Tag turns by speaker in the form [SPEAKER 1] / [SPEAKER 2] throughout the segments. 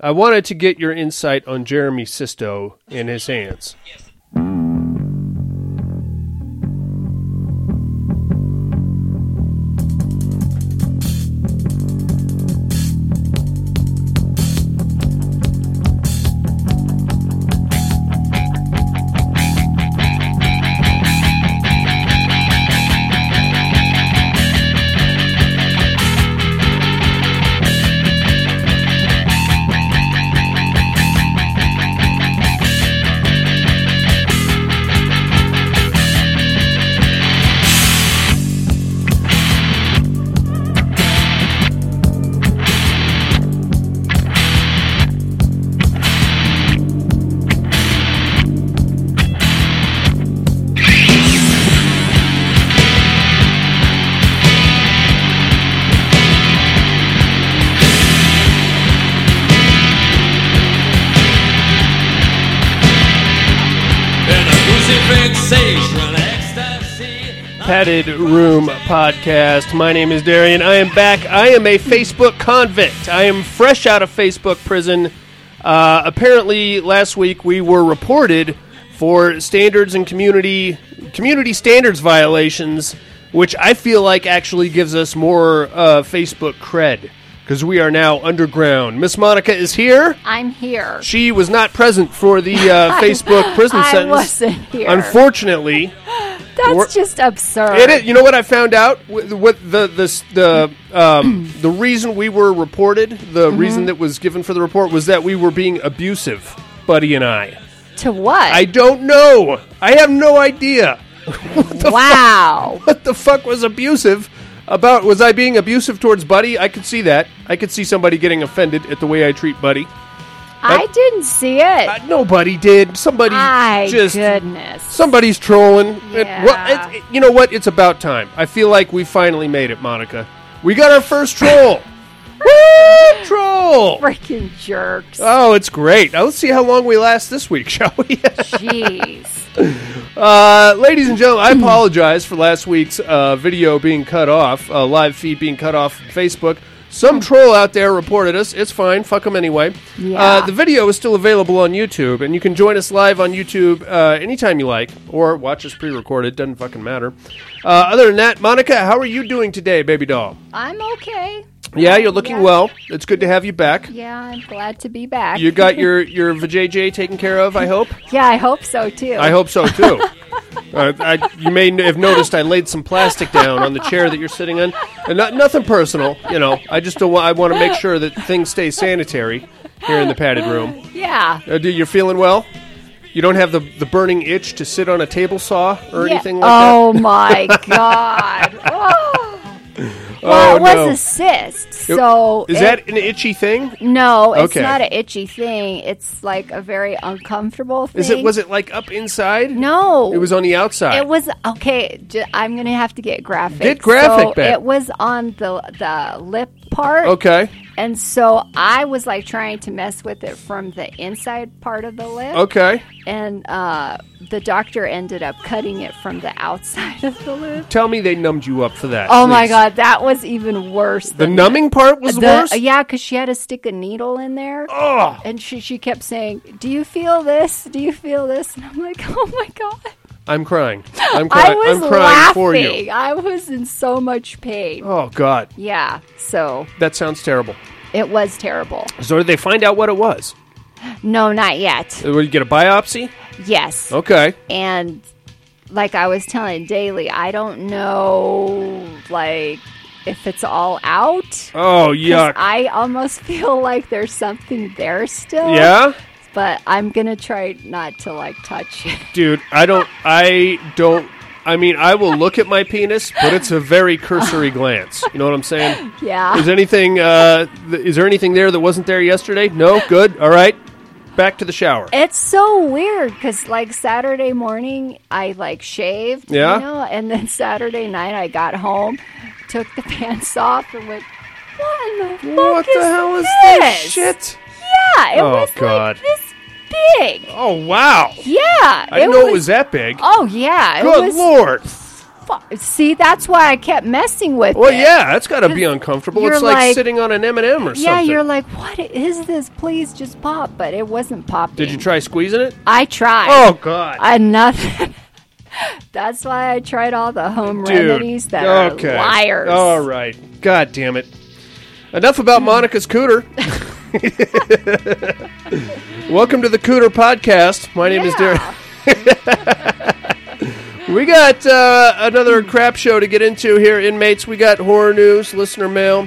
[SPEAKER 1] I wanted to get your insight on Jeremy Sisto and his hands. Padded Room Podcast. My name is Darian. I am back. I am a Facebook convict. I am fresh out of Facebook prison. Uh, apparently, last week we were reported for standards and community community standards violations, which I feel like actually gives us more uh, Facebook cred because we are now underground. Miss Monica is here.
[SPEAKER 2] I'm here.
[SPEAKER 1] She was not present for the uh, Facebook prison
[SPEAKER 2] I
[SPEAKER 1] sentence.
[SPEAKER 2] wasn't here.
[SPEAKER 1] Unfortunately. We're-
[SPEAKER 2] That's just absurd.
[SPEAKER 1] It is. You know what I found out? Wh- What the the the um, the reason we were reported, the
[SPEAKER 2] Mm-hmm.
[SPEAKER 1] reason that was given for the report was that we were being abusive, Buddy and I.
[SPEAKER 2] To what?
[SPEAKER 1] I don't know. I have no idea
[SPEAKER 2] wow.
[SPEAKER 1] what the fuck was abusive about. Was I being abusive towards Buddy? I could see that. I could see somebody getting offended at the way I treat Buddy.
[SPEAKER 2] I didn't see it.
[SPEAKER 1] Uh, nobody did. Somebody
[SPEAKER 2] My
[SPEAKER 1] just
[SPEAKER 2] goodness.
[SPEAKER 1] somebody's trolling. It-
[SPEAKER 2] Yeah.
[SPEAKER 1] well, it- it- you know what? It's about time. I feel like we finally made it, Monica. We got our first troll. Woo! Troll.
[SPEAKER 2] Freaking jerks.
[SPEAKER 1] Oh, it's great. Now, let's see how long we last this week, shall we?
[SPEAKER 2] Jeez.
[SPEAKER 1] Uh, ladies and gentlemen, I apologize for last week's uh, video being cut off, uh, live feed being cut off from Facebook. Some troll out there reported us. It's fine. Fuck them anyway.
[SPEAKER 2] Yeah.
[SPEAKER 1] Uh, the video is still available on YouTube, and you can join us live on YouTube uh, anytime you like, or watch us pre recorded. Doesn't fucking matter. Uh, other than that, Monica, how are you doing today, baby doll?
[SPEAKER 2] I'm okay.
[SPEAKER 1] Yeah, you're looking
[SPEAKER 2] Yeah.
[SPEAKER 1] well. It's good to have you back.
[SPEAKER 2] Yeah, I'm glad to be back.
[SPEAKER 1] You got your, your vajayjay taken care of, I hope?
[SPEAKER 2] yeah, I hope so too.
[SPEAKER 1] I hope so too. Uh, I, you may n- have noticed I laid some plastic down on the chair that you're sitting on, and not, nothing personal. You know, I just don't. Wa- I want to make sure that things stay sanitary here in the padded room.
[SPEAKER 2] Yeah.
[SPEAKER 1] Uh, do you're feeling well? You don't have the the burning itch to sit on a table saw or
[SPEAKER 2] Yeah.
[SPEAKER 1] anything like
[SPEAKER 2] oh my god. Oh.
[SPEAKER 1] Oh,
[SPEAKER 2] Well, it was
[SPEAKER 1] no.
[SPEAKER 2] a cyst.
[SPEAKER 1] that.
[SPEAKER 2] So
[SPEAKER 1] is
[SPEAKER 2] it-
[SPEAKER 1] that an itchy thing?
[SPEAKER 2] no? It's
[SPEAKER 1] Okay.
[SPEAKER 2] not an itchy thing. It's like a very uncomfortable thing.
[SPEAKER 1] Is it was it like up inside?
[SPEAKER 2] No.
[SPEAKER 1] it was on the outside.
[SPEAKER 2] It was okay. J- I'm gonna have to get graphic.
[SPEAKER 1] Get graphic,
[SPEAKER 2] So
[SPEAKER 1] babe.
[SPEAKER 2] it was on the the lip part.
[SPEAKER 1] okay,
[SPEAKER 2] And so I was like trying to mess with it from the inside part of the lip.
[SPEAKER 1] okay.
[SPEAKER 2] And uh, the doctor ended up cutting it from the outside of the lip.
[SPEAKER 1] Tell me they numbed you up for that.
[SPEAKER 2] Oh my
[SPEAKER 1] please.
[SPEAKER 2] god, that was even worse.
[SPEAKER 1] The
[SPEAKER 2] Than uh,
[SPEAKER 1] numbing part was worse. Oh.
[SPEAKER 2] Yeah, because she had to stick a needle in there.
[SPEAKER 1] Ugh.
[SPEAKER 2] And she, she kept saying, Do you feel this? Do you feel this? And I'm like, Oh my God.
[SPEAKER 1] I'm crying. I'm crying.
[SPEAKER 2] I was
[SPEAKER 1] am crying
[SPEAKER 2] laughing.
[SPEAKER 1] for you.
[SPEAKER 2] I was in so much pain.
[SPEAKER 1] Oh God,
[SPEAKER 2] Yeah, so
[SPEAKER 1] that sounds terrible.
[SPEAKER 2] it was terrible.
[SPEAKER 1] So did they find out what it was?
[SPEAKER 2] No, not yet.
[SPEAKER 1] Uh, Will you get a biopsy?
[SPEAKER 2] Yes.
[SPEAKER 1] Okay.
[SPEAKER 2] And like I was telling Daily, I don't know like if it's all out. 'Cause
[SPEAKER 1] Oh yuck.
[SPEAKER 2] I almost feel like there's something there still.
[SPEAKER 1] yeah,
[SPEAKER 2] But I'm gonna try not to like touch it.
[SPEAKER 1] dude. I don't. I don't. I mean, I will look at my penis, but it's a very cursory glance. You know what I'm saying?
[SPEAKER 2] Yeah.
[SPEAKER 1] Is anything? Uh, th- is there anything there that wasn't there yesterday? No. Good. All right. Back to the shower.
[SPEAKER 2] It's so weird because like Saturday morning I like shaved,
[SPEAKER 1] Yeah.
[SPEAKER 2] you know, and then Saturday night I got home, took the pants off, and went, "What in the
[SPEAKER 1] What
[SPEAKER 2] fuck
[SPEAKER 1] the hell is
[SPEAKER 2] this
[SPEAKER 1] this shit?
[SPEAKER 2] Yeah, it
[SPEAKER 1] Oh,
[SPEAKER 2] was
[SPEAKER 1] God.
[SPEAKER 2] like this big.
[SPEAKER 1] Oh wow!
[SPEAKER 2] Yeah,
[SPEAKER 1] I didn't know it was that big.
[SPEAKER 2] Oh yeah, it
[SPEAKER 1] Good
[SPEAKER 2] was
[SPEAKER 1] lord!
[SPEAKER 2] fu- See, that's why I kept messing with
[SPEAKER 1] Well,
[SPEAKER 2] it.
[SPEAKER 1] yeah, that's got to be uncomfortable.
[SPEAKER 2] you're
[SPEAKER 1] It's like,
[SPEAKER 2] like-
[SPEAKER 1] sitting on an M and m or something.
[SPEAKER 2] Yeah, you're like, what is this? Please just pop. But it wasn't popping.
[SPEAKER 1] Did you try squeezing it?
[SPEAKER 2] I tried.
[SPEAKER 1] Oh God!
[SPEAKER 2] I nothing. That's why I tried all the home remedies that
[SPEAKER 1] okay.
[SPEAKER 2] are liars.
[SPEAKER 1] All right. God damn it. Enough about Monica's cooter. Welcome to the Cooter Podcast. My name is Darren.
[SPEAKER 2] Yeah.
[SPEAKER 1] We got uh, another crap show to get into here, inmates. We got horror news, listener mail,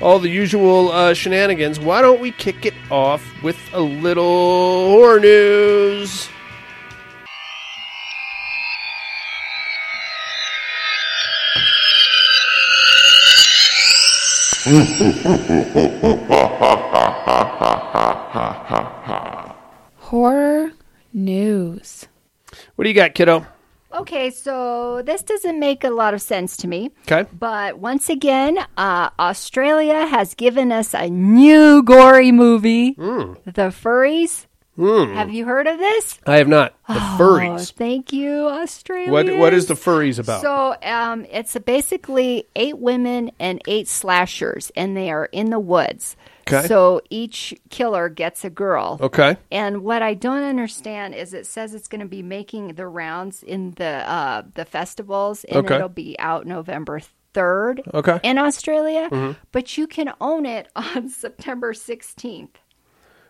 [SPEAKER 1] all the usual uh, shenanigans. Why don't we kick it off with a little horror news?
[SPEAKER 3] Horror news.
[SPEAKER 1] What do you got, kiddo?
[SPEAKER 2] Okay, so this doesn't make a lot of sense to me.
[SPEAKER 1] Okay.
[SPEAKER 2] But once again, uh, Australia has given us a new gory movie,
[SPEAKER 1] Hmm.
[SPEAKER 2] The Furries. Have you heard of this?
[SPEAKER 1] I have not. The
[SPEAKER 2] Oh,
[SPEAKER 1] furries.
[SPEAKER 2] thank you, Australia.
[SPEAKER 1] What what is the furries about?
[SPEAKER 2] So um, it's basically eight women and eight slashers, and they are in the woods.
[SPEAKER 1] Okay.
[SPEAKER 2] So each killer gets a girl.
[SPEAKER 1] okay.
[SPEAKER 2] And what I don't understand is it says it's going to be making the rounds in the uh, the festivals, and
[SPEAKER 1] Okay.
[SPEAKER 2] it'll be out November third
[SPEAKER 1] Okay.
[SPEAKER 2] in Australia,
[SPEAKER 1] Mm-hmm.
[SPEAKER 2] but you can own it on September sixteenth.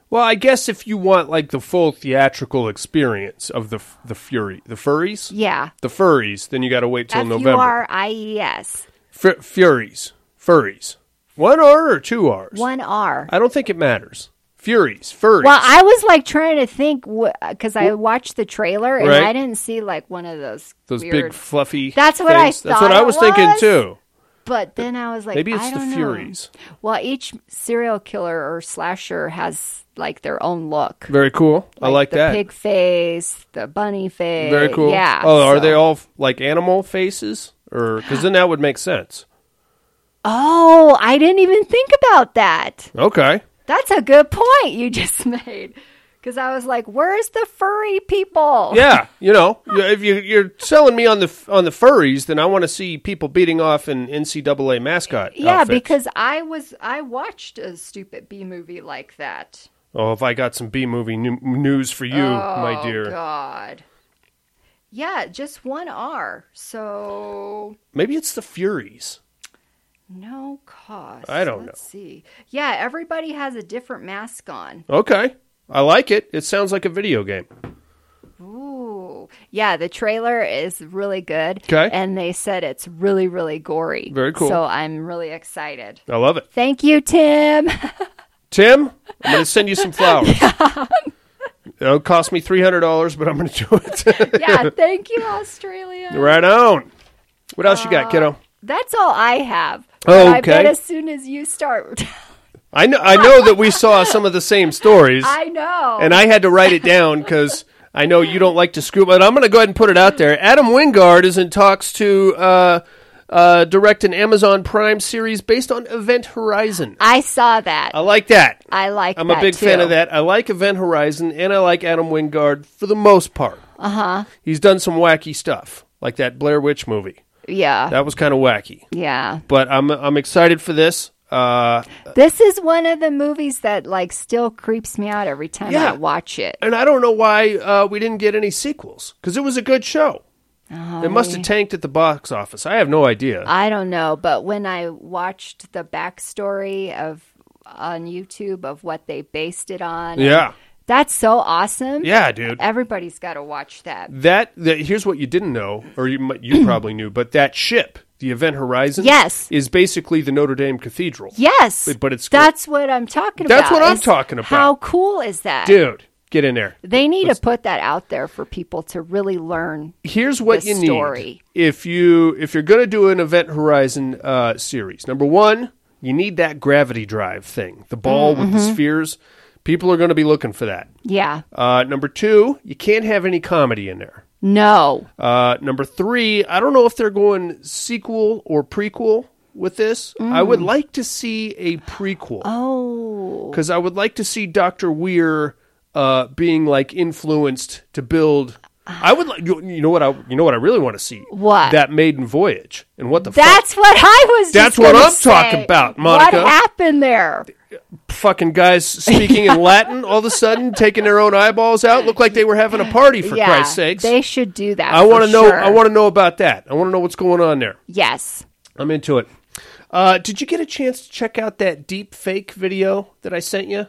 [SPEAKER 1] Well, I guess if you want like the full theatrical experience of the f- the fury, the furries,
[SPEAKER 2] Yeah,
[SPEAKER 1] the furries, then you got to wait till
[SPEAKER 2] F U
[SPEAKER 1] November.
[SPEAKER 2] R I E S
[SPEAKER 1] F- furies, furries, one R or two R's?
[SPEAKER 2] one R.
[SPEAKER 1] I don't think it matters. Furies, furries.
[SPEAKER 2] Well, I was like trying to think because I watched the trailer and
[SPEAKER 1] Right.
[SPEAKER 2] I didn't see like one of those
[SPEAKER 1] Those
[SPEAKER 2] weird-
[SPEAKER 1] big fluffy.
[SPEAKER 2] That's what I
[SPEAKER 1] things. That's what
[SPEAKER 2] thought
[SPEAKER 1] I
[SPEAKER 2] it
[SPEAKER 1] was, thinking
[SPEAKER 2] was.
[SPEAKER 1] too.
[SPEAKER 2] But then I was like,
[SPEAKER 1] Maybe it's
[SPEAKER 2] I
[SPEAKER 1] the
[SPEAKER 2] don't know.
[SPEAKER 1] Furies.
[SPEAKER 2] Well, each serial killer or slasher has like their own look.
[SPEAKER 1] Very cool. I like
[SPEAKER 2] the
[SPEAKER 1] that.
[SPEAKER 2] pig face, the bunny face.
[SPEAKER 1] Very cool.
[SPEAKER 2] Yeah.
[SPEAKER 1] Oh, are
[SPEAKER 2] so-
[SPEAKER 1] they all f- like animal faces, or because then that would make sense.
[SPEAKER 2] Oh, I didn't even think about that.
[SPEAKER 1] Okay.
[SPEAKER 2] That's a good point you just made. Because I was like, where's the furry people?
[SPEAKER 1] Yeah, you know, you- if you, you're selling me on the f- on the furries, then I want to see people beating off in NCAA mascot.
[SPEAKER 2] Yeah,
[SPEAKER 1] outfits.
[SPEAKER 2] because I was I watched a stupid B movie like that.
[SPEAKER 1] oh, if I got some B movie new- news for you, my
[SPEAKER 2] Oh,
[SPEAKER 1] dear,
[SPEAKER 2] God. Yeah, just one R. So
[SPEAKER 1] maybe it's the Furies.
[SPEAKER 2] no cost.
[SPEAKER 1] I don't
[SPEAKER 2] Let's See, yeah, everybody has a different mask on.
[SPEAKER 1] Okay, I like it. It sounds like a video game.
[SPEAKER 2] Ooh, yeah. The trailer is really good.
[SPEAKER 1] 'Kay.
[SPEAKER 2] and they said it's really, really gory.
[SPEAKER 1] Very cool.
[SPEAKER 2] So I'm really excited.
[SPEAKER 1] I love it,
[SPEAKER 2] Thank you, Tim.
[SPEAKER 1] Tim. I'm going to send you some flowers. It'll cost me three hundred dollars, but I'm going to do it.
[SPEAKER 2] yeah, thank you, Australia.
[SPEAKER 1] right on. What else you got, kiddo?
[SPEAKER 2] That's all I have.
[SPEAKER 1] Oh,
[SPEAKER 2] I bet
[SPEAKER 1] okay.
[SPEAKER 2] as soon as you start,
[SPEAKER 1] I know. I know that we saw some of the same stories.
[SPEAKER 2] I know.
[SPEAKER 1] and I had to write it down because I know you don't like to scoop, but I'm going to go ahead and put it out there. Adam Wingard is in talks to uh, uh, direct an Amazon Prime series based on Event Horizon.
[SPEAKER 2] I saw that.
[SPEAKER 1] I like that.
[SPEAKER 2] I like.
[SPEAKER 1] I'm
[SPEAKER 2] that
[SPEAKER 1] a big fan
[SPEAKER 2] too.
[SPEAKER 1] of that. I like Event Horizon, and I like Adam Wingard for the most part. Uh huh.
[SPEAKER 2] Uh-huh.
[SPEAKER 1] He's done some wacky stuff, like that Blair Witch movie.
[SPEAKER 2] Yeah,
[SPEAKER 1] That was kind of wacky,
[SPEAKER 2] yeah.
[SPEAKER 1] but I'm I'm excited for this. Uh,
[SPEAKER 2] This is one of the movies that like still creeps me out every time
[SPEAKER 1] Yeah.
[SPEAKER 2] I watch it.
[SPEAKER 1] and I don't know why uh, we didn't get any sequels because it was a good show. it must have tanked at the box office. I have no idea.
[SPEAKER 2] Oh, I don't know, but when I watched the backstory of on YouTube of what they based it on,
[SPEAKER 1] yeah,
[SPEAKER 2] that's so awesome.
[SPEAKER 1] yeah, dude.
[SPEAKER 2] everybody's got to watch that.
[SPEAKER 1] That, that here's what you didn't know, or you mi- you probably knew, but that ship, the Event Horizon,
[SPEAKER 2] Yes.
[SPEAKER 1] is basically the Notre Dame Cathedral.
[SPEAKER 2] Yes,
[SPEAKER 1] But- but it's-
[SPEAKER 2] that's what I'm talking about.
[SPEAKER 1] That's what I'm
[SPEAKER 2] is
[SPEAKER 1] talking about.
[SPEAKER 2] How cool is that?
[SPEAKER 1] Dude, get in there.
[SPEAKER 2] They need to put that out there for people to really learn.
[SPEAKER 1] here's what
[SPEAKER 2] the
[SPEAKER 1] you need
[SPEAKER 2] story.
[SPEAKER 1] if you if you're going to do an event horizon uh, series number one you need that gravity drive thing the ball with
[SPEAKER 2] Mm-hmm.
[SPEAKER 1] the spheres people are going to be looking for that
[SPEAKER 2] Yeah.
[SPEAKER 1] uh, number two you can't have any comedy in there
[SPEAKER 2] No.
[SPEAKER 1] uh, number three i don't know if they're going sequel or prequel with this i would like to see a prequel
[SPEAKER 2] Mm. Oh.
[SPEAKER 1] because I would like to see Doctor Weir uh, being like influenced to build I would like you, you know what I you know what I really want to see
[SPEAKER 2] What?
[SPEAKER 1] that maiden voyage and what the fuck
[SPEAKER 2] That's what I was. just
[SPEAKER 1] That's what
[SPEAKER 2] gonna
[SPEAKER 1] I'm
[SPEAKER 2] say.
[SPEAKER 1] talking about, Monica.
[SPEAKER 2] What happened there?
[SPEAKER 1] fucking guys speaking in Latin all of a sudden taking their own eyeballs out look like they were having a party for
[SPEAKER 2] yeah,
[SPEAKER 1] Christ's sakes.
[SPEAKER 2] they should do that.
[SPEAKER 1] I want to know
[SPEAKER 2] Sure.
[SPEAKER 1] I want to know about that. I want to know what's going on there.
[SPEAKER 2] Yes.
[SPEAKER 1] I'm into it. Uh, did you get a chance to check out that deep fake video that I sent you?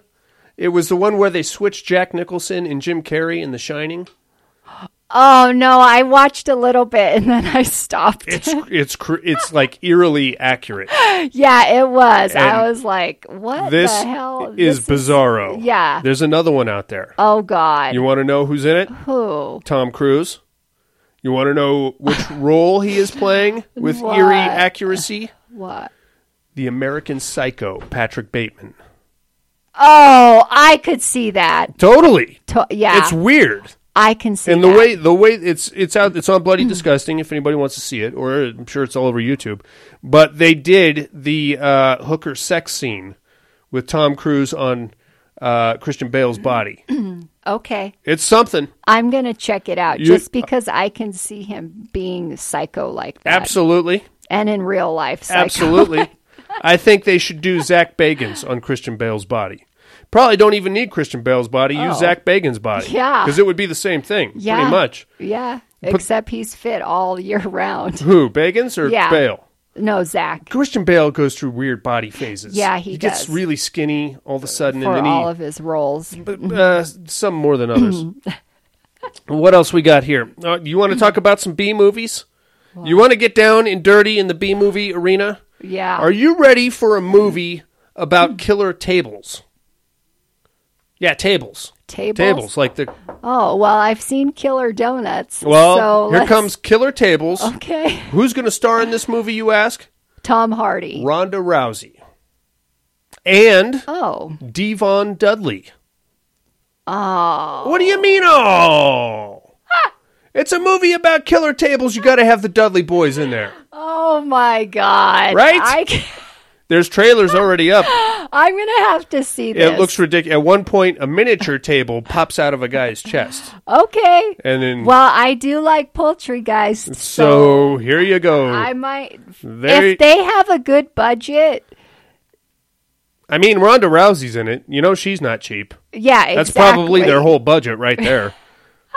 [SPEAKER 1] It was the one where they switched Jack Nicholson and Jim Carrey in The Shining.
[SPEAKER 2] Oh no, I watched a little bit and then I stopped.
[SPEAKER 1] It's it's cr- it's like eerily accurate.
[SPEAKER 2] yeah, it was.
[SPEAKER 1] And
[SPEAKER 2] I was like, what
[SPEAKER 1] This
[SPEAKER 2] the hell
[SPEAKER 1] is
[SPEAKER 2] This
[SPEAKER 1] bizarro.
[SPEAKER 2] yeah.
[SPEAKER 1] There's another one out there.
[SPEAKER 2] Oh God.
[SPEAKER 1] You want to know who's in it?
[SPEAKER 2] Who?
[SPEAKER 1] Tom Cruise. You want to know which role he is playing with eerie
[SPEAKER 2] What?
[SPEAKER 1] accuracy?
[SPEAKER 2] What?
[SPEAKER 1] The American Psycho, Patrick Bateman.
[SPEAKER 2] Oh, I could see that.
[SPEAKER 1] Totally.
[SPEAKER 2] To- yeah,
[SPEAKER 1] It's weird.
[SPEAKER 2] I can see.
[SPEAKER 1] and the
[SPEAKER 2] that.
[SPEAKER 1] way the way it's it's out it's on bloody disgusting if anybody wants to see it or i'm sure it's all over youtube but they did the uh, hooker sex scene with tom cruise on uh, christian bale's body
[SPEAKER 2] okay,
[SPEAKER 1] it's something
[SPEAKER 2] I'm gonna check it out
[SPEAKER 1] You-
[SPEAKER 2] just because I can see him being psycho like that,
[SPEAKER 1] absolutely
[SPEAKER 2] and in real life, psycho.
[SPEAKER 1] absolutely i think they should do zach bagans on christian bale's body probably don't even need christian bale's body use
[SPEAKER 2] Oh.
[SPEAKER 1] zach bagans body
[SPEAKER 2] Yeah.
[SPEAKER 1] because it would be the same thing
[SPEAKER 2] Yeah,
[SPEAKER 1] pretty much
[SPEAKER 2] Yeah, except he's fit all year round.
[SPEAKER 1] who bagans or
[SPEAKER 2] Yeah.
[SPEAKER 1] bale
[SPEAKER 2] No, Zach,
[SPEAKER 1] Christian Bale goes through weird body phases.
[SPEAKER 2] Yeah, he
[SPEAKER 1] gets
[SPEAKER 2] does.
[SPEAKER 1] really skinny all of a sudden,
[SPEAKER 2] for
[SPEAKER 1] and then
[SPEAKER 2] all
[SPEAKER 1] he,
[SPEAKER 2] of his roles.
[SPEAKER 1] but, uh, some more than others. what else we got here? Uh, you want to talk about some B movies? You want to get down and dirty in the B movie arena?
[SPEAKER 2] Yeah.
[SPEAKER 1] Are you ready for a movie about killer tables? Yeah, tables.
[SPEAKER 2] Tables?
[SPEAKER 1] Tables like the
[SPEAKER 2] Oh well, I've seen Killer Donuts.
[SPEAKER 1] well.
[SPEAKER 2] so
[SPEAKER 1] here
[SPEAKER 2] let's-
[SPEAKER 1] comes killer tables.
[SPEAKER 2] okay,
[SPEAKER 1] Who's going to star in this movie? You ask.
[SPEAKER 2] Tom Hardy.
[SPEAKER 1] Ronda Rousey and
[SPEAKER 2] Oh,
[SPEAKER 1] Devon Dudley.
[SPEAKER 2] oh,
[SPEAKER 1] What do you mean, oh? It's a movie about killer tables. You got to have the Dudley boys in there.
[SPEAKER 2] oh my God!
[SPEAKER 1] Right?
[SPEAKER 2] I can-
[SPEAKER 1] There's trailers already up.
[SPEAKER 2] I'm gonna have to see this.
[SPEAKER 1] It looks ridiculous. At one point, a miniature table pops out of a guy's chest,
[SPEAKER 2] okay.
[SPEAKER 1] and then
[SPEAKER 2] Well, I do like poultry, guys. So,
[SPEAKER 1] Um, so here you go.
[SPEAKER 2] I might.
[SPEAKER 1] there,
[SPEAKER 2] if they have a good budget,
[SPEAKER 1] I mean, Ronda Rousey's in it. You know, she's not cheap.
[SPEAKER 2] yeah,
[SPEAKER 1] That's
[SPEAKER 2] exactly.
[SPEAKER 1] probably their whole budget right there.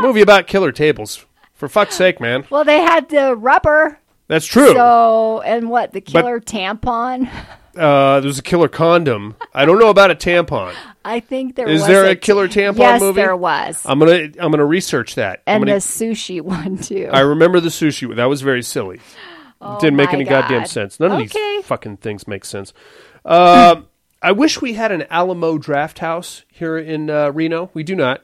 [SPEAKER 1] movie about killer tables. For fuck's sake, man.
[SPEAKER 2] Well, they had the rubber,
[SPEAKER 1] That's true.
[SPEAKER 2] so and what the killer tampon.
[SPEAKER 1] uh, there's a killer condom. I don't know about a tampon.
[SPEAKER 2] I think there
[SPEAKER 1] Is
[SPEAKER 2] was
[SPEAKER 1] there a killer tampon
[SPEAKER 2] yes,
[SPEAKER 1] movie? Uh,
[SPEAKER 2] there was,
[SPEAKER 1] I'm gonna I'm gonna research that. I'm
[SPEAKER 2] and
[SPEAKER 1] gonna-
[SPEAKER 2] the sushi one too.
[SPEAKER 1] I remember the sushi. That was very silly. Didn't make
[SPEAKER 2] Oh my
[SPEAKER 1] any goddamn
[SPEAKER 2] God.
[SPEAKER 1] sense. None of
[SPEAKER 2] Okay.
[SPEAKER 1] these fucking things make sense. Uh, I wish we had an Alamo Draft House here in uh, Reno. We do not.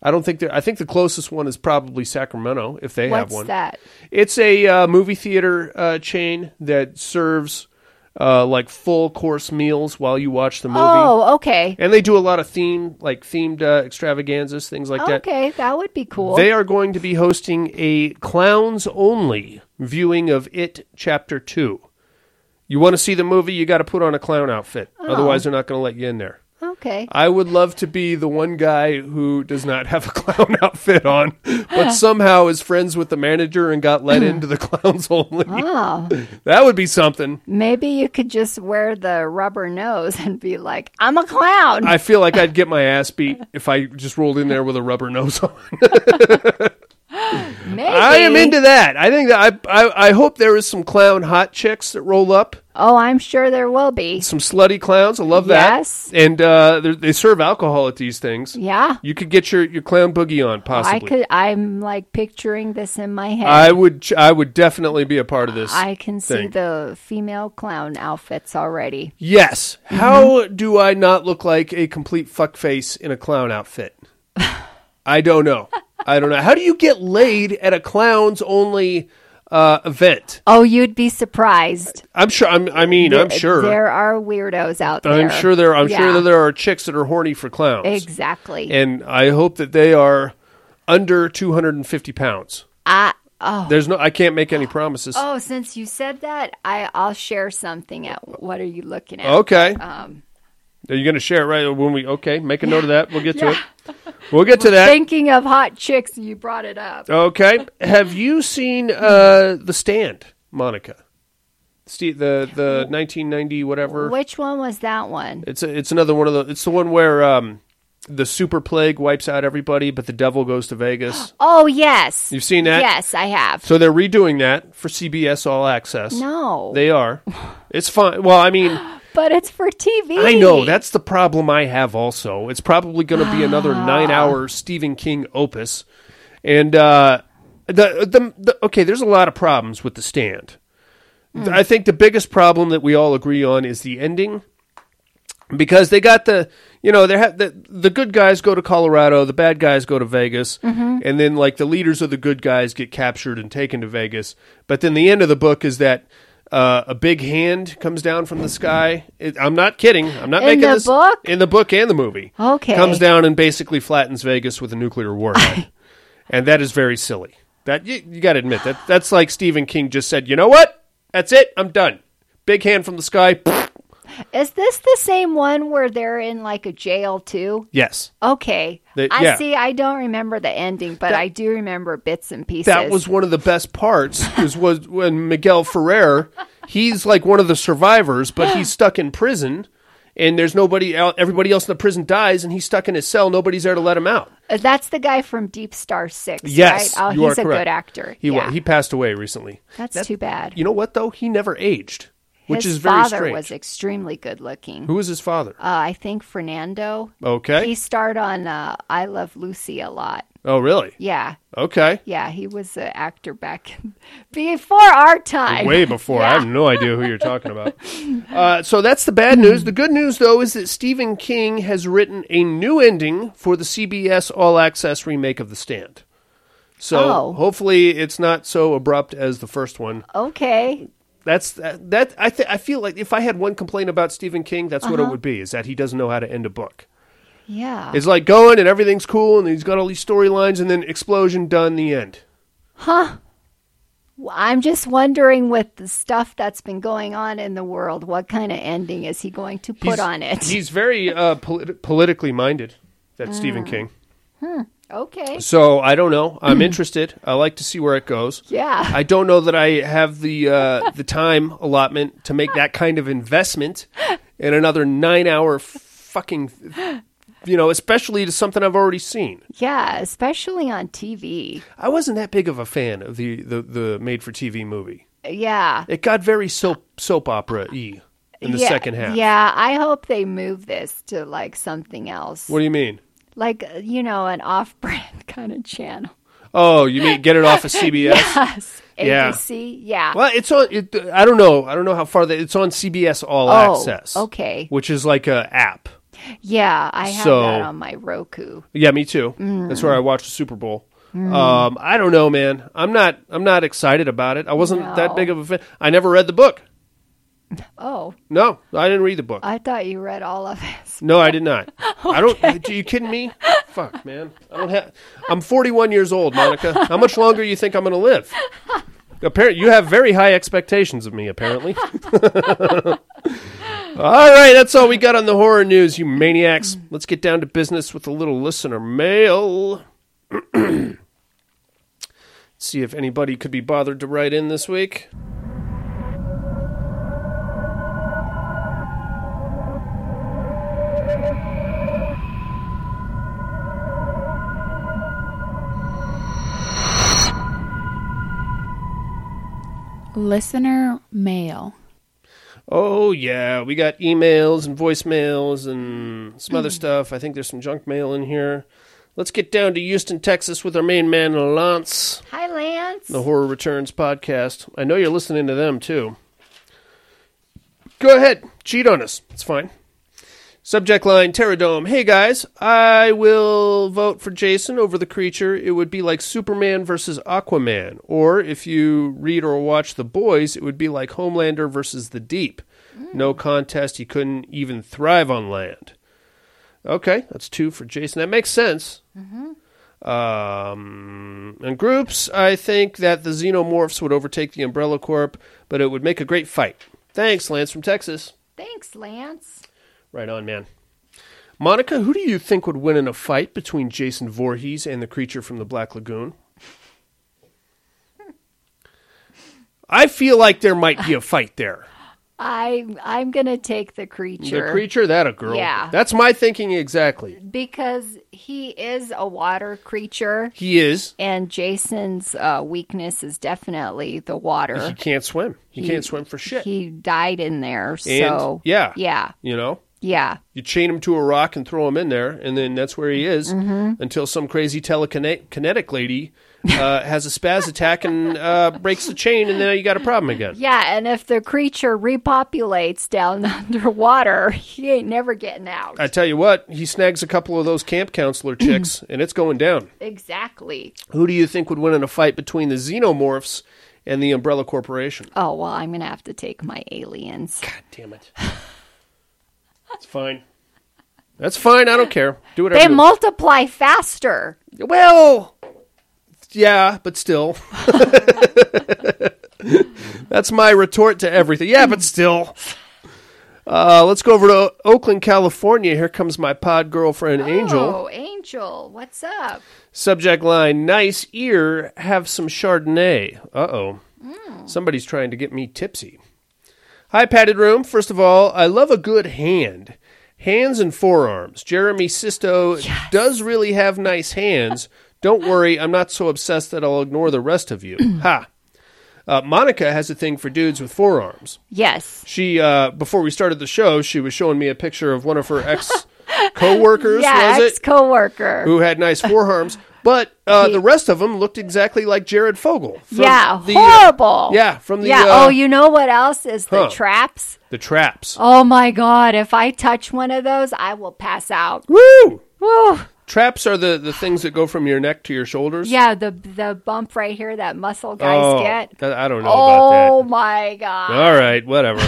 [SPEAKER 1] I don't think there. I think the closest one is probably Sacramento if they have
[SPEAKER 2] What's
[SPEAKER 1] one.
[SPEAKER 2] that?
[SPEAKER 1] It's a uh, movie theater uh, chain that serves uh, like full course meals while you watch the movie.
[SPEAKER 2] Oh, okay,
[SPEAKER 1] And they do a lot of theme, like themed uh, extravaganzas, things like that.
[SPEAKER 2] okay, that would be cool.
[SPEAKER 1] They are going to be hosting a clowns only viewing of It Chapter 2. You want to see the movie, you got to put on a clown outfit. Otherwise, they're not going to let you in there.
[SPEAKER 2] okay,
[SPEAKER 1] I would love to be the one guy who does not have a clown outfit on, but somehow is friends with the manager and got let into the clowns only.
[SPEAKER 2] oh,
[SPEAKER 1] That would be something.
[SPEAKER 2] maybe you could just wear the rubber nose and be like, "I'm a clown."
[SPEAKER 1] I feel like I'd get my ass beat if I just rolled in there with a rubber nose on.
[SPEAKER 2] maybe
[SPEAKER 1] I am into that. I think that I, I I hope there is some clown hot chicks that roll up,
[SPEAKER 2] Oh, I'm sure there will be.
[SPEAKER 1] some slutty clowns. I love that.
[SPEAKER 2] Yes.
[SPEAKER 1] and uh, they're- they serve alcohol at these things.
[SPEAKER 2] Yeah. Oh,
[SPEAKER 1] you could get your, your clown boogie on
[SPEAKER 2] I
[SPEAKER 1] possibly.
[SPEAKER 2] could. I'm like picturing this in my head. I,
[SPEAKER 1] I would ch- I would definitely be a part of this.
[SPEAKER 2] can see
[SPEAKER 1] thing.
[SPEAKER 2] the female clown outfits already.
[SPEAKER 1] yes.
[SPEAKER 2] Mm-hmm.
[SPEAKER 1] How do I not look like a complete fuckface in a clown outfit? I don't know. I don't know. How do you get laid at a clowns only uh, event?
[SPEAKER 2] Oh, you'd be surprised.
[SPEAKER 1] I'm sure. I'm, I mean, I'm
[SPEAKER 2] Th-
[SPEAKER 1] sure.
[SPEAKER 2] there are weirdos out there.
[SPEAKER 1] I'm sure there. I'm sure
[SPEAKER 2] Yeah.
[SPEAKER 1] that there are chicks that are horny for clowns,
[SPEAKER 2] Exactly.
[SPEAKER 1] and I hope that they are under 250 pounds.
[SPEAKER 2] I, oh,
[SPEAKER 1] There's no. I can't make any promises.
[SPEAKER 2] oh, since you said that, I I'll share something. At what are you looking at?
[SPEAKER 1] okay.
[SPEAKER 2] Um,
[SPEAKER 1] Are you going to share it right when we? Okay, make a note of that. We'll get to it. We'll get to that.
[SPEAKER 2] Thinking of hot chicks, you brought it up.
[SPEAKER 1] Okay. Have you seen uh, The Stand, Monica? Steve, the the 1990 whatever.
[SPEAKER 2] Which one was that one?
[SPEAKER 1] It's a, it's another one of the. It's the one where um, the super plague wipes out everybody, but the devil goes to Vegas.
[SPEAKER 2] Oh, yes.
[SPEAKER 1] You've seen that?
[SPEAKER 2] Yes, I have.
[SPEAKER 1] So they're redoing that for CBS All Access.
[SPEAKER 2] no.
[SPEAKER 1] They are. It's fine. Well, I mean,
[SPEAKER 2] but it's for TV.
[SPEAKER 1] I know that's the problem I have. Also, it's probably going to be another nine-hour Stephen King opus, and uh, the, the the okay. There's a lot of problems with the stand. I think the biggest problem that we all agree on is the ending, because they got the you know they ha- the the good guys go to Colorado, the bad guys go to Vegas,
[SPEAKER 2] Mm-hmm.
[SPEAKER 1] and then like the leaders of the good guys get captured and taken to Vegas. But then the end of the book is that. Uh, a big hand comes down from the sky. It, I'm not kidding. I'm not
[SPEAKER 2] In
[SPEAKER 1] making
[SPEAKER 2] the
[SPEAKER 1] this
[SPEAKER 2] book?
[SPEAKER 1] in the book and the movie.
[SPEAKER 2] Okay.
[SPEAKER 1] comes down and basically flattens Vegas with a nuclear warhead, and that is very silly. That you, you got to admit that that's like Stephen King just said. You know what? That's it. I'm done. Big hand from the sky.
[SPEAKER 2] Is this the same one where they're in like a jail too?
[SPEAKER 1] Yes.
[SPEAKER 2] Okay.
[SPEAKER 1] They-
[SPEAKER 2] I
[SPEAKER 1] yeah.
[SPEAKER 2] see. I don't remember the ending, but I do remember bits and pieces.
[SPEAKER 1] that was one of the best parts is was when Miguel Ferrer, he's like one of the survivors, but he's stuck in prison, and there's nobody out. Everybody else in the prison dies, and he's stuck in his cell. Nobody's there to let him out.
[SPEAKER 2] Uh, That's the guy from Deep Star Six.
[SPEAKER 1] Yes,
[SPEAKER 2] right? oh,
[SPEAKER 1] you
[SPEAKER 2] he's
[SPEAKER 1] are
[SPEAKER 2] a
[SPEAKER 1] correct.
[SPEAKER 2] good actor.
[SPEAKER 1] He wa-
[SPEAKER 2] yeah.
[SPEAKER 1] he passed away recently.
[SPEAKER 2] That's
[SPEAKER 1] That-
[SPEAKER 2] too bad.
[SPEAKER 1] You know what though? He never aged, which
[SPEAKER 2] his
[SPEAKER 1] is very
[SPEAKER 2] father
[SPEAKER 1] strange.
[SPEAKER 2] was extremely good looking.
[SPEAKER 1] Who is his father?
[SPEAKER 2] Uh, I think Fernando.
[SPEAKER 1] Okay.
[SPEAKER 2] He starred on uh, I Love Lucy a lot.
[SPEAKER 1] oh, really?
[SPEAKER 2] Yeah,
[SPEAKER 1] Okay.
[SPEAKER 2] yeah. He was an actor back before our time.
[SPEAKER 1] Way before. I have no idea who you're talking about. Uh, so that's the bad news. The good news, though, is that Stephen King has written a new ending for the CBS All Access remake of The Stand. So
[SPEAKER 2] Oh.
[SPEAKER 1] hopefully it's not so abrupt as the first one.
[SPEAKER 2] Okay.
[SPEAKER 1] That's that. that I th- I feel like if I had one complaint about Stephen King, that's what it would be: is that he doesn't know how to end a book.
[SPEAKER 2] Yeah.
[SPEAKER 1] It's like going and everything's cool, and he's got all these storylines, and then explosion, done, the end.
[SPEAKER 2] Well, I'm just wondering with the stuff that's been going on in the world, what kind of ending is he going to put
[SPEAKER 1] He's-
[SPEAKER 2] on it? Mm.
[SPEAKER 1] He's very uh, polit- politically minded. That Stephen King.
[SPEAKER 2] Okay.
[SPEAKER 1] So I don't know. I'm interested. I like to see where it goes.
[SPEAKER 2] Hmm. Yeah.
[SPEAKER 1] I don't know that I have the uh, the time allotment to make that kind of investment in another nine hour fucking, you know, especially to something I've already seen.
[SPEAKER 2] Yeah, especially on TV.
[SPEAKER 1] I wasn't that big of a fan of the the, the made for TV movie.
[SPEAKER 2] Yeah.
[SPEAKER 1] It got very soap soap opera y in the
[SPEAKER 2] yeah,
[SPEAKER 1] second half.
[SPEAKER 2] Yeah, I hope they move this to like something else.
[SPEAKER 1] What do you mean?
[SPEAKER 2] Like, uh, you know, an off brand kind of channel.
[SPEAKER 1] Oh, you mean get it off of CBS?
[SPEAKER 2] Yes.
[SPEAKER 1] Yeah.
[SPEAKER 2] ABC. Yeah.
[SPEAKER 1] Well, it's on. It, I don't know. I don't know how far that it's on CBS All
[SPEAKER 2] Oh,
[SPEAKER 1] Access.
[SPEAKER 2] okay.
[SPEAKER 1] which is like a app.
[SPEAKER 2] Yeah, I have
[SPEAKER 1] So-
[SPEAKER 2] that on my Roku.
[SPEAKER 1] Yeah, me too. That's
[SPEAKER 2] Mm.
[SPEAKER 1] where I watched the Super Bowl. Um, I don't know, man. I'm not. I'm not excited about it. I wasn't that
[SPEAKER 2] No.
[SPEAKER 1] big of a fan. I never read the book.
[SPEAKER 2] Oh,
[SPEAKER 1] No, I didn't read the book.
[SPEAKER 2] I thought you read all of it.
[SPEAKER 1] No, I did not. I don't. Are you kidding me? Fuck, man. I don't have. I'm 41 years old, Monica. How much longer you think I'm going to live? Apparently, you have very high expectations of me. Apparently. all right, that's all we got on the horror news, you maniacs. Let's get down to business with a little listener mail. See if anybody could be bothered to write in this week.
[SPEAKER 3] Listener mail.
[SPEAKER 1] Oh yeah, we got emails and voicemails and some other stuff. I think there's some junk mail in here. Let's get down to Houston, Texas, with our main man Lance,
[SPEAKER 2] Hi, Lance.
[SPEAKER 1] the Horror Returns podcast. I know you're listening to them too. Go ahead, cheat on us. It's fine. Subject line Terradome. Hey guys, I will vote for Jason over the creature. It would be like Superman versus Aquaman. Or if you read or watch The Boys, it would be like Homelander versus the Deep. No contest. He couldn't even thrive on land. Okay, that's two for Jason. That makes sense. Um, in groups, I think that the Xenomorphs would overtake the Umbrella Corp, but it would make a great fight. Thanks, Lance from Texas.
[SPEAKER 2] Thanks, Lance.
[SPEAKER 1] Right on, man. Monica, who do you think would win in a fight between Jason Voorhees and the creature from the Black Lagoon? I feel like there might be a fight there.
[SPEAKER 2] I I'm gonna take the creature
[SPEAKER 1] The creature, that a girl.
[SPEAKER 2] Yeah.
[SPEAKER 1] That's my thinking exactly.
[SPEAKER 2] because he is a water creature,
[SPEAKER 1] He is.
[SPEAKER 2] and Jason's uh, weakness is definitely the
[SPEAKER 1] He
[SPEAKER 2] water.
[SPEAKER 1] can't swim. He, can't swim for shit.
[SPEAKER 2] He died in there, so
[SPEAKER 1] yeah.
[SPEAKER 2] yeah,
[SPEAKER 1] you know?
[SPEAKER 2] yeah.
[SPEAKER 1] You chain him to a rock and throw him in there, and then that's where he is until some crazy telekinetic lady uh, has a spaz attack and uh, breaks the chain, and then you got a problem again.
[SPEAKER 2] Yeah, and if the creature repopulates down underwater, he ain't never getting out.
[SPEAKER 1] I tell you what, he snags a couple of those camp counselor chicks, and it's going down.
[SPEAKER 2] exactly.
[SPEAKER 1] Who do you think would win in a fight between the xenomorphs and the Umbrella Corporation?
[SPEAKER 2] Oh well, I'm gonna have to take my aliens.
[SPEAKER 1] God damn it. It's fine. That's fine. I don't care. Do whatever.
[SPEAKER 2] They
[SPEAKER 1] you-
[SPEAKER 2] multiply faster.
[SPEAKER 1] Well, yeah, but still. That's my retort to everything. Yeah, but still. Uh, let's go over to Oakland, California. Here comes my pod girlfriend, Angel.
[SPEAKER 2] Oh, Angel, what's up?
[SPEAKER 1] Subject line Nice ear, have some Chardonnay. Uh oh. Somebody's trying to get me tipsy. Hi, padded room. First of all, I love a good hand. Hands and forearms. Jeremy Sisto does really have nice hands. Don't worry, I'm not so obsessed that I'll ignore the rest of you. ha. Uh, Monica has a thing for dudes with forearms.
[SPEAKER 2] Yes.
[SPEAKER 1] She, uh, before we started the show, she was showing me a picture of one of her ex co-workers.
[SPEAKER 2] yeah,
[SPEAKER 1] was it?
[SPEAKER 2] ex coworker.
[SPEAKER 1] who had nice forearms, but uh, the rest of them looked exactly like Jared Fogle. from
[SPEAKER 2] Yeah,
[SPEAKER 1] the, uh,
[SPEAKER 2] horrible.
[SPEAKER 1] yeah, from the
[SPEAKER 2] yeah.
[SPEAKER 1] uh,
[SPEAKER 2] oh, you know what else is the
[SPEAKER 1] Huh.
[SPEAKER 2] traps?
[SPEAKER 1] the traps.
[SPEAKER 2] Oh my God! If I touch one of those, I will pass out.
[SPEAKER 1] Woo!
[SPEAKER 2] Oh. Woo!
[SPEAKER 1] Traps are the the things that go from your neck to your shoulders.
[SPEAKER 2] Yeah, the the bump right here that muscle guys
[SPEAKER 1] oh,
[SPEAKER 2] get.
[SPEAKER 1] that- I don't know
[SPEAKER 2] Oh
[SPEAKER 1] about
[SPEAKER 2] my God!
[SPEAKER 1] that. All right, whatever.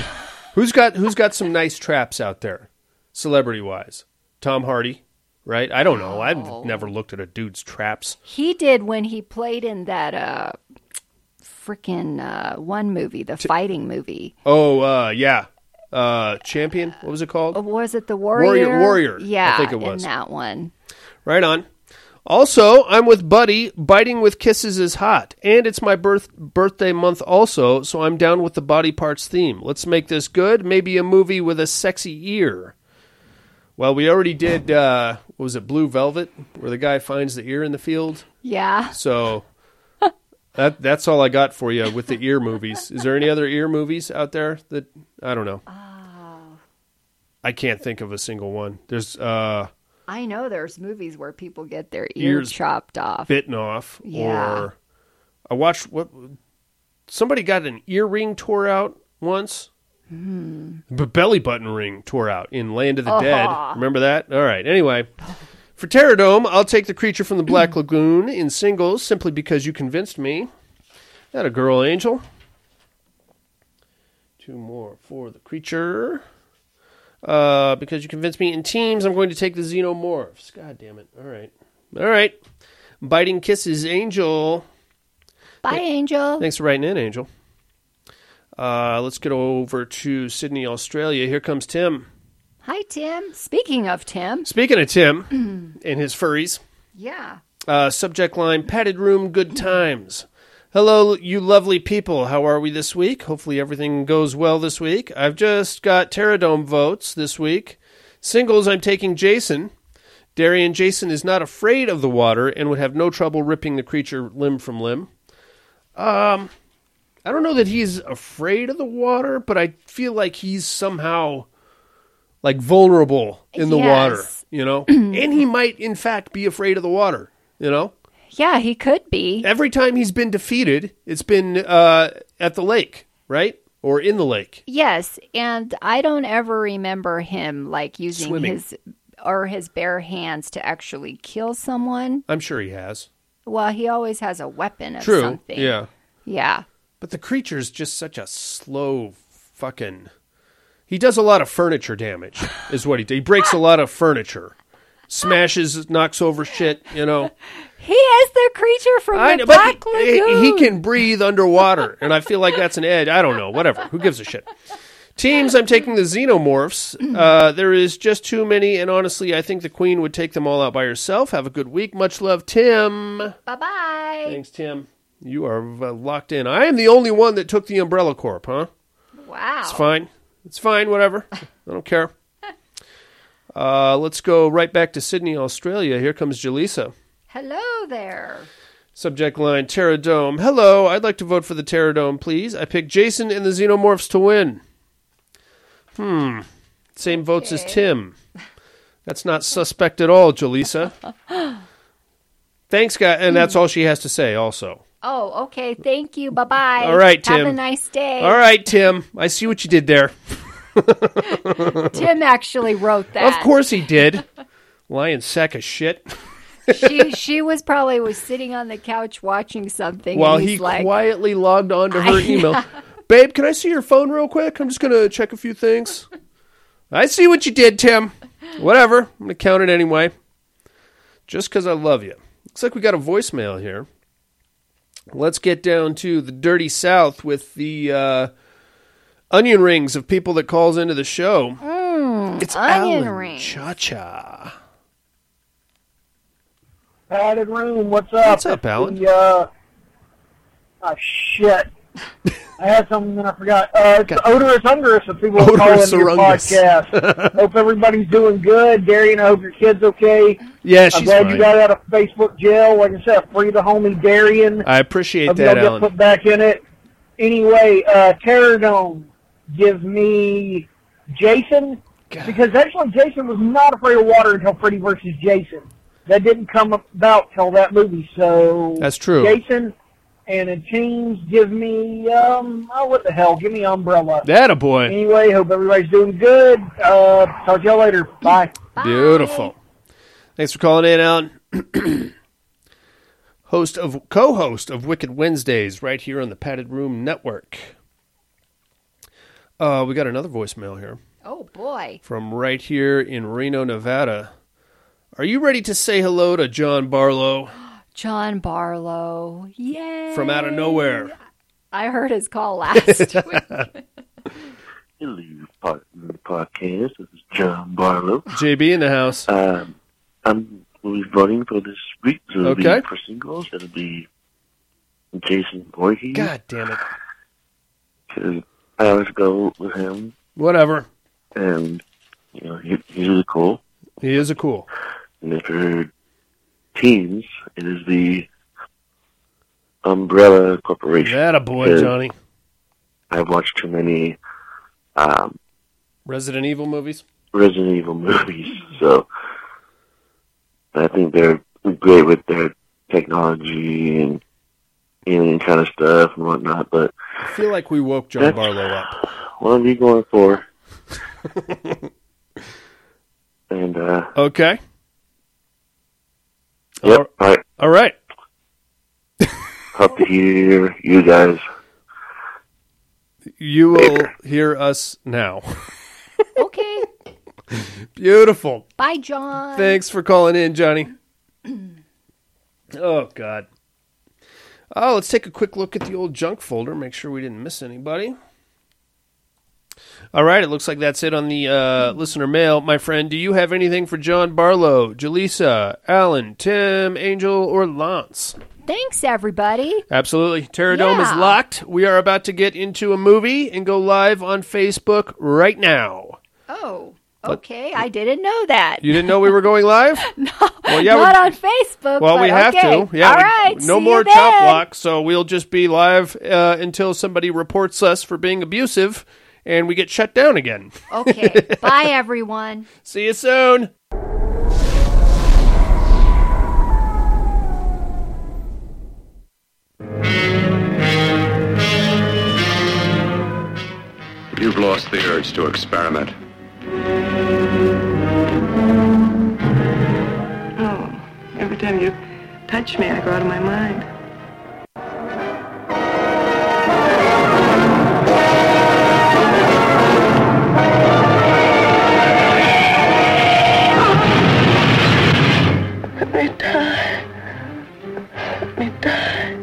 [SPEAKER 1] who's got who's got some nice traps out there, celebrity wise? Tom Hardy, right? I don't know.
[SPEAKER 2] Oh.
[SPEAKER 1] I've never looked at a dude's traps.
[SPEAKER 2] He did when he played in that uh, freaking uh, one movie, the fighting movie.
[SPEAKER 1] Oh uh, yeah, uh, champion. What was it called?
[SPEAKER 2] Or was it the
[SPEAKER 1] Warrior-
[SPEAKER 2] warrior?
[SPEAKER 1] Warrior, I
[SPEAKER 2] Yeah,
[SPEAKER 1] think it
[SPEAKER 2] in
[SPEAKER 1] was.
[SPEAKER 2] that one.
[SPEAKER 1] Right on. Also, I'm with Buddy. Biting with kisses is hot, and it's my birth birthday month also, so I'm down with the body parts theme. Let's make this good. Maybe a movie with a sexy ear. Well, we already did. Uh, what was it? Blue Velvet, where the guy finds the ear in the field.
[SPEAKER 2] Yeah.
[SPEAKER 1] So that that's all I got for you with the ear movies. Is there any other ear movies out there that I don't know?
[SPEAKER 2] Uh,
[SPEAKER 1] I can't think of a single one. There's uh,
[SPEAKER 2] I know there's movies where people get their ear
[SPEAKER 1] Ears
[SPEAKER 2] chopped off.
[SPEAKER 1] bitten off
[SPEAKER 2] Yeah.
[SPEAKER 1] or I watched what somebody got an earring tore out once. But belly button ring tore out in Land of the Dead. Remember that? All right. Anyway, for Pterodome, I'll take the creature from the Black Lagoon in singles simply because you convinced me. That a girl angel. Two more for the creature. Uh, because you convinced me in teams, I'm going to take the xenomorphs. God damn it. All right. All right. Biting Kisses Angel.
[SPEAKER 2] Bye, Angel.
[SPEAKER 1] Thanks for writing in, Angel. Uh, let's get over to Sydney, Australia. Here comes Tim.
[SPEAKER 2] Hi, Tim. Speaking of Tim,
[SPEAKER 1] Speaking of Tim and his furries,
[SPEAKER 2] yeah.
[SPEAKER 1] uh, subject line padded room, good times. Hello, you lovely people. How are we this week? Hopefully, everything goes well this week. I've just got Pterodome votes this week. Singles, I'm taking Jason. Darian Jason is not afraid of the water and would have no trouble ripping the creature limb from limb. Um, I don't know that he's afraid of the water, but I feel like he's somehow like vulnerable in the water,
[SPEAKER 2] Yes.
[SPEAKER 1] you know? and he might in fact be afraid of the water, you know?
[SPEAKER 2] Yeah, he could be.
[SPEAKER 1] Every time he's been defeated, it's been uh at the lake, right? Or in the lake.
[SPEAKER 2] Yes, and I don't ever remember him like using
[SPEAKER 1] Swimming.
[SPEAKER 2] his or his bare hands to actually kill someone.
[SPEAKER 1] I'm sure he has.
[SPEAKER 2] Well, he always has a weapon of
[SPEAKER 1] True.
[SPEAKER 2] something.
[SPEAKER 1] Yeah.
[SPEAKER 2] Yeah.
[SPEAKER 1] But the creature's just such a slow fucking. He does a lot of furniture damage, is what he did. He breaks a lot of furniture, smashes, knocks over shit. You know,
[SPEAKER 2] He is the creature from
[SPEAKER 1] I
[SPEAKER 2] the
[SPEAKER 1] know,
[SPEAKER 2] Black
[SPEAKER 1] but he-
[SPEAKER 2] Lagoon.
[SPEAKER 1] he can breathe underwater, and I feel like that's an edge. I don't know, whatever. Who gives a shit? Teams, I'm taking the Xenomorphs. Uh, there is just too many, and honestly, I think the Queen would take them all out by herself. Have a good week. Much love, Tim.
[SPEAKER 2] Bye bye.
[SPEAKER 1] Thanks, Tim. You are uh, locked in. I am the only one that took the Umbrella Corp, huh?
[SPEAKER 2] Wow.
[SPEAKER 1] It's fine. It's fine, whatever. I don't care. Uh, let's go right back to Sydney, Australia. Here comes Jaleesa.
[SPEAKER 2] Hello there.
[SPEAKER 1] Subject line Terra Dome. Hello, I'd like to vote for the Terra Dome, please. I picked Jason and the Xenomorphs to win. Hmm. Same votes as
[SPEAKER 2] Okay.
[SPEAKER 1] Tim. That's not suspect at all, Jaleesa. Thanks, guy. And that's all she has to say, also.
[SPEAKER 2] Oh, okay. Thank you. Bye bye.
[SPEAKER 1] All right,
[SPEAKER 2] Have a
[SPEAKER 1] Tim.
[SPEAKER 2] nice day.
[SPEAKER 1] All right, Tim. I see what you did there.
[SPEAKER 2] Tim actually wrote that.
[SPEAKER 1] Of course he did. Lion sack of shit.
[SPEAKER 2] she she was probably was sitting on the couch watching something.
[SPEAKER 1] While
[SPEAKER 2] and
[SPEAKER 1] he
[SPEAKER 2] he's like,
[SPEAKER 1] quietly logged on to her
[SPEAKER 2] I-
[SPEAKER 1] email. Babe, can I see your phone real quick? I'm just going to check a few things. I see what you did, Tim. Whatever. I'm going to count it anyway. Just because I love you. Looks like we got a voicemail here. Let's get down to the dirty south with the uh, onion rings of people that calls into the show. it's
[SPEAKER 2] Mm, onion
[SPEAKER 1] Alan
[SPEAKER 2] rings.
[SPEAKER 1] Cha Cha.
[SPEAKER 4] Padded room, what's up?
[SPEAKER 1] What's up, Alan?
[SPEAKER 4] The, uh, oh, shit. I had something and I forgot. Uh, it's the Odorous Hungrous that people are calling
[SPEAKER 1] Odorous
[SPEAKER 4] your
[SPEAKER 1] Urungus.
[SPEAKER 4] podcast. hope everybody's doing good. Darian, I hope your kid's okay.
[SPEAKER 1] Yeah, she's
[SPEAKER 4] I'm glad
[SPEAKER 1] fine.
[SPEAKER 4] you got out of Facebook jail. Like I said, free the homie Darian.
[SPEAKER 1] I appreciate
[SPEAKER 4] hope
[SPEAKER 1] that,
[SPEAKER 4] you'll get
[SPEAKER 1] Alan.
[SPEAKER 4] put back in it. Anyway, uh, Terror Dome, give me Jason. Because actually, Jason was not afraid of water until Freddy versus Jason. That didn't come about till that movie. So
[SPEAKER 1] That's true.
[SPEAKER 4] Jason and the teams give me um oh what the hell? Give me Umbrella.
[SPEAKER 1] That a boy.
[SPEAKER 4] Anyway, hope everybody's doing good. Uh, talk to y'all later. Bye.
[SPEAKER 2] Bye.
[SPEAKER 1] Beautiful. Thanks for calling in, Alan. Host of co-host of Wicked Wednesdays, right here on the Padded Room Network. Uh, we got another voicemail here
[SPEAKER 2] Oh boy.
[SPEAKER 1] from right here in Reno, Nevada. Are you ready to say hello to John Barlow
[SPEAKER 2] John Barlow. Yay.
[SPEAKER 1] from out of nowhere?
[SPEAKER 2] I heard his call last week.
[SPEAKER 5] Hello, partner of the podcast. This is John Barlow.
[SPEAKER 1] JB in the house.
[SPEAKER 5] Um, I'm will be voting for this week. So it'll
[SPEAKER 1] Okay.
[SPEAKER 5] be for singles. It'll be Jason Voorhees.
[SPEAKER 1] God damn it!
[SPEAKER 5] 'cause I always go with him,
[SPEAKER 1] Whatever.
[SPEAKER 5] and you know he, he's really cool.
[SPEAKER 1] He is a cool.
[SPEAKER 5] And if for teens, it is the Umbrella Corporation.
[SPEAKER 1] That a boy,
[SPEAKER 5] Yeah.
[SPEAKER 1] Johnny.
[SPEAKER 5] I've watched too many um,
[SPEAKER 1] Resident Evil movies.
[SPEAKER 5] Resident Evil movies, so I think they're great with their technology and alien kind of stuff and whatnot. But
[SPEAKER 1] I feel like we woke John
[SPEAKER 5] That's-
[SPEAKER 1] Barlow up.
[SPEAKER 5] what are you going for? and uh,
[SPEAKER 1] Okay.
[SPEAKER 5] yep, all right.
[SPEAKER 1] All right.
[SPEAKER 5] Hope to hear you guys.
[SPEAKER 1] You will hear us now.
[SPEAKER 2] Okay.
[SPEAKER 1] Beautiful.
[SPEAKER 2] Bye, John.
[SPEAKER 1] Thanks for calling in, Johnny. Oh, God. Oh, let's take a quick look at the old junk folder, make sure we didn't miss anybody. All right, it looks like that's it on the uh, listener mail. My friend, do you have anything for John Barlow, Jaleesa, Alan, Tim, Angel, or Lance?
[SPEAKER 2] Thanks, everybody.
[SPEAKER 1] Absolutely. Terror Dome is
[SPEAKER 2] Yeah.
[SPEAKER 1] locked. We are about to get into a movie and go live on Facebook right now.
[SPEAKER 2] Oh, okay. I didn't know that.
[SPEAKER 1] You didn't know we were going live? no. Well, yeah,
[SPEAKER 2] Not
[SPEAKER 1] we,
[SPEAKER 2] on Facebook.
[SPEAKER 1] well,
[SPEAKER 2] but
[SPEAKER 1] we have
[SPEAKER 2] okay.
[SPEAKER 1] to. Yeah.
[SPEAKER 2] All
[SPEAKER 1] we-
[SPEAKER 2] right.
[SPEAKER 1] No
[SPEAKER 2] see
[SPEAKER 1] more
[SPEAKER 2] you
[SPEAKER 1] chop
[SPEAKER 2] then.
[SPEAKER 1] block, so we'll just be live uh, until somebody reports us for being abusive and we get shut down again.
[SPEAKER 2] Okay. Bye, everyone.
[SPEAKER 1] See you soon.
[SPEAKER 6] You've lost the urge to experiment.
[SPEAKER 7] Oh, every time you touch me, I go out of my mind. Let me die. Let me die.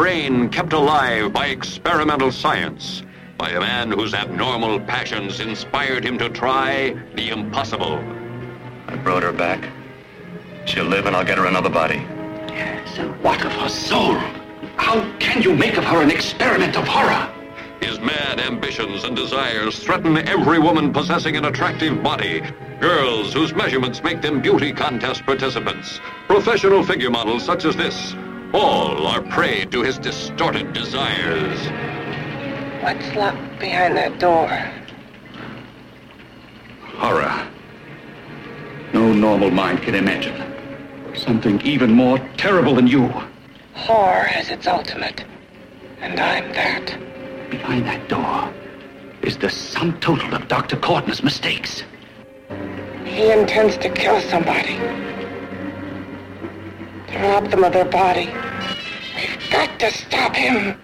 [SPEAKER 6] brain kept alive by experimental science, by a man whose abnormal passions inspired him to try the impossible. I brought her back. She'll live, and I'll get her another body.
[SPEAKER 7] So
[SPEAKER 6] What of her soul? How can you make of her an experiment of horror? His mad ambitions and desires threaten every woman possessing an attractive body. Girls whose measurements make them beauty contest participants. Professional figure models such as this. All are prey to his distorted desires.
[SPEAKER 7] what's locked behind that door?
[SPEAKER 6] Horror. No normal mind can imagine. Something even more terrible than you.
[SPEAKER 7] Horror is its ultimate, and I'm that.
[SPEAKER 6] Behind that door is the sum total of Dr. Cordner's mistakes.
[SPEAKER 7] He intends to kill somebody. To rob them of their body. We've got to stop him.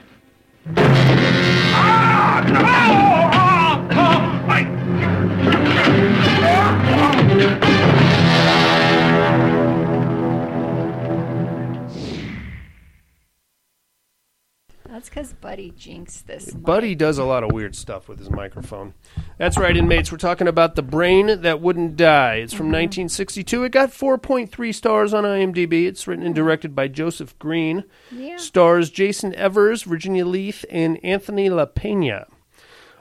[SPEAKER 2] That's because Buddy jinxed this.
[SPEAKER 1] Buddy does a lot of weird stuff with his microphone. That's right, inmates. We're talking about The Brain That Wouldn't Die. It's
[SPEAKER 2] Mm-hmm.
[SPEAKER 1] from 1962. It got 4.3 stars on IMDb. It's written and directed by Joseph Green.
[SPEAKER 2] Yeah.
[SPEAKER 1] Stars Jason Evers, Virginia Leith, and Anthony LaPena.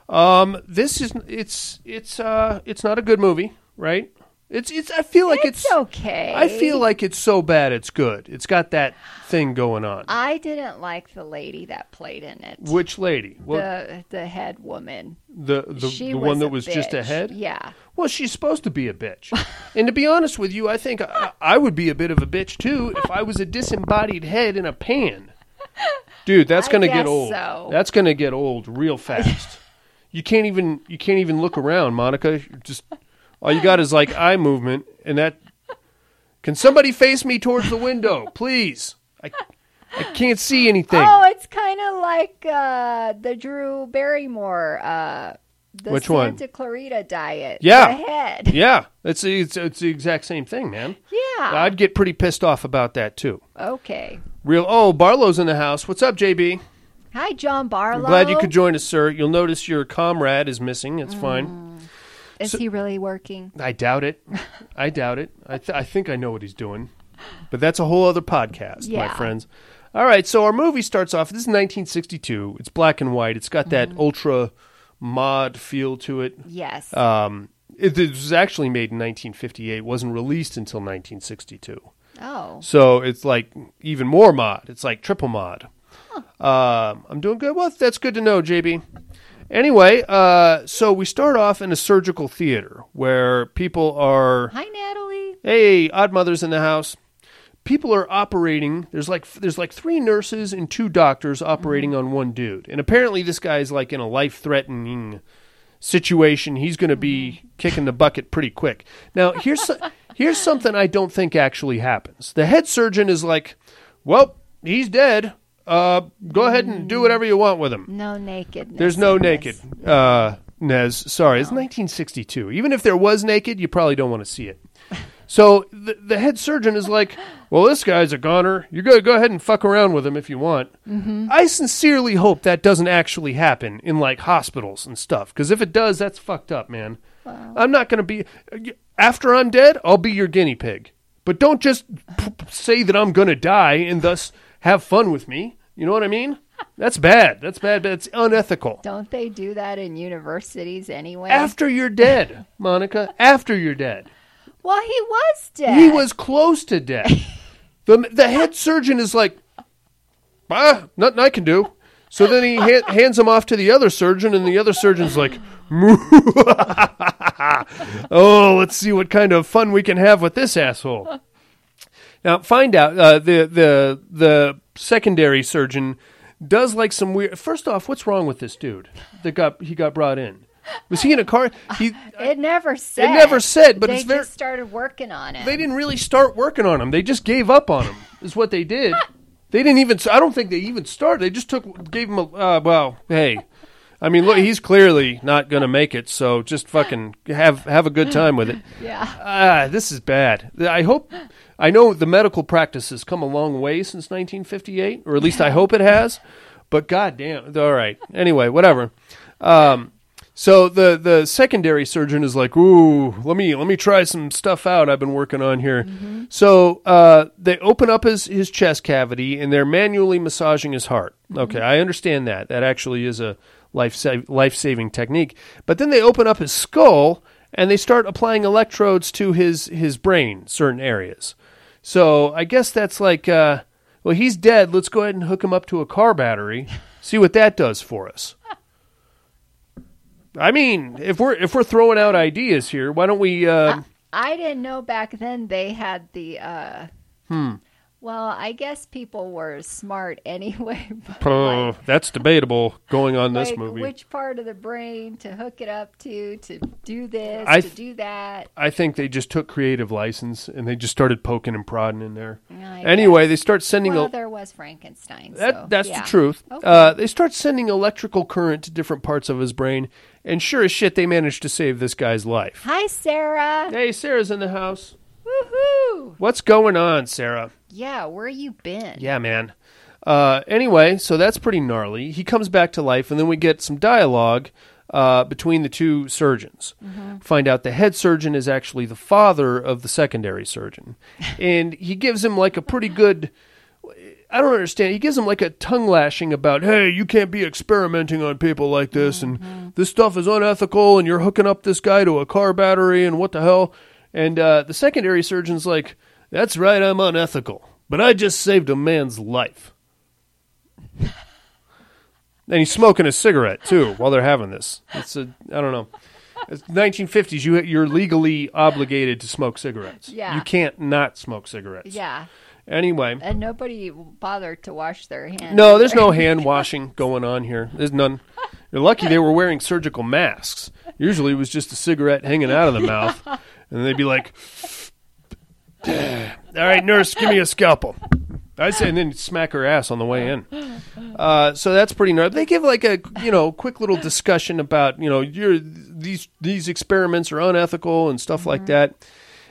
[SPEAKER 1] Um, this is it's it's uh it's not a good movie, right? It's it's I feel like it's,
[SPEAKER 2] It's okay.
[SPEAKER 1] I feel like it's so bad it's good. It's got that thing going on.
[SPEAKER 2] I didn't like the lady that played in it.
[SPEAKER 1] Which lady? Well,
[SPEAKER 2] the the head woman.
[SPEAKER 1] the the, the,
[SPEAKER 2] she
[SPEAKER 1] one that
[SPEAKER 2] a
[SPEAKER 1] was just
[SPEAKER 2] bitch.
[SPEAKER 1] ahead.
[SPEAKER 2] Yeah.
[SPEAKER 1] Well, she's supposed to be a bitch. and to be honest with you, I think I, I would be a bit of a bitch too if I was a disembodied head in a pan. Dude, that's
[SPEAKER 2] I
[SPEAKER 1] going to get
[SPEAKER 2] guess
[SPEAKER 1] old.
[SPEAKER 2] so.
[SPEAKER 1] That's going to get old real fast. you can't even you can't even look around, Monica. You're just all you got is like eye movement and that Can somebody face me towards the window, please? I I can't see anything.
[SPEAKER 2] Oh, it's kind of like uh, the Drew Barrymore. Uh, the
[SPEAKER 1] Which one?
[SPEAKER 2] Santa Clarita diet.
[SPEAKER 1] Yeah.
[SPEAKER 2] The head.
[SPEAKER 1] Yeah, it's, it's it's the exact same thing, man.
[SPEAKER 2] Yeah.
[SPEAKER 1] I'd get pretty pissed off about that too.
[SPEAKER 2] Okay.
[SPEAKER 1] Real oh, Barlow's in the house. What's up, JB?
[SPEAKER 2] Hi, John Barlow.
[SPEAKER 1] I'm glad you could join us, sir. You'll notice your comrade is missing. It's fine.
[SPEAKER 2] Is he really working?
[SPEAKER 1] I doubt it. I doubt it. I, th- I think I know what he's doing, but that's a whole other podcast, my
[SPEAKER 2] Yeah.
[SPEAKER 1] friends. All right, so our movie starts off. This is 1962. It's black and white. It's got that ultra mod feel to it.
[SPEAKER 2] Yes.
[SPEAKER 1] Um, it, it was actually made in 1958. wasn't released until 1962.
[SPEAKER 2] oh.
[SPEAKER 1] So it's like even more mod. It's like triple mod. Um, I'm doing good. Well, that's good to know, JB. Anyway, uh, so we start off in a surgical theater where people are,
[SPEAKER 2] Hi, Natalie.
[SPEAKER 1] hey, odd mothers in the house. People are operating. There's like there's like three nurses and two doctors operating on one dude, and apparently this guy's like in a life threatening situation. He's going to be kicking the bucket pretty quick. Now, here's so- here's something I don't think actually happens. The head surgeon is like, "Well, he's dead. Uh, go ahead and do whatever you want with him."
[SPEAKER 2] No nakedness.
[SPEAKER 1] There's no
[SPEAKER 2] in this.
[SPEAKER 1] naked, uh, Nez. Sorry, it's 1962. Even if there was naked, you probably don't want to see it. So the, the head surgeon is like, "Well, this guy's a goner. You're gonna go ahead and fuck around with him if you want." I sincerely hope that doesn't actually happen in like hospitals and stuff. Because if it does, that's fucked up, man. I'm not gonna be after I'm dead. I'll be your guinea pig, but don't just p- p- say that I'm gonna die and thus have fun with me. You know what I mean? That's bad. That's bad. But it's unethical.
[SPEAKER 2] Don't they do that in universities anyway?
[SPEAKER 1] After you're dead, Monica. After you're dead.
[SPEAKER 2] well, he was dead.
[SPEAKER 1] He was close to death. the The head surgeon is like, ah, nothing I can do. So then he ha- hands him off to the other surgeon, and the other surgeon's like, oh, let's see what kind of fun we can have with this asshole. Now, find out uh, the the the secondary surgeon does like some weird. First off, what's wrong with this dude that got he got brought in? Was he in a car? He
[SPEAKER 2] It never said.
[SPEAKER 1] never said, but
[SPEAKER 2] they
[SPEAKER 1] it's very-
[SPEAKER 2] just started working on it.
[SPEAKER 1] they didn't really start working on him. They just gave up on him. Is what they did. They didn't even. I don't think they even started. They just took gave him a. Uh, well, hey, I mean, look, he's clearly not gonna make it. So just fucking have have a good time with it.
[SPEAKER 2] yeah.
[SPEAKER 1] Ah, this is bad. I hope. I know the medical practice has come a long way since 1958, or at least I hope it has. But goddamn, all right. Anyway, whatever. Um, so the the secondary surgeon is like, "Ooh, let me let me try some stuff out I've been working on here." So uh, they open up his his chest cavity and they're manually massaging his heart. Okay, I understand that. That actually is a life life saving technique. But then they open up his skull and they start applying electrodes to his his brain, certain areas. So I guess that's like, uh, well, he's dead. Let's go ahead and hook him up to a car battery, see what that does for us. I mean, if we're if we're throwing out ideas here, why don't we? Uh,
[SPEAKER 2] I didn't know back then they had the. Uh, hmm. Well, I guess people were smart anyway. But
[SPEAKER 1] uh, that's debatable going on this
[SPEAKER 2] like,
[SPEAKER 1] movie.
[SPEAKER 2] which part of the brain to hook it up to, to do this,
[SPEAKER 1] I
[SPEAKER 2] to
[SPEAKER 1] th-
[SPEAKER 2] do that.
[SPEAKER 1] I think they just took creative license and they just started poking and prodding in there.
[SPEAKER 2] Yeah, I
[SPEAKER 1] anyway, they start sending
[SPEAKER 2] Well,
[SPEAKER 1] a,
[SPEAKER 2] there was Frankenstein.
[SPEAKER 1] That,
[SPEAKER 2] so,
[SPEAKER 1] that's
[SPEAKER 2] yeah.
[SPEAKER 1] the truth.
[SPEAKER 2] Okay.
[SPEAKER 1] Uh, they start sending electrical current to different parts of his brain, and sure as shit, they manage to save this guy's life.
[SPEAKER 2] Hi, Sarah.
[SPEAKER 1] Hey, Sarah's in the house.
[SPEAKER 2] Woohoo!
[SPEAKER 1] What's going on, Sarah?
[SPEAKER 2] Yeah, where you been?
[SPEAKER 1] Yeah, man. Uh, anyway, so that's pretty gnarly. He comes back to life, and then we get some dialogue uh, between the two surgeons. Find out the head surgeon is actually the father of the secondary surgeon, and he gives him like a pretty good. I don't understand. He gives him like a tongue lashing about, hey, you can't be experimenting on people like this,
[SPEAKER 2] Mm-hmm.
[SPEAKER 1] and this stuff is unethical, and you're hooking up this guy to a car battery, and what the hell? And uh, the secondary surgeon's like, that's right, I'm unethical, but I just saved a man's life. and he's smoking a cigarette too while they're having this. It's a, I don't know. It's 1950s. You you're legally obligated to smoke cigarettes.
[SPEAKER 2] Yeah.
[SPEAKER 1] You can't not smoke cigarettes.
[SPEAKER 2] Yeah,
[SPEAKER 1] Anyway.
[SPEAKER 2] and nobody bothered to wash their hands.
[SPEAKER 1] No, there's no hand washing going on here. There's none. You're lucky they were wearing surgical masks. Usually it was just a cigarette hanging out of the mouth. And they'd be like, all right, nurse, give me a scalpel. I'd say, and then smack her ass on the way in. Uh, so that's pretty nerve. They give like a you know quick little discussion about you know you're, these these experiments are unethical and stuff like that.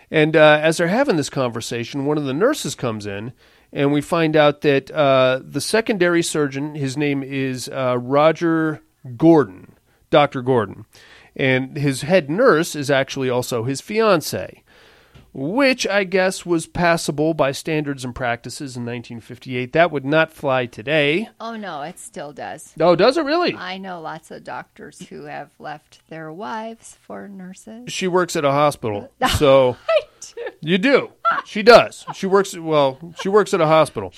[SPEAKER 1] And uh, as they're having this conversation, one of the nurses comes in, and we find out that uh, the secondary surgeon, his name is uh, Roger Gordon, Doctor Gordon, and his head nurse is actually also his fiance which I guess was passable by standards and practices in 1958. That would not fly today.
[SPEAKER 2] Oh no, it still does.
[SPEAKER 1] Oh, does it really?
[SPEAKER 2] I know lots of doctors who have left their wives for nurses.
[SPEAKER 1] She works at a hospital, so you do. She does. She works. Well, she works at a hospital.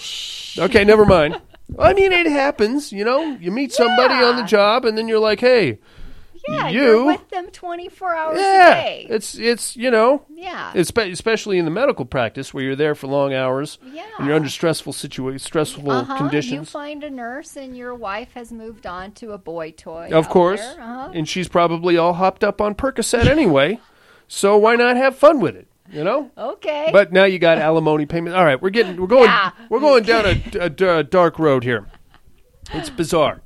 [SPEAKER 1] Okay, never mind. I mean, it happens. You know, you meet somebody on the
[SPEAKER 2] Yeah.
[SPEAKER 1] job, and then you're like, "Hey,
[SPEAKER 2] Yeah,
[SPEAKER 1] You-
[SPEAKER 2] you're with them 24 hours a
[SPEAKER 1] yeah,
[SPEAKER 2] day. Uh.
[SPEAKER 1] it's it's you know,
[SPEAKER 2] yeah,
[SPEAKER 1] espe- especially in the medical practice where you're there for long hours and
[SPEAKER 2] yeah.
[SPEAKER 1] you're under stressful situa- stressful
[SPEAKER 2] uh-huh. You
[SPEAKER 1] conditions."
[SPEAKER 2] find a nurse, and your wife has moved on to a boy toy.
[SPEAKER 1] Of
[SPEAKER 2] out
[SPEAKER 1] course.
[SPEAKER 2] there. Uh-huh.
[SPEAKER 1] And she's probably all hopped up on Percocet anyway. so why not have fun with it? You know?
[SPEAKER 2] Okay.
[SPEAKER 1] But now you got alimony payment. All right, we're getting we're going
[SPEAKER 2] Yeah.
[SPEAKER 1] we're going down a, a- a dark road here. It's bizarre.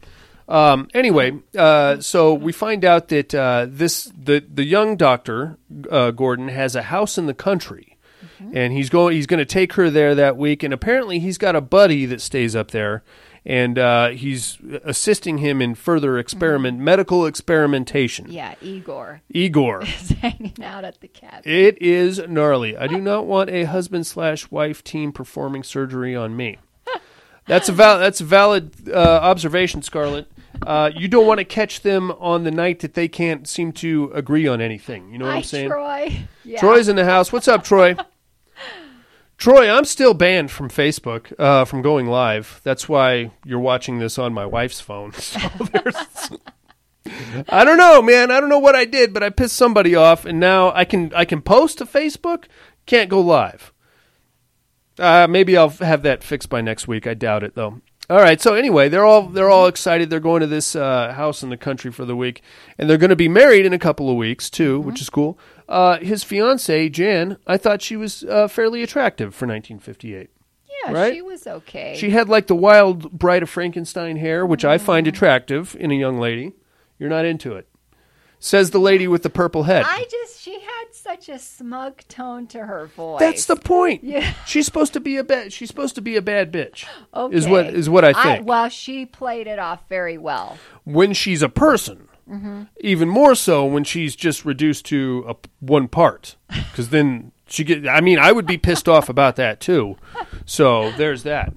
[SPEAKER 1] Um, anyway, uh, so we find out that uh, this the the young doctor uh, Gordon has a house in the country,
[SPEAKER 2] Mm-hmm.
[SPEAKER 1] and he's going he's going to take her there that week. And apparently, he's got a buddy that stays up there, and uh, he's assisting him in further experiment medical experimentation.
[SPEAKER 2] Mm-hmm. yeah, Igor
[SPEAKER 1] Igor.
[SPEAKER 2] is hanging out at the cabin.
[SPEAKER 1] It is gnarly. I do not want a husband slash wife team performing surgery on me. That's a val- that's a valid uh, observation, Scarlett. Uh, you don't want to catch them on the night that they can't seem to agree on anything. You know what
[SPEAKER 2] Hi,
[SPEAKER 1] am saying?
[SPEAKER 2] Troy. Yeah.
[SPEAKER 1] Troy's in the house. What's up, Troy? Troy, I'm still banned from Facebook uh, from going live. That's why you're watching this on my wife's phone. So there's- I don't know, man. I don't know what I did, but I pissed somebody off, and now I can I can post to Facebook. Can't go live. Uh, maybe I'll have that fixed by next week. I doubt it, though. All right. So anyway, they're all they're all excited. They're going to this uh, house in the country for the week, and they're going to be married in a couple of weeks too,
[SPEAKER 2] Mm-hmm.
[SPEAKER 1] which is cool. Uh, his fiancee Jan, I thought she was uh, fairly attractive for 1958.
[SPEAKER 2] Yeah,
[SPEAKER 1] right?
[SPEAKER 2] she was okay.
[SPEAKER 1] She had like the wild Bride of Frankenstein hair, which I find
[SPEAKER 2] Mm-hmm.
[SPEAKER 1] attractive in a young lady. You're not into it, says the lady with the purple head.
[SPEAKER 2] I just she had such such a smug tone to her voice.
[SPEAKER 1] That's the point.
[SPEAKER 2] Yeah.
[SPEAKER 1] She's supposed to be a bad. She's supposed to be a bad bitch.
[SPEAKER 2] okay.
[SPEAKER 1] Is what is what I think.
[SPEAKER 2] well, she played it off very well.
[SPEAKER 1] when she's a person, even more so when she's just reduced to a, one part, because then she get. I mean, I would be pissed off about that too. So there's that.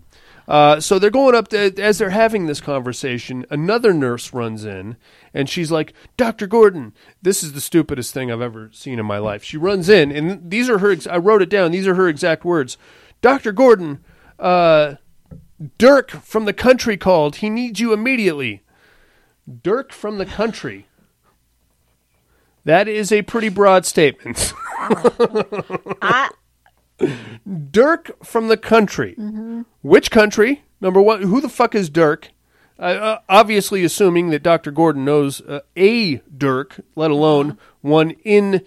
[SPEAKER 1] Uh, so they're going up to, as they're having this conversation. Another nurse runs in and she's like, "Doctor Gordon, this is the stupidest thing I've ever seen in my life." She runs in, and these are her. Ex- I wrote it down. These are her exact words. Doctor Gordon, uh, Dirk from the country called. He needs you immediately. Dirk from the country. That is a pretty broad statement.
[SPEAKER 2] I,
[SPEAKER 1] Dirk from the country. Which country? Number one. Who the fuck is Dirk? Uh, uh, obviously, assuming that Dr. Gordon knows uh, a Dirk, let alone one in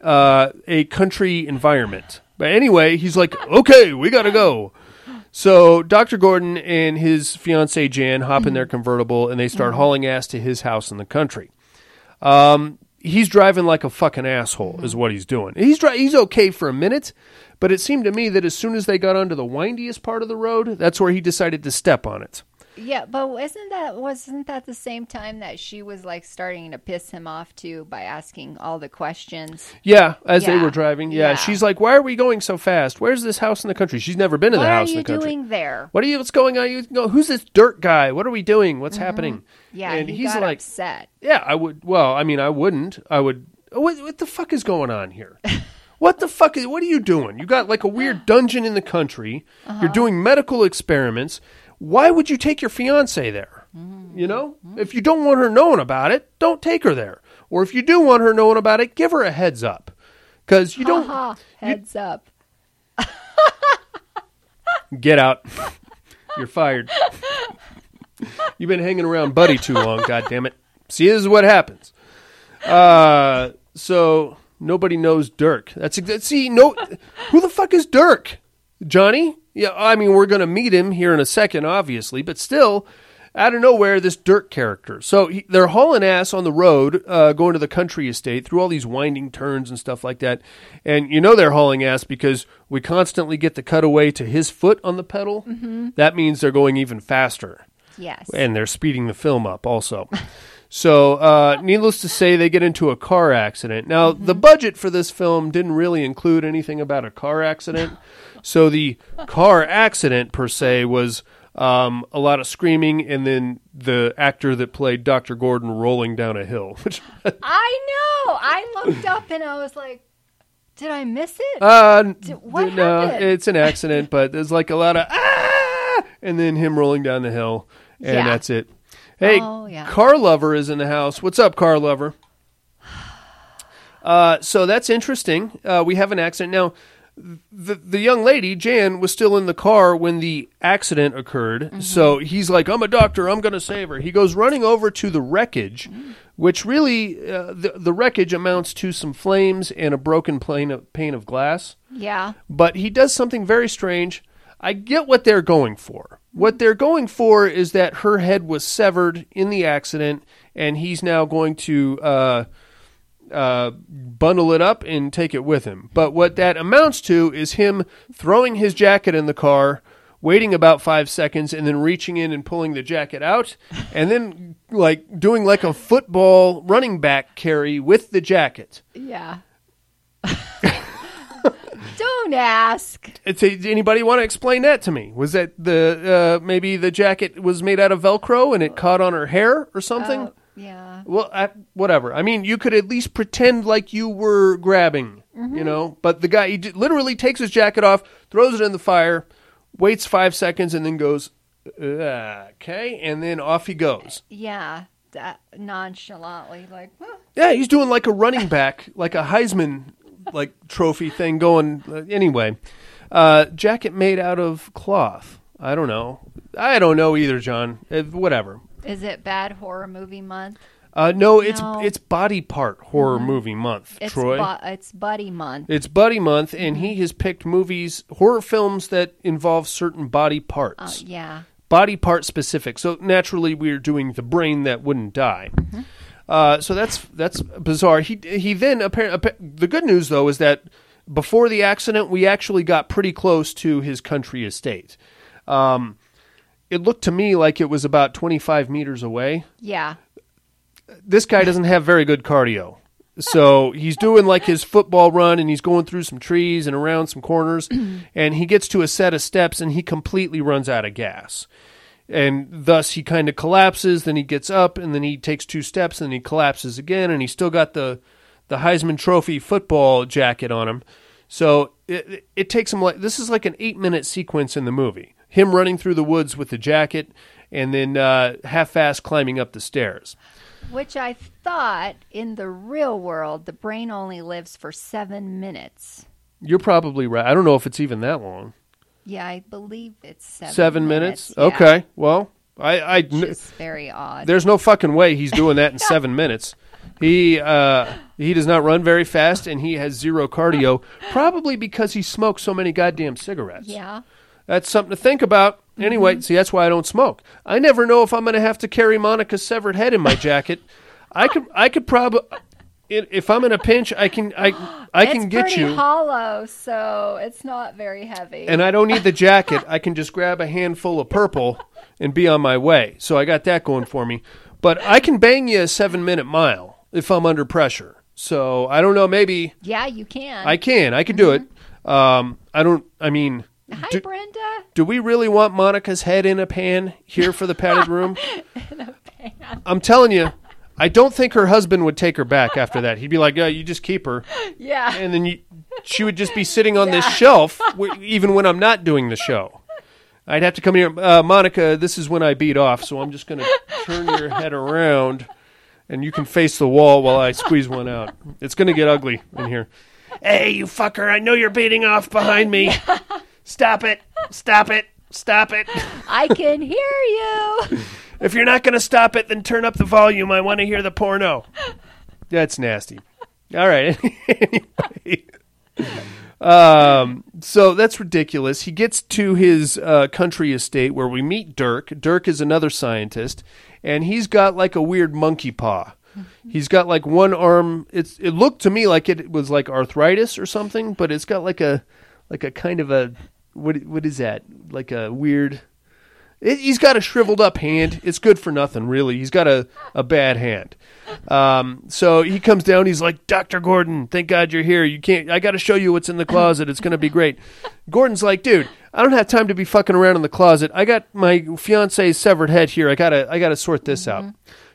[SPEAKER 1] uh, a country environment. But anyway, he's like, okay, we got to go. So Dr. Gordon and his fiancee Jan hop in their convertible and they start hauling ass to his house in the country. Um, he's driving like a fucking asshole is what he's doing. He's dri- he's okay for a minute, but it seemed to me that as soon as they got onto the windiest part of the road, that's where he decided to step on it.
[SPEAKER 2] yeah, but isn't that wasn't that the same time that she was like starting to piss him off too by asking all the questions?
[SPEAKER 1] Yeah, as they
[SPEAKER 2] Yeah.
[SPEAKER 1] were driving. Yeah,
[SPEAKER 2] Yeah.
[SPEAKER 1] she's like, "Why are we going so fast? Where's this house in the country?" She's never been to
[SPEAKER 2] What
[SPEAKER 1] the
[SPEAKER 2] are
[SPEAKER 1] house in
[SPEAKER 2] you
[SPEAKER 1] the country.
[SPEAKER 2] doing there?
[SPEAKER 1] What are you? What's going on? You go. Who's this dirt guy? What are we doing? What's happening?
[SPEAKER 2] Mm-hmm. Yeah,
[SPEAKER 1] and
[SPEAKER 2] he
[SPEAKER 1] he's
[SPEAKER 2] got
[SPEAKER 1] like,
[SPEAKER 2] upset.
[SPEAKER 1] Yeah, I would. Well, I mean, I wouldn't. I would. oh, What, what the fuck is going on here? What the fuck is? What are you doing? You got like a weird dungeon in the country. You're doing medical experiments. Why would you take your fiance there? You know, if you don't want her knowing about it, don't take her there. Or if you do want her knowing about it, give her a heads up. Because you don't
[SPEAKER 2] Ha, heads up.
[SPEAKER 1] get out. You're fired. You've been hanging around Buddy too long, God damn it. See, this is what happens. Uh, so nobody knows Dirk. That's ex- see, no, who the fuck is Dirk? Johnny? Yeah, I mean we're gonna meet him here in a second, obviously, but still, out of nowhere, this Dirk character. So he, they're hauling ass on the road, uh, going to the country estate through all these winding turns and stuff like that, and you know they're hauling ass because we constantly get the cutaway to his foot on the pedal. That means they're going even faster
[SPEAKER 2] Yes.
[SPEAKER 1] and they're speeding the film up also. so, uh, needless to say, they get into a car accident. Now,
[SPEAKER 2] Mm-hmm.
[SPEAKER 1] the budget for this film didn't really include anything about a car accident. so, the car accident per se was um, a lot of screaming and then the actor that played Dr. Gordon rolling down a hill, which
[SPEAKER 2] I know. I looked up and I was like, did I miss it?
[SPEAKER 1] Uh,
[SPEAKER 2] what
[SPEAKER 1] no,
[SPEAKER 2] happened?
[SPEAKER 1] it's an accident, but there's like a lot of ah, and then him rolling down the hill, and
[SPEAKER 2] Yeah.
[SPEAKER 1] that's it. Hey,
[SPEAKER 2] Oh, yeah.
[SPEAKER 1] car lover is in the house. What's up, car lover? Uh, so that's interesting. Uh, we have an accident now. The the young lady Jan was still in the car when the accident occurred.
[SPEAKER 2] Mm-hmm.
[SPEAKER 1] So he's like, "I'm a doctor. I'm going to save her." He goes running over to the wreckage,
[SPEAKER 2] Mm-hmm.
[SPEAKER 1] which really uh, the the wreckage amounts to some flames and a broken plane of, pane of glass
[SPEAKER 2] yeah.
[SPEAKER 1] but he does something very strange. I get what they're going for. What they're going for is that her head was severed in the accident, and he's now going to uh, uh, bundle it up and take it with him. But what that amounts to is him throwing his jacket in the car, waiting about five seconds, and then reaching in and pulling the jacket out, and then like doing like a football running back carry with the jacket.
[SPEAKER 2] Yeah. Don't ask.
[SPEAKER 1] It's a, anybody want to explain that to me? Was that the uh, maybe the jacket was made out of Velcro and it caught on her hair or something?
[SPEAKER 2] Oh, yeah.
[SPEAKER 1] well, I, whatever. I mean, you could at least pretend like you were grabbing, you know. But the guy he d- literally takes his jacket off, throws it in the fire, waits five seconds, and then goes, "Uh, "Okay," and then off he goes.
[SPEAKER 2] Yeah. That nonchalantly, like, "Well,
[SPEAKER 1] Yeah, he's doing like a running back, like a Heisman like trophy thing going. uh, Anyway, uh, jacket made out of cloth. I don't know. I don't know either, John. Uh, whatever.
[SPEAKER 2] is it bad horror movie month?
[SPEAKER 1] Uh, no, it's
[SPEAKER 2] No. Mm-hmm.
[SPEAKER 1] it's body part horror movie month,
[SPEAKER 2] It's Mm-hmm.
[SPEAKER 1] Troy.
[SPEAKER 2] bu- it's buddy month.
[SPEAKER 1] it's buddy month, and he has picked movies, horror films that involve certain body
[SPEAKER 2] Oh,
[SPEAKER 1] parts,
[SPEAKER 2] yeah.
[SPEAKER 1] body part specific. So naturally, we're doing the brain that wouldn't die. Uh, so that's that's bizarre. He he then apparently the good news though is that before the accident, we actually got pretty close to his country estate. Um, it looked to me like it was about 25 meters away.
[SPEAKER 2] Yeah.
[SPEAKER 1] This guy doesn't have very good cardio. So he's doing like his football run and he's going through some trees and around some corners and he gets to a set of steps and he completely runs out of gas. And thus he kind of collapses, then he gets up and then he takes two steps and he collapses again and he's still got the the Heisman Trophy football jacket on him. So it, it, it takes him like this is like an eight minute sequence in the movie. Him running through the woods with the jacket and then uh, half fast climbing up the stairs.
[SPEAKER 2] Which I thought in the real world, the brain only lives for seven minutes.
[SPEAKER 1] You're probably right. I don't know if it's even that long.
[SPEAKER 2] Yeah, I believe it's seven.
[SPEAKER 1] Seven minutes.
[SPEAKER 2] Yeah,
[SPEAKER 1] Okay. Well, I, I
[SPEAKER 2] Which is very odd.
[SPEAKER 1] there's no fucking way he's doing that in seven minutes. He uh, he does not run very fast, and he has zero cardio. Probably because he smokes so many goddamn cigarettes.
[SPEAKER 2] yeah. Mm-hmm.
[SPEAKER 1] That's something to think about. Anyway, see, that's why I don't smoke. I never know if I'm going to have to carry Monica's severed head in my jacket. I could, I could probably, if I'm in a pinch, I can, I, I
[SPEAKER 2] it's
[SPEAKER 1] can get
[SPEAKER 2] pretty
[SPEAKER 1] you,
[SPEAKER 2] hollow, so it's not very heavy.
[SPEAKER 1] and I don't need the jacket. I can just grab a handful of purple and be on my way. So I got that going for me. But I can bang you a seven minute mile if I'm under pressure. So I don't know. Maybe
[SPEAKER 2] yeah, you can.
[SPEAKER 1] I can. I can do it. Um, I don't. I mean,
[SPEAKER 2] Hi,
[SPEAKER 1] do-
[SPEAKER 2] Brenda.
[SPEAKER 1] do we really want Monica's head in a pan here for the padded room? I'm telling you, I don't think her husband would take her back after that. He'd be like, "Yeah, you just keep her,"
[SPEAKER 2] Yeah.
[SPEAKER 1] and then you, she would just be sitting on this shelf, w- even when I'm not doing the show. I'd have to come here, uh, Monica. This is when I beat off, so I'm just going to turn your head around, and you can face the wall while I squeeze one out. It's going to get ugly in here. Hey, you fucker! I know you're beating off behind me. Stop it! Stop it! Stop it!
[SPEAKER 2] I can hear you.
[SPEAKER 1] If you're not going to stop it, then turn up the volume. I want to hear the porno. That's nasty. All right. Anyway. Um, so that's ridiculous. He gets to his uh, country estate where we meet Dirk. Dirk is another scientist, and he's got like a weird monkey paw. He's got like one arm. It's it looked to me like it was like arthritis or something, but it's got like a like a kind of a what what is that? Like a weird. It, he's got a shriveled up hand. It's good for nothing, really. He's got a, a bad hand. Um, so he comes down. He's like, Doctor Gordon, thank God you're here. You can't. I got to show you what's in the closet. It's gonna be great. Gordon's like, dude, I don't have time to be fucking around in the closet. I got my fiance's severed head here. I gotta I gotta sort this out.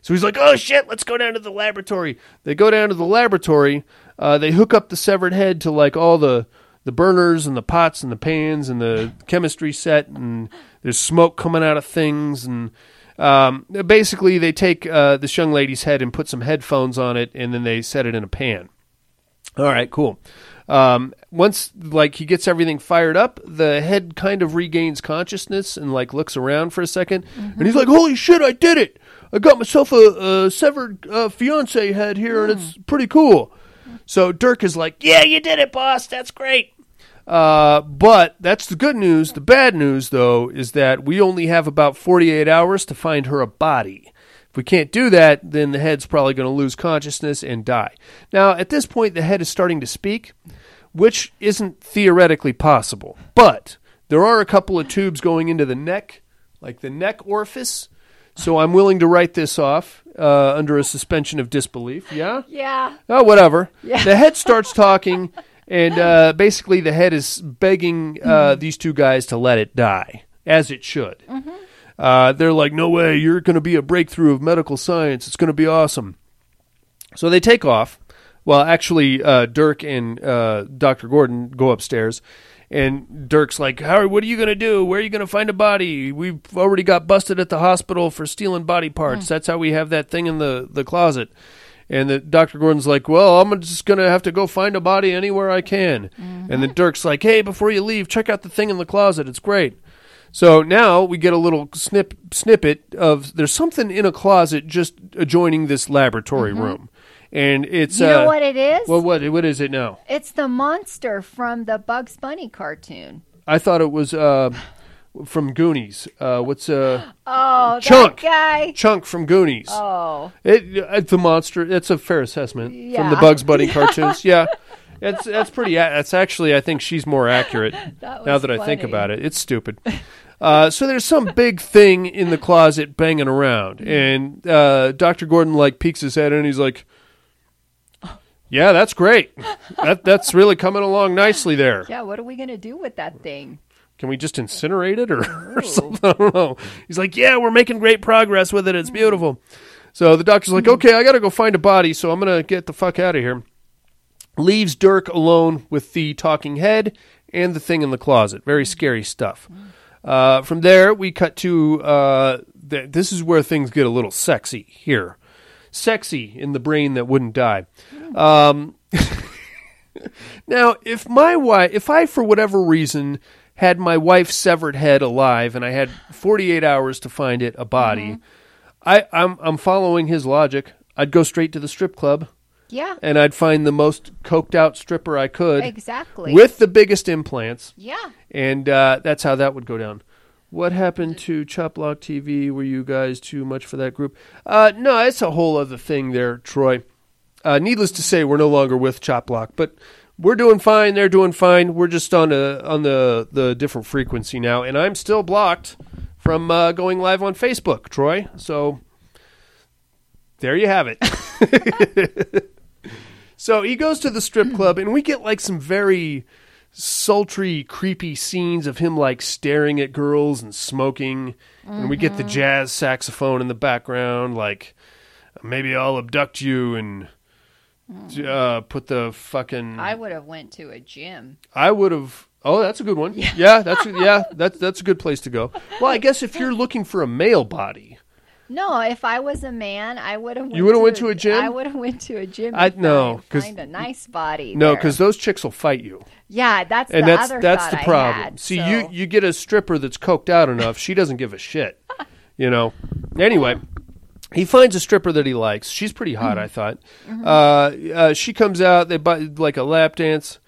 [SPEAKER 1] So he's like, oh shit, let's go down to the laboratory. They go down to the laboratory. Uh, they hook up the severed head to like all the the burners and the pots and the pans and the chemistry set and there's smoke coming out of things and um, basically they take uh, this young lady's head and put some headphones on it and then they set it in a pan all right cool um, once like he gets everything fired up the head kind of regains consciousness and like looks around for a 2nd and he's like holy shit i did it i got myself a, a severed uh, fiance head here and it's pretty cool so Dirk is like, "Yeah, you did it, boss. That's great." Uh, but that's the good news. The bad news, though, is that we only have about 48 hours to find her a body. If we can't do that, then the head's probably going to lose consciousness and die. Now, at this point, the head is starting to speak, which isn't theoretically possible. But there are a couple of tubes going into the neck, like the neck orifice. So I'm willing to write this off uh, under a suspension of disbelief. Yeah?
[SPEAKER 2] Yeah.
[SPEAKER 1] oh, whatever. The head starts talking, and uh, basically the head is begging uh, these two guys to let it die, as it should. Uh, they're like, no way, you're going to be a breakthrough of medical science. It's going to be awesome. So they take off. Well, actually, uh, Dirk and uh, Dr. Gordon go upstairs. And Dirk's like, Howard, what are you going to do? Where are you going to find a body? We've already got busted at the hospital for stealing body parts. That's how we have that thing in the, the closet. And the, Dr. Gordon's like, Well, I'm just going to have to go find a body anywhere I can.
[SPEAKER 2] Mm-hmm.
[SPEAKER 1] And then Dirk's like, Hey, before you leave, check out the thing in the closet. It's great. So now we get a little snip, snippet of there's something in a closet just adjoining this laboratory room, and it's
[SPEAKER 2] Mm-hmm. You know
[SPEAKER 1] uh,
[SPEAKER 2] what it is?
[SPEAKER 1] Well, what what is it now?
[SPEAKER 2] it's the monster from the Bugs Bunny cartoon.
[SPEAKER 1] I thought it was uh, from Goonies. Uh, what's uh
[SPEAKER 2] Oh,
[SPEAKER 1] Chunk.
[SPEAKER 2] that guy.
[SPEAKER 1] Chunk from Goonies?
[SPEAKER 2] Oh,
[SPEAKER 1] It, it's a monster. It's a fair assessment from the
[SPEAKER 2] Yeah.
[SPEAKER 1] Bugs Bunny cartoons. yeah, that's that's pretty. a- That's actually, I think she's more accurate
[SPEAKER 2] That
[SPEAKER 1] now
[SPEAKER 2] was
[SPEAKER 1] that I think
[SPEAKER 2] funny.
[SPEAKER 1] about it. It's stupid. Uh, so there's some big thing in the closet banging around,
[SPEAKER 2] Mm-hmm.
[SPEAKER 1] and uh, Doctor Gordon like peeks his head in and he's like, "Yeah, that's great. That that's really coming along nicely there.
[SPEAKER 2] yeah. What are we gonna do with that thing?
[SPEAKER 1] Can we just incinerate it or, or something? I don't know. He's like, yeah, we're making great progress with it. It's beautiful. So the doctor's like, okay, I got to go find a body, so I'm going to get the fuck out of here. Leaves Dirk alone with the talking head and the thing in the closet. Very scary stuff. Uh, from there, we cut to uh, th- this is where things get a little sexy here. Sexy in the brain that wouldn't die. Now, if my wife, if I for whatever reason had my wife's severed head alive and I had 48 hours to find it a body, I, I'm I'm following his logic. I'd go straight to the strip club
[SPEAKER 2] Yeah,
[SPEAKER 1] and I'd find the most coked out stripper I could,
[SPEAKER 2] exactly.
[SPEAKER 1] with the biggest implants,
[SPEAKER 2] yeah.
[SPEAKER 1] and uh, that's how that would go down. What happened to Choplock TV? Were you guys too much for that group? Uh, no, it's a whole other thing there, Troy. Uh, needless to say, we're no longer with Choplock, but we're doing fine. They're doing fine. We're just on a on the the different frequency now, and I'm still blocked from uh, going live on Facebook, Troy. So there you have it. so he goes to the strip club, and we get like some very sultry, creepy scenes of him like staring at girls and smoking, and we get the jazz saxophone in the background, like maybe I'll abduct you and uh, put the fucking.
[SPEAKER 2] I would have went to a gym.
[SPEAKER 1] I would have. Oh, that's a good one. Yeah, that's yeah, that's that's a good place to go. Well, I guess if you're looking for a male body,
[SPEAKER 2] No, if I was a man, I would have.
[SPEAKER 1] You would've went to a gym?
[SPEAKER 2] I would have went to a gym.
[SPEAKER 1] I-
[SPEAKER 2] and
[SPEAKER 1] no,
[SPEAKER 2] find-
[SPEAKER 1] 'cause-
[SPEAKER 2] find a nice body.
[SPEAKER 1] no,
[SPEAKER 2] there.
[SPEAKER 1] because those chicks will fight you,
[SPEAKER 2] yeah, that's
[SPEAKER 1] and
[SPEAKER 2] the
[SPEAKER 1] that's
[SPEAKER 2] other
[SPEAKER 1] that's
[SPEAKER 2] thought
[SPEAKER 1] the
[SPEAKER 2] I
[SPEAKER 1] problem.
[SPEAKER 2] had,
[SPEAKER 1] See,
[SPEAKER 2] so-
[SPEAKER 1] you you get a stripper that's coked out enough, she doesn't give a shit, you know. Anyway. He finds a stripper that he likes. She's pretty hot,
[SPEAKER 2] Mm-hmm.
[SPEAKER 1] I thought. Uh, uh, she comes out. They buy like a lap dance.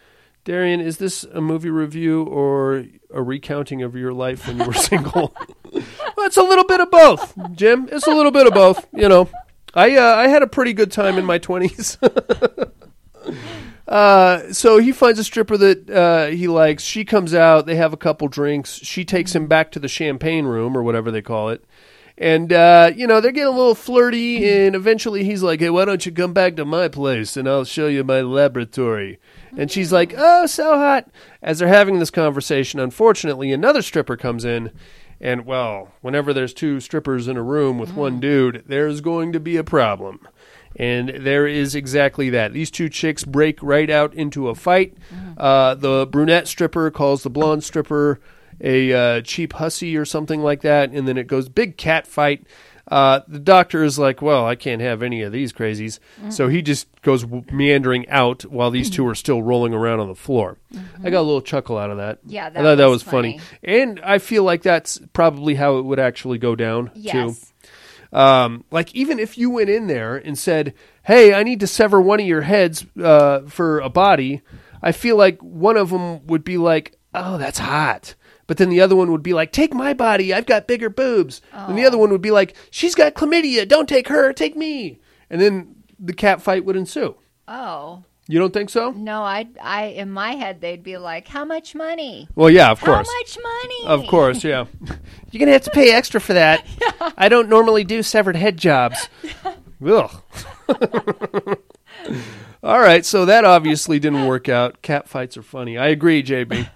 [SPEAKER 1] Darian, is this a movie review or a recounting of your life when you were single? well, it's a little bit of both, Jim. It's a little bit of both. You know, I uh, I had a pretty good time in my twenties. uh, so he finds a stripper that uh, he likes. She comes out. They have a couple drinks. She takes him back to the champagne room or whatever they call it. And uh, you know they're getting a little flirty, and eventually he's like, "Hey, why don't you come back to my place and I'll show you my laboratory?" And she's like, "Oh, so hot!" As they're having this conversation, unfortunately, another stripper comes in, and well, whenever there's two strippers in a room with one dude, there's going to be a problem. And there is exactly that. These two chicks break right out into a fight.
[SPEAKER 2] Mm-hmm.
[SPEAKER 1] Uh, the brunette stripper calls the blonde stripper a uh, cheap hussy or something like that, and then it goes big cat fight. Uh, the doctor is like, "Well, I can't have any of these crazies,"
[SPEAKER 2] Mm-hmm.
[SPEAKER 1] so he just goes w- meandering out while these two are still rolling around on the floor. I got a little chuckle out of that.
[SPEAKER 2] Mm-hmm. Yeah,
[SPEAKER 1] I
[SPEAKER 2] that
[SPEAKER 1] thought that was
[SPEAKER 2] was
[SPEAKER 1] funny. and I feel like that's probably how it would actually go down too.
[SPEAKER 2] Yes.
[SPEAKER 1] Um, like even if you went in there and said, "Hey, I need to sever one of your heads uh, for a body," I feel like one of them would be like, "Oh, that's hot," but then the other one would be like, "Take my body, I've got bigger boobs," and the other one would be like, "She's got chlamydia, don't take her, take me," and then the cat fight would ensue.
[SPEAKER 2] Oh
[SPEAKER 1] You don't think so?
[SPEAKER 2] no, I I in my head they'd be like, how much money?
[SPEAKER 1] Well, yeah, of
[SPEAKER 2] How
[SPEAKER 1] course.
[SPEAKER 2] much money?
[SPEAKER 1] Of course, yeah. You're gonna have to pay extra for that. I don't normally do severed head jobs. Ugh. All right, so that obviously didn't work out. Cat fights are funny. I agree, JB.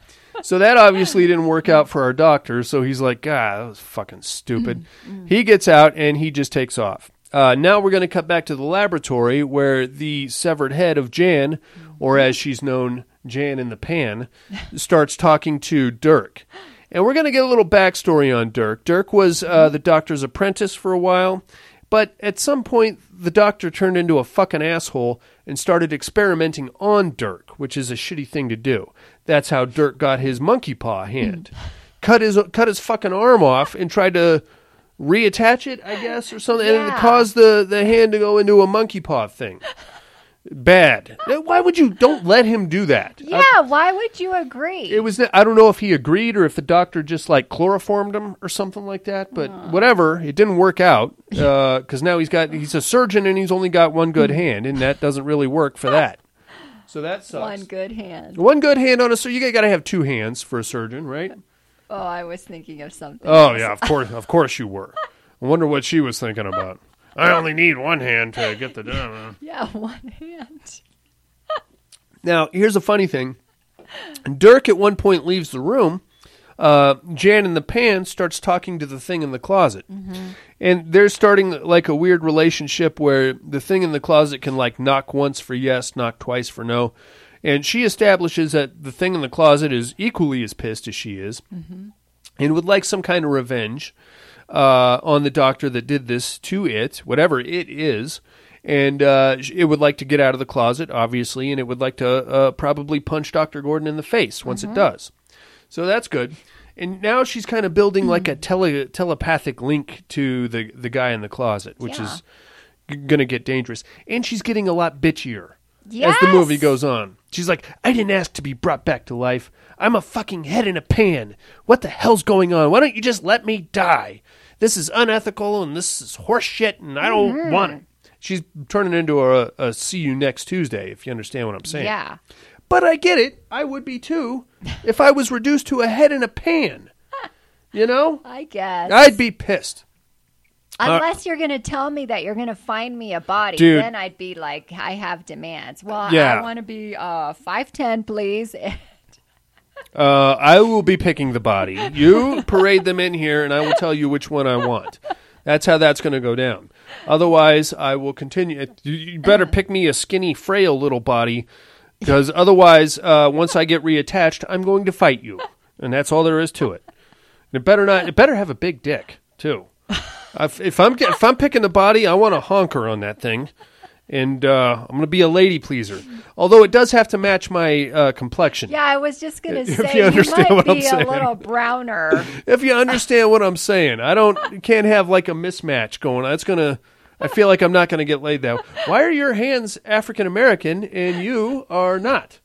[SPEAKER 1] So that obviously didn't work out for our doctor. So he's like, God, that was fucking stupid. he gets out and he just takes off. Uh, now we're going to cut back to the laboratory where the severed head of Jan, or as she's known, Jan in the pan, starts talking to Dirk. And we're going to get a little backstory on Dirk. Dirk was uh, the doctor's apprentice for a while, but at some point, the doctor turned into a fucking asshole and started experimenting on Dirk, which is a shitty thing to do. That's how Dirk got his monkey paw hand. cut his cut his fucking arm off and tried to reattach it, I guess, or something, and it
[SPEAKER 2] Yeah.
[SPEAKER 1] caused the, the hand to go into a monkey paw thing. bad. Why would you? Don't let him do that. I-
[SPEAKER 2] Yeah, why would you agree?
[SPEAKER 1] it was i don't know if he agreed or if the doctor just like chloroformed him or something like that but whatever it didn't work out because now he's got he's a surgeon and he's only got one good hand and that doesn't really work for that so that sucks
[SPEAKER 2] One good hand.
[SPEAKER 1] one good hand on a sur you gotta have two hands for a surgeon right
[SPEAKER 2] Oh, I was thinking of something.
[SPEAKER 1] oh yeah of course of course you were i wonder what she was thinking about i only need one hand to get the done
[SPEAKER 2] Yeah, one hand.
[SPEAKER 1] Now, here's a funny thing. Dirk at one point leaves the room. Uh, Jan in the pan starts talking to the thing in the closet. And they're starting like a weird relationship where the thing in the closet can like knock once for yes, knock twice for no. And she establishes that the thing in the closet is equally as pissed as she is and would like some kind of revenge uh, on the doctor that did this to it, whatever it is. And uh, it would like to get out of the closet, obviously, and it would like to uh, probably punch Dr. Gordon in the face once it does. So that's good. And now she's kind of building like a tele- telepathic link to the, the guy in the closet, which is g- going to get dangerous. And she's getting a lot bitchier as the movie
[SPEAKER 2] Yes!
[SPEAKER 1] goes on. She's like, I didn't ask to be brought back to life. I'm a fucking head in a pan. What the hell's going on? Why don't you just let me die? This is unethical and this is horseshit and I don't want it. She's turning into a, a see you next Tuesday, if you understand what I'm saying.
[SPEAKER 2] Yeah.
[SPEAKER 1] But I get it. I would be too if I was reduced to a head in a pan. You know?
[SPEAKER 2] I guess.
[SPEAKER 1] I'd be pissed.
[SPEAKER 2] Unless you're going to tell me that you're going to find me a body,
[SPEAKER 1] Dude.
[SPEAKER 2] then I'd be like, I have demands. Well,
[SPEAKER 1] Yeah.
[SPEAKER 2] I want to be uh, 5'10, please.
[SPEAKER 1] Uh, I will be picking the body. You parade them in here, and I will tell you which one I want. That's how that's going to go down. Otherwise, I will continue. uh, You- You better pick me a skinny, frail little body, because otherwise, uh, once I get reattached, I'm going to fight you, and that's all there is to it. And it better not. It better have a big dick too. If, if I'm get- if I'm picking the body, I want a honker on that thing, and uh, I'm going to be a lady pleaser. Although it does have to match my uh, complexion.
[SPEAKER 2] Yeah, I was just going to
[SPEAKER 1] If
[SPEAKER 2] say,
[SPEAKER 1] you
[SPEAKER 2] you,
[SPEAKER 1] understand
[SPEAKER 2] might
[SPEAKER 1] what I'm
[SPEAKER 2] be
[SPEAKER 1] saying.
[SPEAKER 2] a little browner.
[SPEAKER 1] if you understand what I'm saying, I don't you can't have like a mismatch going. on. It's gonna. I feel like I'm not gonna get laid that. way. Why are your hands African American and you are not?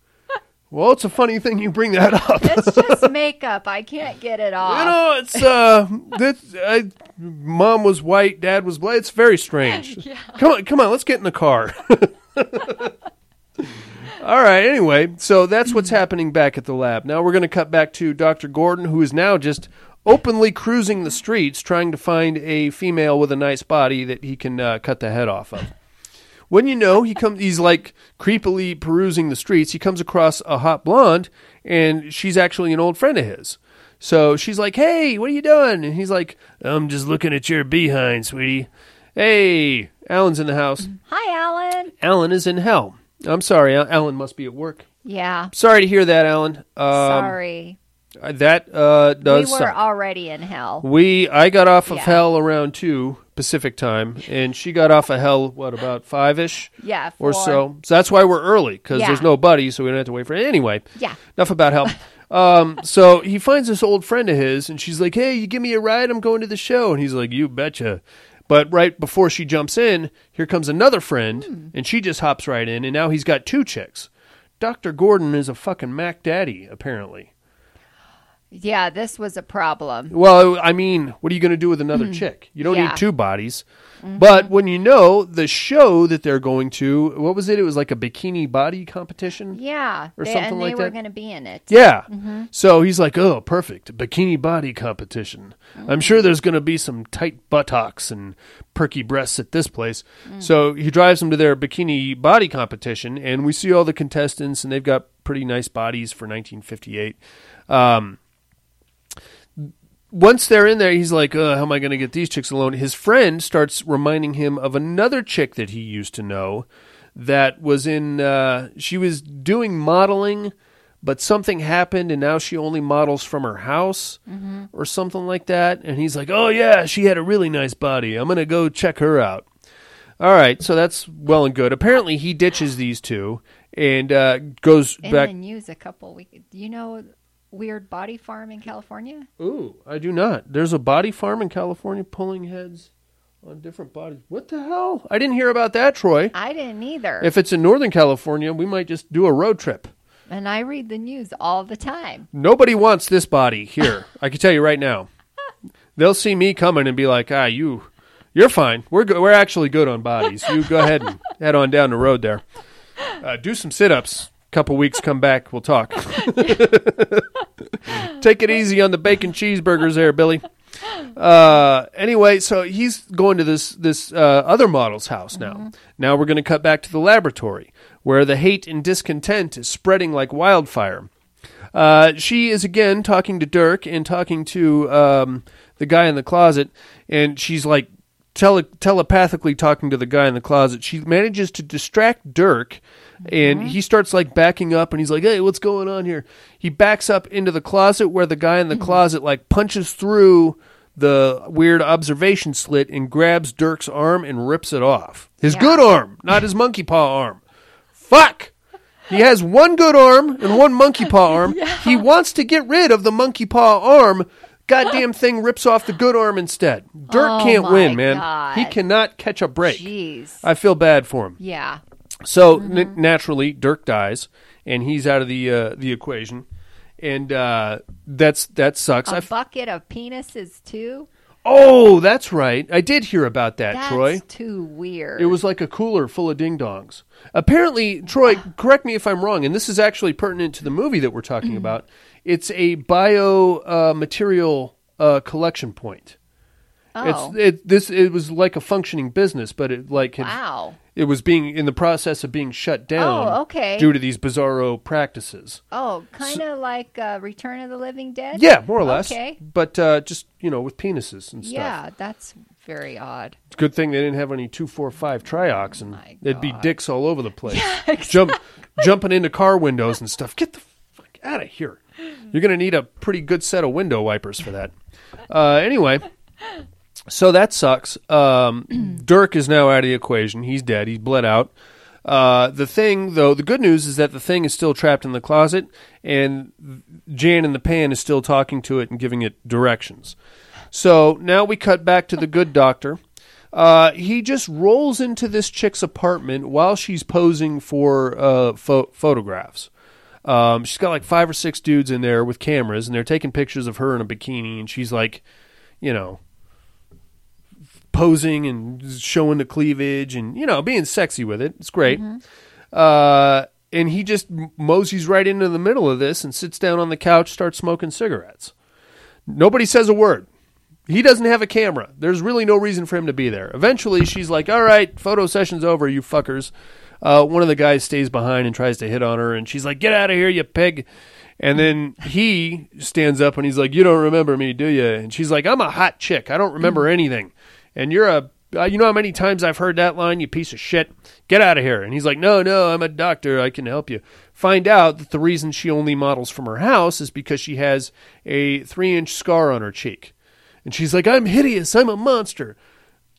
[SPEAKER 1] Well, it's a funny thing you bring that up.
[SPEAKER 2] it's just makeup. I can't get it off.
[SPEAKER 1] You know, it's uh, that I, mom was white, dad was black. It's very strange. Come on, come on, let's get in the car. All right. Anyway, so that's what's happening back at the lab. Now we're going to cut back to Dr. Gordon, who is now just openly cruising the streets trying to find a female with a nice body that he can uh, cut the head off of. When you know, he comes. He's like creepily perusing the streets. He comes across a hot blonde, and she's actually an old friend of his. So she's like, "Hey, what are you doing?" And he's like, "I'm just looking at your behind, sweetie." Hey, Alan's in the house.
[SPEAKER 2] Hi, Alan.
[SPEAKER 1] Alan is in hell. I'm sorry, Al- Alan must be at work.
[SPEAKER 2] Yeah.
[SPEAKER 1] Sorry to hear that, Alan. Um,
[SPEAKER 2] Sorry.
[SPEAKER 1] That uh,
[SPEAKER 2] We were
[SPEAKER 1] does suck.
[SPEAKER 2] already in hell.
[SPEAKER 1] We I got off of
[SPEAKER 2] Yeah.
[SPEAKER 1] hell around two Pacific time, and she got off of hell what about five ish?
[SPEAKER 2] Yeah.
[SPEAKER 1] or
[SPEAKER 2] for-
[SPEAKER 1] so. So that's why we're early because
[SPEAKER 2] Yeah.
[SPEAKER 1] there's no buddy, so we don't have to wait for it. Anyway,
[SPEAKER 2] Yeah.
[SPEAKER 1] enough about help. um, so he finds this old friend of his, and she's like, "Hey, you give me a ride? I'm going to the show." And he's like, "You betcha." But right before she jumps in, here comes another friend,
[SPEAKER 2] Hmm.
[SPEAKER 1] and she just hops right in, and now he's got two chicks. Doctor Gordon is a fucking Mac Daddy, apparently.
[SPEAKER 2] Yeah, this was a problem.
[SPEAKER 1] Well, I mean, what are you going to do with another chick? You don't
[SPEAKER 2] Mm-hmm. Yeah. Mm-hmm.
[SPEAKER 1] need two bodies. But when you know the show that they're going to, what was it? It was like a bikini body competition.
[SPEAKER 2] Yeah. Mm-hmm.
[SPEAKER 1] Or
[SPEAKER 2] they-
[SPEAKER 1] something
[SPEAKER 2] and
[SPEAKER 1] like
[SPEAKER 2] they were
[SPEAKER 1] that.
[SPEAKER 2] going to be in it.
[SPEAKER 1] Yeah. So he's like, oh, perfect. Bikini body competition. I'm sure there's going to be some tight buttocks and perky breasts at this place.
[SPEAKER 2] Mm.
[SPEAKER 1] So he drives them to their bikini body competition, and we see all the contestants, and they've got pretty nice bodies for 1958. Um, once they're in there, he's like, uh, how am I going to get these chicks alone? His friend starts reminding him of another chick that he used to know that was in, uh, she was doing modeling, but something happened and now she only models from her house or something like that. And he's like, oh, yeah, she had a really nice body. I'm going to go check her out. All right, so that's well and good. Apparently, he ditches these two and uh, goes
[SPEAKER 2] In
[SPEAKER 1] back.
[SPEAKER 2] the news a couple weeks. Do you know Weird Body Farm in California?
[SPEAKER 1] Ooh, I do not. There's a body farm in California pulling heads on different bodies. What the hell? I didn't hear about that, Troy.
[SPEAKER 2] I didn't either.
[SPEAKER 1] If it's in Northern California, we might just do a road trip.
[SPEAKER 2] and I read the news all the time.
[SPEAKER 1] Nobody wants this body here. I can tell you right now. They'll see me coming and be like, "Ah, you, you're fine. We're go- we're actually good on bodies. You go ahead and head on down the road there. Uh, do some sit-ups. Couple weeks, come back. We'll talk. Take it easy on the bacon cheeseburgers, there, Billy." Uh, anyway, so he's going to this this uh, other model's house now. Now we're going to cut back to the laboratory where the hate and discontent is spreading like wildfire. Uh, she is again talking to Dirk and talking to um, the guy in the closet, and she's like tele- telepathically talking to the guy in the closet. She manages to distract Dirk, and he starts like backing up, and he's like, "Hey, what's going on here?" He backs up into the closet where the guy in the closet like punches through the weird observation slit and grabs Dirk's arm and rips it off. His good arm, not his monkey paw arm. Fuck. He has one good arm and one monkey paw arm. He wants to get rid of the monkey paw arm. Goddamn thing rips off the good arm instead. Dirk
[SPEAKER 2] Oh
[SPEAKER 1] can't win,
[SPEAKER 2] my
[SPEAKER 1] man. He
[SPEAKER 2] God.
[SPEAKER 1] cannot catch a break.
[SPEAKER 2] Jeez.
[SPEAKER 1] I feel bad for him.
[SPEAKER 2] yeah.
[SPEAKER 1] So
[SPEAKER 2] Mm-hmm.
[SPEAKER 1] n- naturally, Dirk dies, and he's out of the uh, the equation, and uh, that's that sucks. I
[SPEAKER 2] A
[SPEAKER 1] f-
[SPEAKER 2] bucket of penises too.
[SPEAKER 1] oh, that's right. I did hear about that,
[SPEAKER 2] That's
[SPEAKER 1] Troy.
[SPEAKER 2] too weird.
[SPEAKER 1] It was like a cooler full of ding dongs. Apparently, Troy,
[SPEAKER 2] Ah.
[SPEAKER 1] correct me if I'm wrong, and this is actually pertinent to the movie that we're
[SPEAKER 2] Mm-hmm.
[SPEAKER 1] talking about. It's a bio uh, material uh, collection point.
[SPEAKER 2] oh
[SPEAKER 1] It's it this it was like a functioning business, but it like had,
[SPEAKER 2] wow.
[SPEAKER 1] it was being in the process of being shut down.
[SPEAKER 2] Oh, okay.
[SPEAKER 1] Due to these bizarro practices.
[SPEAKER 2] Oh, kind of like uh, Return of the Living Dead.
[SPEAKER 1] Yeah, more or less.
[SPEAKER 2] Okay.
[SPEAKER 1] But uh, just you know, with penises and stuff.
[SPEAKER 2] Yeah, that's very odd.
[SPEAKER 1] It's a good thing they didn't have any two four five trioxin.
[SPEAKER 2] my
[SPEAKER 1] There'd be dicks all over the place. Jump, jumping into car windows and stuff. Get the fuck out of here. You're gonna need a pretty good set of window wipers for that. Uh, anyway, so that sucks. Um, Dirk is now out of the equation. He's dead. He's bled out. Uh, the thing, though, the good news is that the thing is still trapped in the closet, and Jan in the pan is still talking to it and giving it directions. So now we cut back to the good doctor. Uh, he just rolls into this chick's apartment while she's posing for uh, pho- photographs. Um, she's got like five or six dudes in there with cameras, and they're taking pictures of her in a bikini, and she's like, you know, posing and showing the cleavage and, you know, being sexy with it. It's great. Uh, and he just m- moseys right into the middle of this and sits down on the couch, starts smoking cigarettes. Nobody says a word. He doesn't have a camera. There's really no reason for him to be there. Eventually, she's like, "All right, photo session's over, you fuckers." Uh, one of the guys stays behind and tries to hit on her, and she's like, "Get out of here, you pig!" And then he stands up and he's like, "You don't remember me, do you?" And she's like, "I'm a hot chick. I don't remember anything." And you're a, uh, you know how many times I've heard that line, you piece of shit. Get out of here. And he's like, "No, no, I'm a doctor. I can help you." Find out that the reason she only models from her house is because she has a three-inch scar on her cheek. And she's like, I'm hideous. I'm a monster.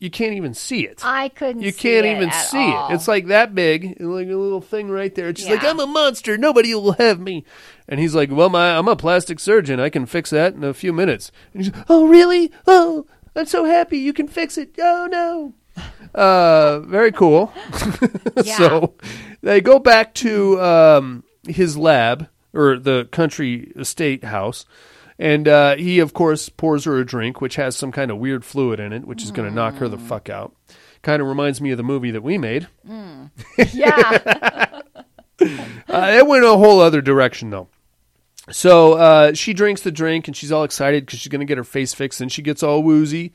[SPEAKER 1] You can't even see it.
[SPEAKER 2] I couldn't.
[SPEAKER 1] you
[SPEAKER 2] see
[SPEAKER 1] can't
[SPEAKER 2] it
[SPEAKER 1] even
[SPEAKER 2] at
[SPEAKER 1] see
[SPEAKER 2] all.
[SPEAKER 1] it. It's like that big, and like a little thing right there. And she's like,
[SPEAKER 2] Yeah.
[SPEAKER 1] I'm a monster. Nobody will have me. And he's like, Well, my, I'm a plastic surgeon. I can fix that in a few minutes. And she's, Oh, really? Oh, I'm so happy you can fix it. Oh, no. Uh, very cool. so they go back to um, his lab or the country estate house, and uh, he, of course, pours her a drink which has some kind of weird fluid in it, which is going to knock her the fuck out. Kind of reminds me of the movie that we made.
[SPEAKER 2] yeah.
[SPEAKER 1] Uh, it went a whole other direction though. So uh, she drinks the drink and she's all excited because she's going to get her face fixed. And she gets all woozy.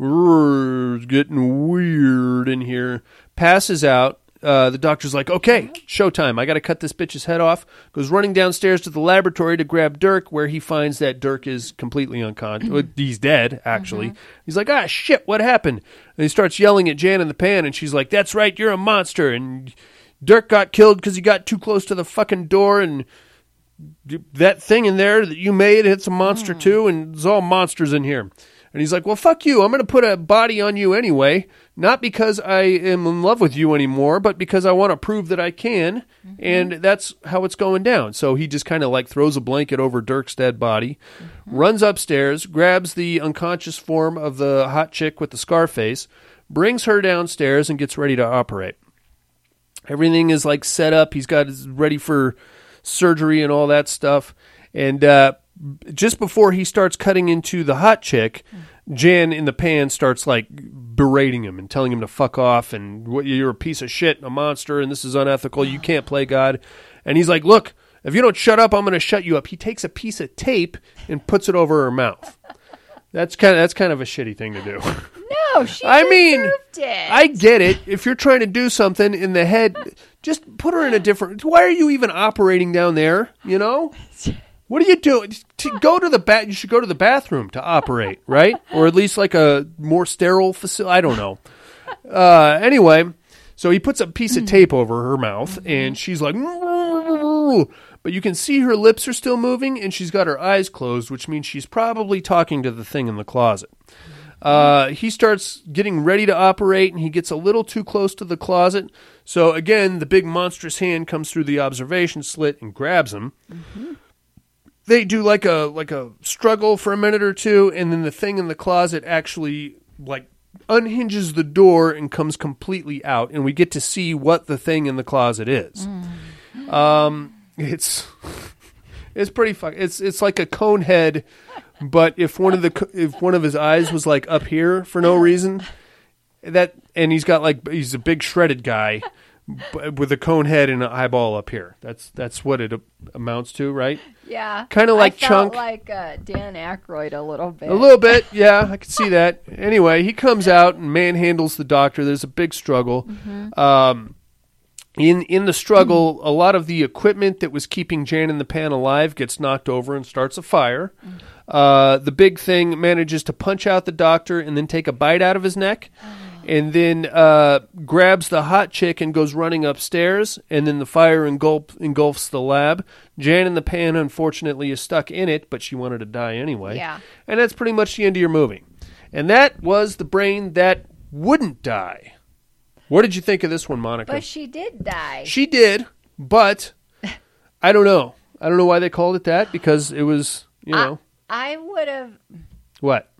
[SPEAKER 1] Rrr, it's getting weird in here. Passes out. Uh, the doctor's like, okay, showtime. I got to cut this bitch's head off. Goes running downstairs to the laboratory to grab Dirk, where he finds that Dirk is completely unconscious. He's dead, actually. He's like, ah, shit, what happened? And he starts yelling at Jan in the pan, and she's like, that's right, you're a monster. And Dirk got killed because he got too close to the fucking door, and that thing in there that you made, it's a monster too, and it's all monsters in here. And he's like, well, fuck you. I'm going to put a body on you anyway. Not because I am in love with you anymore, but because I want to prove that I can. And that's how it's going down. So he just kind of like throws a blanket over Dirk's dead body, runs upstairs, grabs the unconscious form of the hot chick with the scar face, brings her downstairs, and gets ready to operate everything is like set up. He's got his ready for surgery and all that stuff. And uh, just before he starts cutting into the hot chick, Jan in the pan starts like berating him and telling him to fuck off and "What- you're a piece of shit, and a monster, and this is unethical. You can't play God. And he's like, look. If you don't shut up, I'm going to shut you up. He takes a piece of tape and puts it over her mouth. That's kind of that's kind of a shitty thing to do.
[SPEAKER 2] No, she
[SPEAKER 1] I mean,
[SPEAKER 2] deserved it.
[SPEAKER 1] I get it. If you're trying to do something in the head, just put her in a different. Why are you even operating down there? You know, what are you doing? To go to the bat. You should go to the bathroom to operate, right? Or at least like a more sterile facility. I don't know. Uh, anyway, so he puts a piece of tape over her mouth, and she's like. But you can see her lips are still moving, and she's got her eyes closed, which means she's probably talking to the thing in the closet. Uh, he starts getting ready to operate, and he gets a little too close to the closet. So again, the big monstrous hand comes through the observation slit and grabs him. They do like a like a struggle for a minute or two, and then the thing in the closet actually like unhinges the door and comes completely out, and we get to see what the thing in the closet is. Um, it's it's pretty fuck. It's it's like a cone head, but if one of the co- if one of his eyes was like up here for no reason, that and he's got like he's a big shredded guy b- with a cone head and an eyeball up here. That's that's what it a- amounts to, right?
[SPEAKER 2] yeah,
[SPEAKER 1] kinda
[SPEAKER 2] I
[SPEAKER 1] like
[SPEAKER 2] felt
[SPEAKER 1] Chunk.
[SPEAKER 2] like uh, Dan Aykroyd a little bit.
[SPEAKER 1] A little bit, yeah, I can see that. Anyway, he comes out and manhandles the doctor. There's a big struggle. Um, in in the struggle, a lot of the equipment that was keeping Jan in the pan alive gets knocked over and starts a fire. Uh, the big thing manages to punch out the doctor and then take a bite out of his neck,
[SPEAKER 2] Oh.
[SPEAKER 1] and then uh, grabs the hot chick and goes running upstairs. And then the fire engulf, engulfs the lab. Jan in the pan, unfortunately, is stuck in it, but she wanted to die anyway.
[SPEAKER 2] Yeah.
[SPEAKER 1] And that's pretty much the end of your movie. And that was the brain that wouldn't die. What did you think of this one, Monica?
[SPEAKER 2] But she did die.
[SPEAKER 1] She did, but I don't know. I don't know why they called it that because it was, you know,
[SPEAKER 2] I would have.
[SPEAKER 1] what?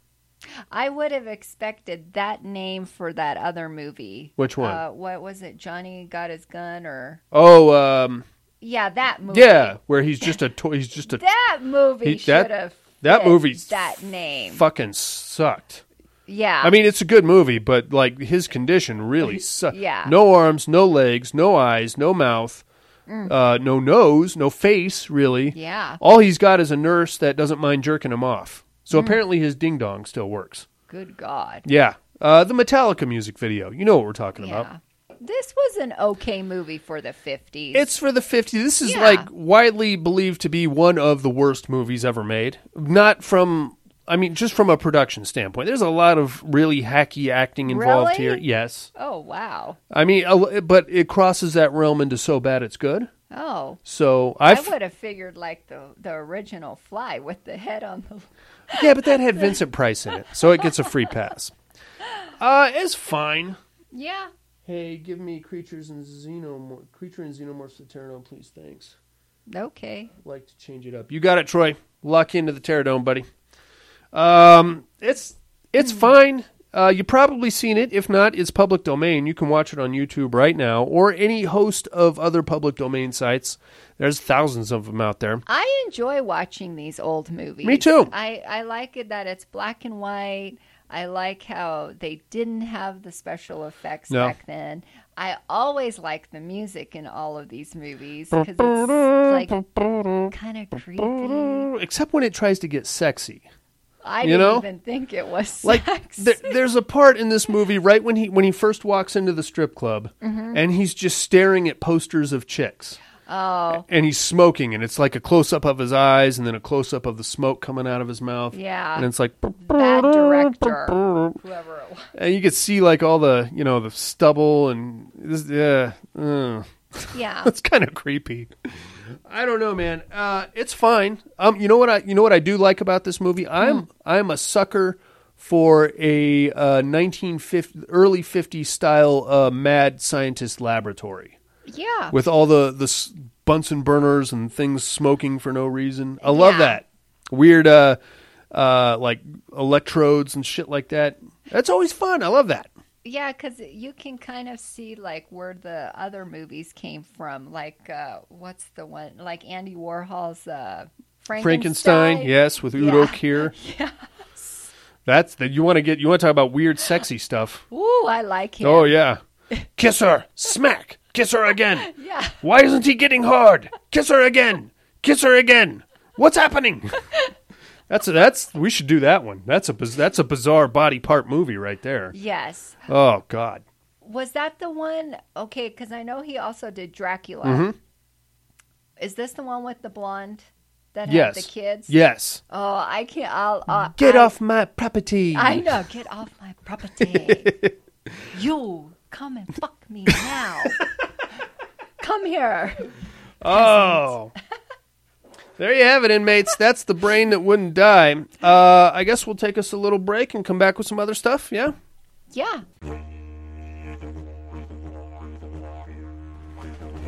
[SPEAKER 2] I would have expected that name for that other movie.
[SPEAKER 1] Which one?
[SPEAKER 2] Uh, what was it? Johnny got his gun, or
[SPEAKER 1] Oh, um,
[SPEAKER 2] yeah, that movie.
[SPEAKER 1] yeah, where he's just a toy. He's just a
[SPEAKER 2] that movie
[SPEAKER 1] He- that-
[SPEAKER 2] should have.
[SPEAKER 1] that
[SPEAKER 2] fit
[SPEAKER 1] movie's
[SPEAKER 2] That name.
[SPEAKER 1] fucking sucked.
[SPEAKER 2] yeah.
[SPEAKER 1] I mean, it's a good movie, but like his condition really sucked.
[SPEAKER 2] Yeah.
[SPEAKER 1] No arms, no legs, no eyes, no mouth, uh, no nose, no face, really.
[SPEAKER 2] Mm. Yeah.
[SPEAKER 1] All he's got is a nurse that doesn't mind jerking him off. So
[SPEAKER 2] Mm.
[SPEAKER 1] apparently his ding dong still works.
[SPEAKER 2] Good God.
[SPEAKER 1] Yeah. Uh, the Metallica music video. You know what we're talking about.
[SPEAKER 2] Yeah. This was an okay movie for the 50s.
[SPEAKER 1] It's for the 50s. This is
[SPEAKER 2] Yeah.
[SPEAKER 1] like widely believed to be one of the worst movies ever made. Not from, I mean, just from a production standpoint. There's a lot of really hacky acting involved here.
[SPEAKER 2] Really?
[SPEAKER 1] Yes.
[SPEAKER 2] oh, wow.
[SPEAKER 1] I mean, a- but it crosses that realm into so bad it's good.
[SPEAKER 2] Oh.
[SPEAKER 1] So
[SPEAKER 2] i
[SPEAKER 1] I've,
[SPEAKER 2] would have figured like the, the original fly with the head on the.
[SPEAKER 1] yeah, but that had Vincent Price in it, so it gets a free pass. Uh, it's fine.
[SPEAKER 2] Yeah.
[SPEAKER 1] Hey, give me creatures and xenomorph, creature and xenomorphs Eterno, please. Thanks.
[SPEAKER 2] Okay.
[SPEAKER 1] like to change it up. You got it, Troy. Lock into the Pterodome, buddy. Um, it's it's fine. Uh, you probably seen it. If not, it's public domain. You can watch it on YouTube right now or any host of other public domain sites. There's thousands of them out there.
[SPEAKER 2] I enjoy watching these old movies.
[SPEAKER 1] Me too.
[SPEAKER 2] I, I like it that it's black and white. I like how they didn't have the special effects
[SPEAKER 1] No.
[SPEAKER 2] back then. I always like the music in all of these movies because it's like kind of creepy.
[SPEAKER 1] Except when it tries to get sexy.
[SPEAKER 2] I
[SPEAKER 1] You
[SPEAKER 2] didn't
[SPEAKER 1] know?
[SPEAKER 2] even think it was
[SPEAKER 1] Like
[SPEAKER 2] sex.
[SPEAKER 1] there, there's a part in this movie right when he when he first walks into the strip club and he's just staring at posters of chicks.
[SPEAKER 2] oh,
[SPEAKER 1] and he's smoking and it's like a close up of his eyes and then a close up of the smoke coming out of his mouth.
[SPEAKER 2] Yeah.
[SPEAKER 1] And it's like
[SPEAKER 2] bad director, whoever it was.
[SPEAKER 1] and you could see like all the, you know, the stubble and this yeah. uh,
[SPEAKER 2] Yeah.
[SPEAKER 1] That's kind of creepy. I don't know, man.
[SPEAKER 2] Hmm.
[SPEAKER 1] Uh, it's fine. Um you know what I you know what I do like about this movie? I'm I'm a sucker for a uh, 1950 early 50s style uh, mad scientist laboratory
[SPEAKER 2] Yeah.
[SPEAKER 1] with all the the s- Bunsen burners and things smoking for no reason. I love
[SPEAKER 2] Yeah.
[SPEAKER 1] that weird uh uh like electrodes and shit like that. That's always fun. I love that.
[SPEAKER 2] Yeah, because you can kind of see like where the other movies came from. Like, uh, what's the one? Like Andy Warhol's uh, Frankenstein.
[SPEAKER 1] Frankenstein, yes, with Udo
[SPEAKER 2] Yeah.
[SPEAKER 1] Kier. That's the you want to get you want to talk about weird sexy stuff.
[SPEAKER 2] Ooh, I like him.
[SPEAKER 1] Oh yeah. Kiss her. Smack. Kiss her again.
[SPEAKER 2] Yeah.
[SPEAKER 1] Why isn't he getting hard? Kiss her again. Kiss her again. What's happening? That's a, that's we should do that one. That's a biz- that's a bizarre body part movie right there.
[SPEAKER 2] Yes.
[SPEAKER 1] Oh God,
[SPEAKER 2] Was that the one? Okay, because I know he also did Dracula.
[SPEAKER 1] Mm-hmm.
[SPEAKER 2] Is this the one with the blonde that
[SPEAKER 1] yes. Mm.
[SPEAKER 2] had the kids?
[SPEAKER 1] Yes.
[SPEAKER 2] Oh, I can't. I'll. Uh,
[SPEAKER 1] Get
[SPEAKER 2] I,
[SPEAKER 1] off my property.
[SPEAKER 2] I know. Get off my property. you come and fuck me now. come here.
[SPEAKER 1] Oh. There you have it, inmates. That's the brain that wouldn't die. Uh, I guess we'll take us a little break and come back with some other stuff. Yeah.
[SPEAKER 2] Yeah.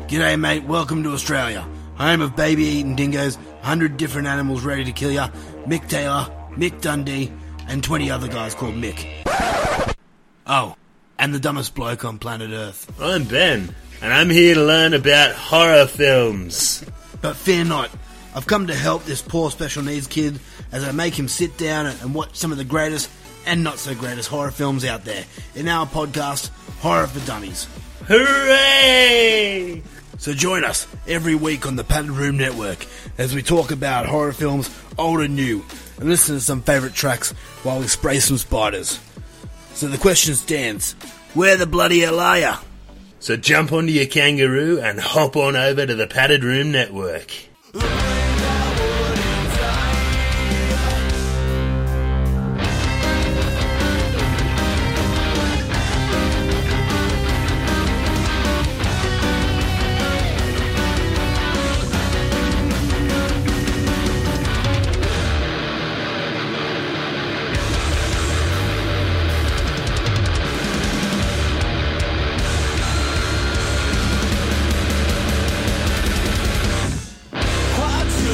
[SPEAKER 8] G'day, mate. Welcome to Australia, home of baby-eating dingoes, 100 different animals ready to kill ya, Mick Taylor, Mick Dundee, and 20 other guys called Mick. Oh, and the dumbest bloke on planet Earth.
[SPEAKER 9] I'm Ben, and I'm here to learn about horror films.
[SPEAKER 8] But fear not, I've come to help this poor special needs kid as I make him sit down and watch some of the greatest and not so greatest horror films out there in our podcast, Horror for Dummies.
[SPEAKER 9] Hooray!
[SPEAKER 8] So join us every week on the Padded Room Network as we talk about horror films old and new and listen to some favourite tracks while we spray some spiders. So the question stands, where the bloody hell are ya?
[SPEAKER 9] So jump onto your kangaroo and hop on over to the Padded Room Network.
[SPEAKER 10] What's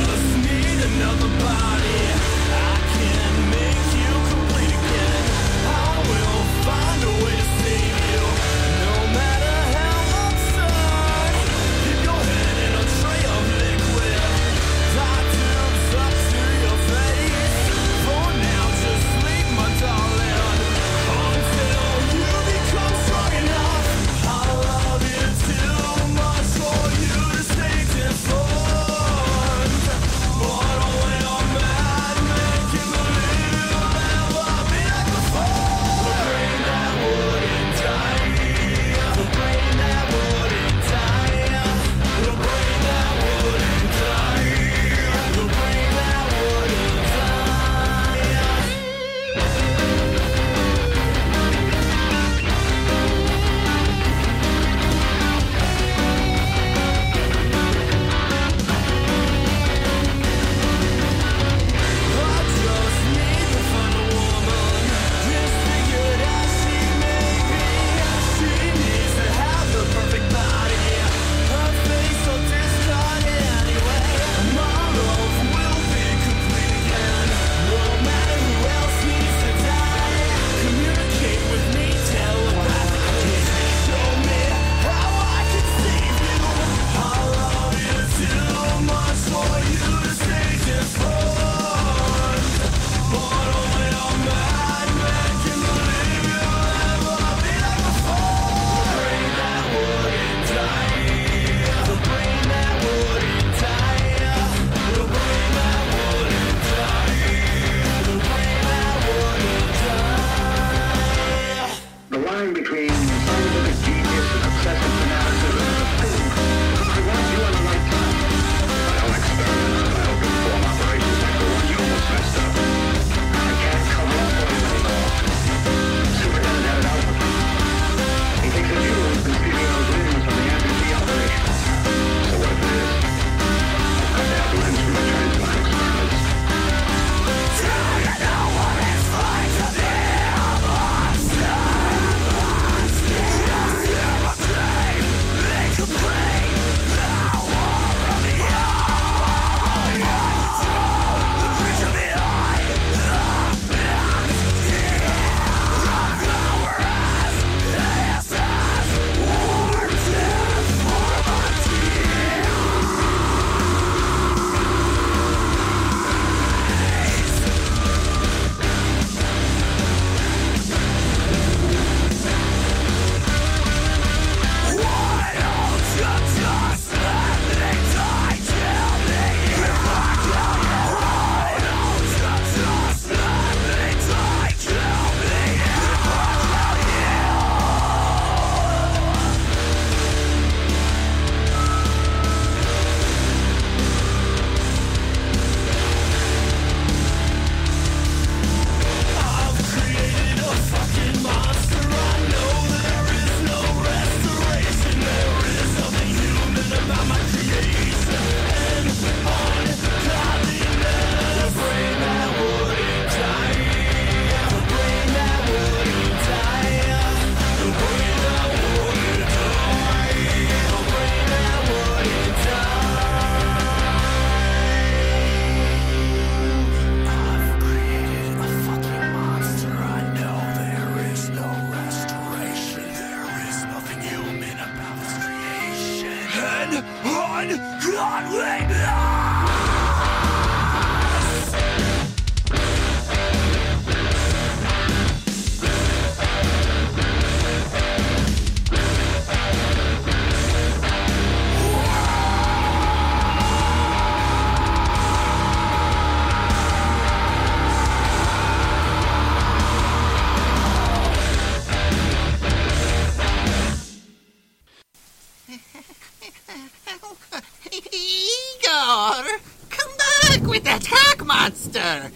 [SPEAKER 10] Igor, come back with that cock monster.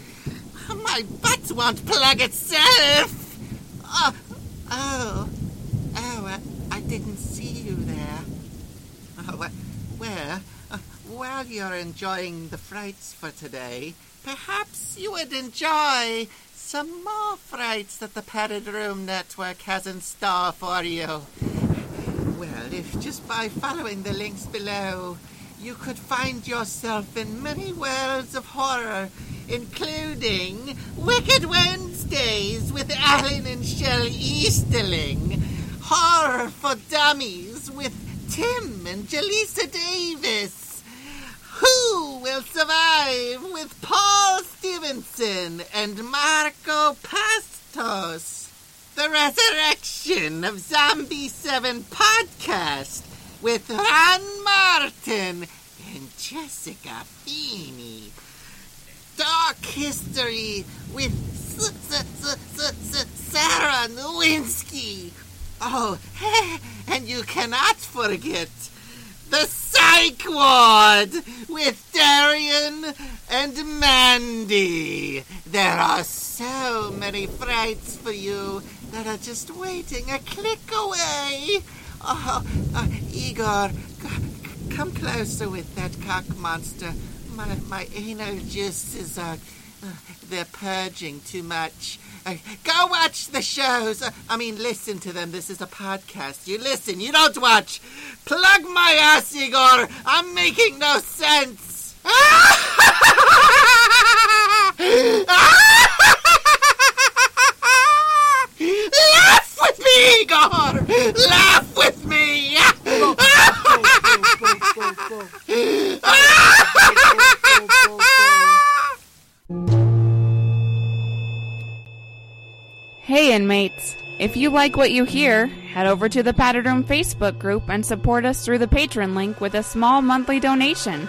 [SPEAKER 10] My butt won't plug itself. Oh, oh, oh I, I didn't see you there. Oh, uh, well, uh, while you're enjoying the frights for today, perhaps you would enjoy some more frights that the Padded Room Network has in store for you. Well, if just by following the links below, you could find yourself in many worlds of horror, including Wicked Wednesdays with Alan and Shell Easterling, Horror for Dummies with Tim and Jaleesa Davis, Who Will Survive with Paul Stevenson and Marco Pastos, The Resurrection of Zombie 7 podcast with Ron Martin and Jessica Feeney. Dark History with S- S- S- S- S- Sarah Nowinski. Oh, and you cannot forget The Psych Ward with Darian and Mandy. There are so many frights for you that are just waiting a click away. Oh, uh, Igor, c- come closer with that cock monster. My, my anal juices are. Uh, they're purging too much. Uh, go watch the shows. Uh, I mean, listen to them. This is a podcast. You listen, you don't watch. Plug my ass, Igor. I'm making no sense. Ah! Laugh with me, Igor! Laugh with me!
[SPEAKER 3] Hey, inmates. If you like what you hear, head over to the Padded Room Facebook group and support us through the patron link with a small monthly donation.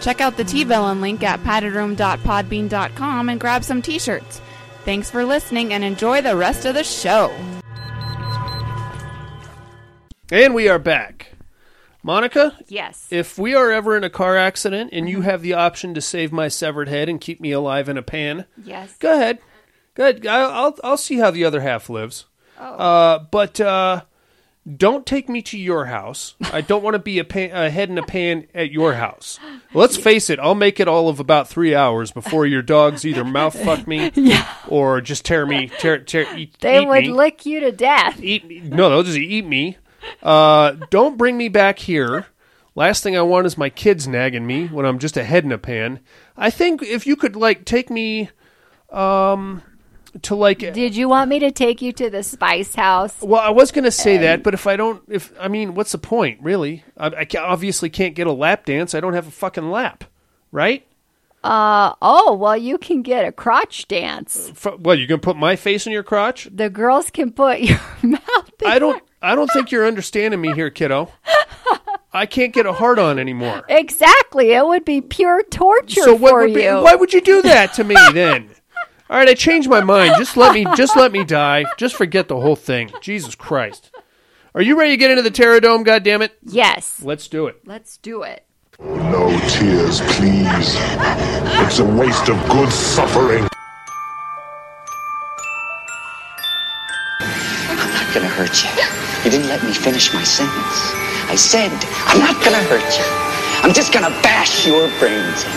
[SPEAKER 3] Check out the T-Villain link at paddedroom.podbean.com and grab some t-shirts. Thanks for listening and enjoy the rest of the show.
[SPEAKER 1] And we are back. Monica,
[SPEAKER 2] Yes.
[SPEAKER 1] if we are ever in a car accident and
[SPEAKER 2] Mm-hmm.
[SPEAKER 1] you have the option to save my severed head and keep me alive in a pan,
[SPEAKER 2] Yes.
[SPEAKER 1] go ahead. Go ahead. I- I'll, I'll see how the other half lives.
[SPEAKER 2] Oh.
[SPEAKER 1] Uh, but uh, don't take me to your house. I don't want to be a, pan, a head in a pan at your house. Let's face it, I'll make it all of about three hours before your dogs either mouth fuck me or just tear me, tear, tear, eat,
[SPEAKER 2] They
[SPEAKER 1] eat
[SPEAKER 2] would
[SPEAKER 1] me
[SPEAKER 2] lick you to death.
[SPEAKER 1] eat me. No, they'll just eat me. Uh, don't bring me back here. Last thing I want is my kids nagging me when I'm just a head in a pan. I think if you could like take me, um, to like.
[SPEAKER 2] Did you want me to take you to the spice house?
[SPEAKER 1] Well, I was gonna say that, but if I don't, if I mean, what's the point, really? I, I ca- obviously can't get a lap dance. I don't have a fucking lap, right?
[SPEAKER 2] Uh, oh, well, you can get a crotch dance.
[SPEAKER 1] F- well, you're gonna put my face in your crotch?
[SPEAKER 2] The girls can put your mouth in.
[SPEAKER 1] I don't. I don't think you're understanding me here, kiddo. I can't get a hard on anymore.
[SPEAKER 2] Exactly. It would be pure torture for
[SPEAKER 1] would be-
[SPEAKER 2] you.
[SPEAKER 1] why would you do that to me then? All right, I changed my mind. Just let me just let me die. Just forget the whole thing. Jesus Christ. Are you ready to get into the Terror Dome, God damn it?
[SPEAKER 2] yes.
[SPEAKER 1] Let's do it.
[SPEAKER 2] Let's do it.
[SPEAKER 11] No tears, please. It's a waste of good suffering.
[SPEAKER 7] I'm not gonna hurt you. You didn't let me finish my sentence. I said, I'm not gonna hurt you. I'm just gonna bash your brains in.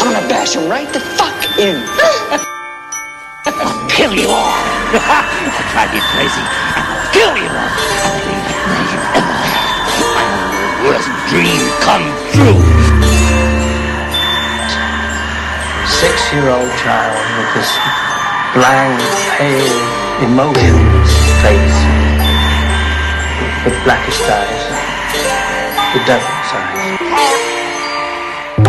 [SPEAKER 7] I'm gonna bash them right the fuck in. I'll kill you all. I'll drive you crazy. I'll kill you all. I'll be the greatest ever. I'm the worst dream come true.
[SPEAKER 12] six-year-old child with this blank, pale, emotionless face, with blackish eyes, the devil's eyes.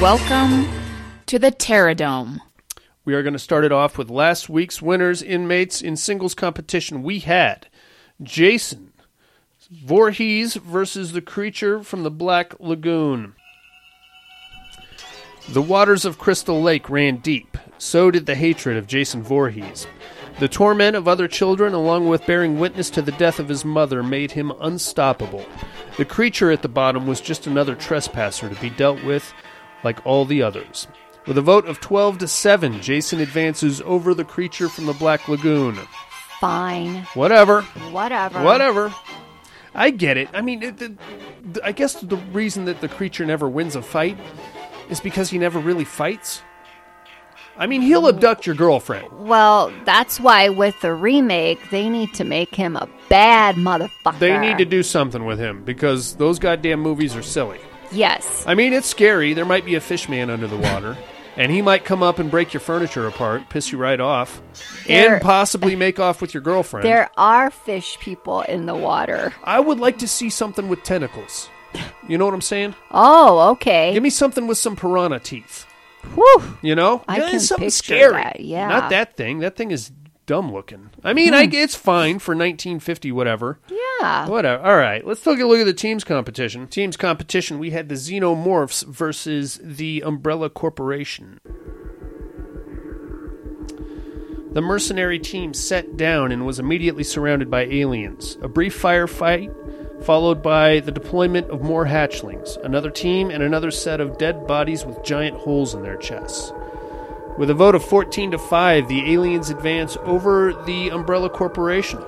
[SPEAKER 3] Welcome to the Terradome.
[SPEAKER 1] We are going to start it off with last week's winners, inmates in singles competition. We had Jason Voorhees versus the creature from the Black Lagoon. The waters of Crystal Lake ran deep. So did the hatred of Jason Voorhees. The torment of other children, along with bearing witness to the death of his mother, made him unstoppable. The creature at the bottom was just another trespasser to be dealt with, like all the others. With a vote of 12 to 7, Jason advances over the creature from the Black Lagoon.
[SPEAKER 2] Fine.
[SPEAKER 1] Whatever.
[SPEAKER 2] Whatever.
[SPEAKER 1] Whatever. I get it. I mean, it, the, the- I guess the reason that the creature never wins a fight is because he never really fights. I mean, he'll abduct your girlfriend.
[SPEAKER 2] Well, that's why with the remake, they need to make him a bad motherfucker.
[SPEAKER 1] They need to do something with him because those goddamn movies are silly.
[SPEAKER 2] Yes.
[SPEAKER 1] I mean, it's scary. There might be a fish man under the water, and he might come up and break your furniture apart, piss you right off,
[SPEAKER 2] There-
[SPEAKER 1] and possibly make off with your girlfriend.
[SPEAKER 2] There are fish people in the water.
[SPEAKER 1] I would like to see something with tentacles. You know what I'm saying?
[SPEAKER 2] Oh, okay.
[SPEAKER 1] Give me something with some piranha teeth.
[SPEAKER 2] Whew.
[SPEAKER 1] You know,
[SPEAKER 2] I
[SPEAKER 1] Yeah,
[SPEAKER 2] can
[SPEAKER 1] something
[SPEAKER 2] picture
[SPEAKER 1] scary.
[SPEAKER 2] that, yeah. Hmm.
[SPEAKER 1] not that thing. That thing is dumb looking. I mean, I, it's fine for 1950, whatever.
[SPEAKER 2] Yeah.
[SPEAKER 1] Whatever. All right. Let's take a look at the teams competition. Teams competition. We had the Xenomorphs versus the Umbrella Corporation. The mercenary team set down and was immediately surrounded by aliens. A brief firefight followed by the deployment of more hatchlings, another team, and another set of dead bodies with giant holes in their chests. With a vote of 14 to 5, the aliens advance over the Umbrella Corporation.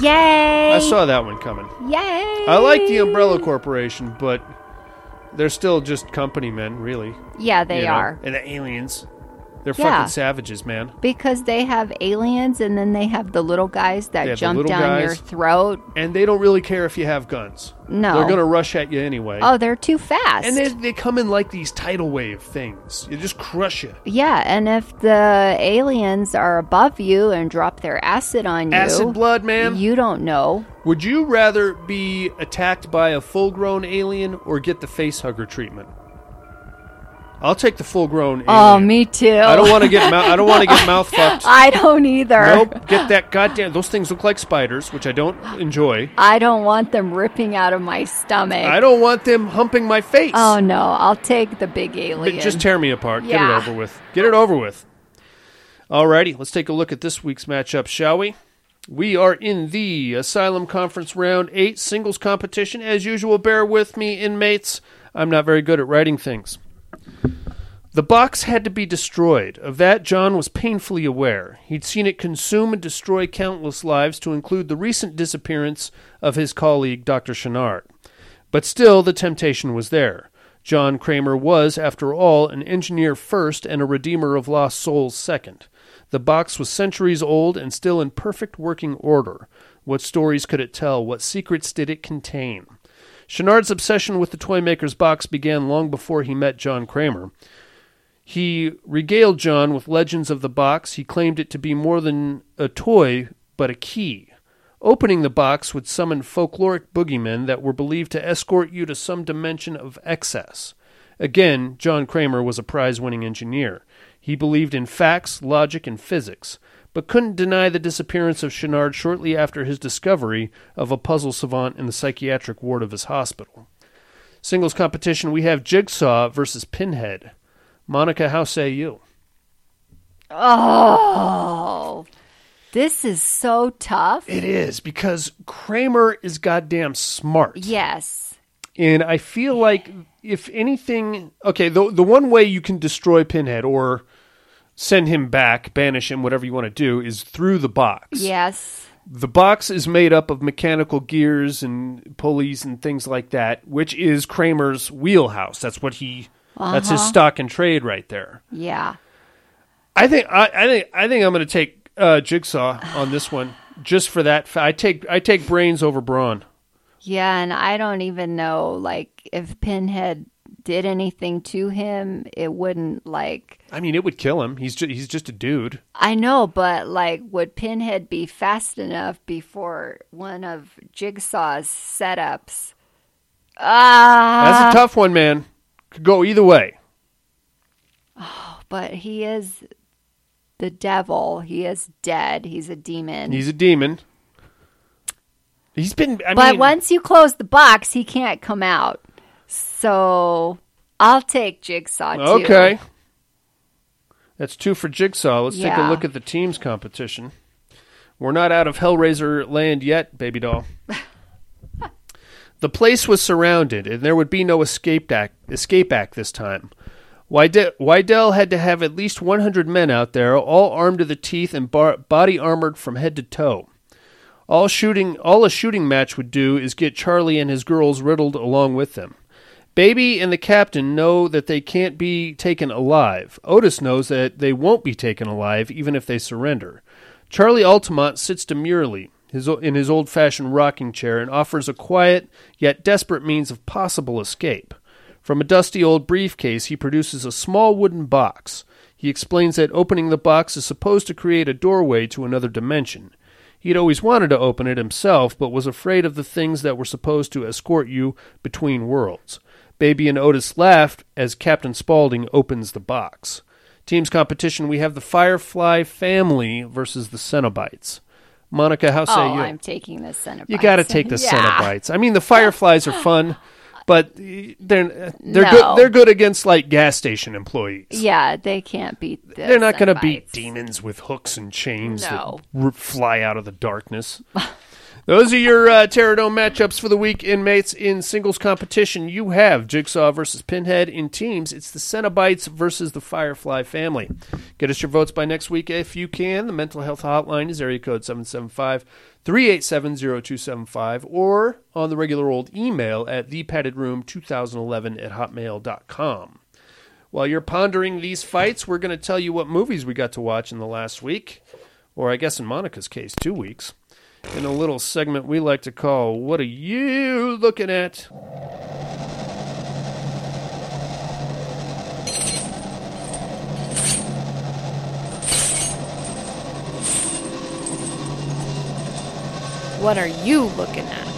[SPEAKER 2] Yay.
[SPEAKER 1] I saw that one coming.
[SPEAKER 2] Yay.
[SPEAKER 1] I like the Umbrella Corporation, but they're still just company men, really.
[SPEAKER 2] Yeah, they
[SPEAKER 1] You know?
[SPEAKER 2] are.
[SPEAKER 1] And the aliens. They're
[SPEAKER 2] Yeah.
[SPEAKER 1] fucking savages, man.
[SPEAKER 2] Because they have aliens and then they have the little guys
[SPEAKER 1] They
[SPEAKER 2] that
[SPEAKER 1] have the
[SPEAKER 2] jump
[SPEAKER 1] little
[SPEAKER 2] down your
[SPEAKER 1] guys.
[SPEAKER 2] throat.
[SPEAKER 1] And they don't really care if you have guns.
[SPEAKER 2] No.
[SPEAKER 1] They're going to rush at you anyway.
[SPEAKER 2] Oh, they're too fast.
[SPEAKER 1] and they, they come in like these tidal wave things. They just crush you.
[SPEAKER 2] yeah, and if the aliens are above you and drop their acid on you,
[SPEAKER 1] Acid blood, man.
[SPEAKER 2] you don't know.
[SPEAKER 1] Would you rather be attacked by a full grown alien or get the face hugger treatment? I'll take the full grown alien.
[SPEAKER 2] Oh, me too.
[SPEAKER 1] I don't want to get mou- I don't want to get mouth fucked.
[SPEAKER 2] I don't either.
[SPEAKER 1] Nope, get that goddamn. Those things look like spiders, which I don't enjoy.
[SPEAKER 2] I don't want them ripping out of my stomach.
[SPEAKER 1] I don't want them humping my face.
[SPEAKER 2] Oh no, I'll take the big alien.
[SPEAKER 1] But just tear me apart.
[SPEAKER 2] Yeah.
[SPEAKER 1] Get it over with. Get it over with. Alrighty, let's take a look at this week's matchup, shall we? We are in the Asylum Conference Round 8 singles competition. As usual, bear with me, inmates. I'm not very good at writing things. The box had to be destroyed. Of that, John was painfully aware. He'd seen it consume and destroy countless lives, to include the recent disappearance of his colleague, Dr. Chenard. But still, the temptation was there. John Kramer was, after all, an engineer first and a redeemer of lost souls second. The box was centuries old and still in perfect working order. What stories could it tell? What secrets did it contain? Chenard's obsession with the toy maker's box began long before he met John Kramer. He regaled John with legends of the box. He claimed it to be more than a toy, but a key. Opening the box would summon folkloric boogeymen that were believed to escort you to some dimension of excess. Again, John Kramer was a prize winning engineer. He believed in facts, logic, and physics, but couldn't deny the disappearance of Chenard shortly after his discovery of a puzzle savant in the psychiatric ward of his hospital. Singles competition, we have Jigsaw versus Pinhead. Monica, how say you?
[SPEAKER 2] Oh, this is so tough.
[SPEAKER 1] It is because Kramer is goddamn smart.
[SPEAKER 2] Yes.
[SPEAKER 1] And I feel like if anything, okay, the the one way you can destroy Pinhead or send him back, banish him, whatever you want to do, is through the box.
[SPEAKER 2] Yes.
[SPEAKER 1] The box is made up of mechanical gears and pulleys and things like that, which is Kramer's wheelhouse. That's what he. That's his
[SPEAKER 2] Uh-huh.
[SPEAKER 1] stock and trade right there.
[SPEAKER 2] Yeah.
[SPEAKER 1] I think I, I think I think I'm going to take uh, Jigsaw on this one just for that. fa- I take I take brains over brawn.
[SPEAKER 2] Yeah, and I don't even know like if Pinhead did anything to him, it wouldn't like
[SPEAKER 1] I mean, it would kill him. He's ju- he's just a dude.
[SPEAKER 2] I know, but like would Pinhead be fast enough before one of Jigsaw's setups? Ah. Uh-huh.
[SPEAKER 1] That's a tough one, man. Could go either way.
[SPEAKER 2] but he is the devil. He is dead. He's a demon.
[SPEAKER 1] He's a demon. He's been. I
[SPEAKER 2] but
[SPEAKER 1] mean,
[SPEAKER 2] once you close the box, he can't come out. So I'll take Jigsaw too.
[SPEAKER 1] Okay. That's two for Jigsaw. Let's take
[SPEAKER 2] Yeah.
[SPEAKER 1] a look at the teams competition. We're not out of Hellraiser land yet, baby doll. the place was surrounded, and there would be no escape act, escape act this time. Wyde- Wydell had to have at least 100 men out there, all armed to the teeth and bar- body armored from head to toe. All shooting, all a shooting match would do is get Charlie and his girls riddled along with them. Baby and the captain know that they can't be taken alive. Otis knows that they won't be taken alive even if they surrender. Charlie Altamont sits demurely his, o- in his old fashioned rocking chair and offers a quiet yet desperate means of possible escape. From a dusty old briefcase, he produces a small wooden box. He explains that opening the box is supposed to create a doorway to another dimension. He'd always wanted to open it himself, but was afraid of the things that were supposed to escort you between worlds. Baby and Otis laughed as Captain Spaulding opens the box. Teams competition we have the Firefly family versus the Cenobites. Monica, how say
[SPEAKER 2] oh,
[SPEAKER 1] you?
[SPEAKER 2] I'm taking the Cenobites.
[SPEAKER 1] You got to take the
[SPEAKER 2] yeah.
[SPEAKER 1] Cenobites. I mean, the Fireflies are fun, but eh, they're they're
[SPEAKER 2] No.
[SPEAKER 1] good. They're good against like gas station employees.
[SPEAKER 2] Yeah, they can't beat the
[SPEAKER 1] they're not going to
[SPEAKER 2] Cenobites.
[SPEAKER 1] be demons with hooks and chains
[SPEAKER 2] No.
[SPEAKER 1] that r- fly out of the darkness. Those are your uh, Terror Dome matchups for the week, inmates. In singles competition, you have Jigsaw versus Pinhead. In teams, it's the Cenobites versus the Firefly family. Get us your votes by next week if you can. The mental health hotline is area code 775 387 0275 or on the regular old email at thepaddedroom2011 at hotmail.com. While you're pondering these fights, we're going to tell you what movies we got to watch in the last week, or I guess in Monica's case, two weeks, in a little segment we like to call What Are You Looking At?
[SPEAKER 3] What are you looking at?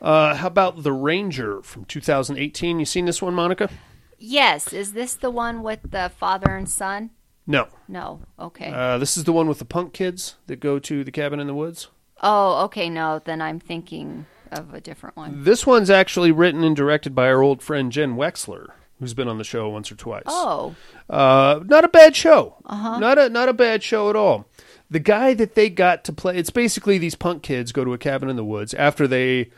[SPEAKER 1] Uh, how about The Ranger from 2018? You seen this one, Monica?
[SPEAKER 2] Yes, is this the one with the father and son?
[SPEAKER 1] No.
[SPEAKER 2] No. Okay.
[SPEAKER 1] Uh, this is the one with the punk kids that go to the cabin in the woods.
[SPEAKER 2] oh, okay. No, then I'm thinking of a different one.
[SPEAKER 1] This one's actually written and directed by our old friend Jen Wexler, who's been on the show once or twice.
[SPEAKER 2] Oh,
[SPEAKER 1] Uh, not a bad show. Uh-huh. Not a not a bad show at all. The guy that they got to play it's basically these punk kids go to a cabin in the woods after they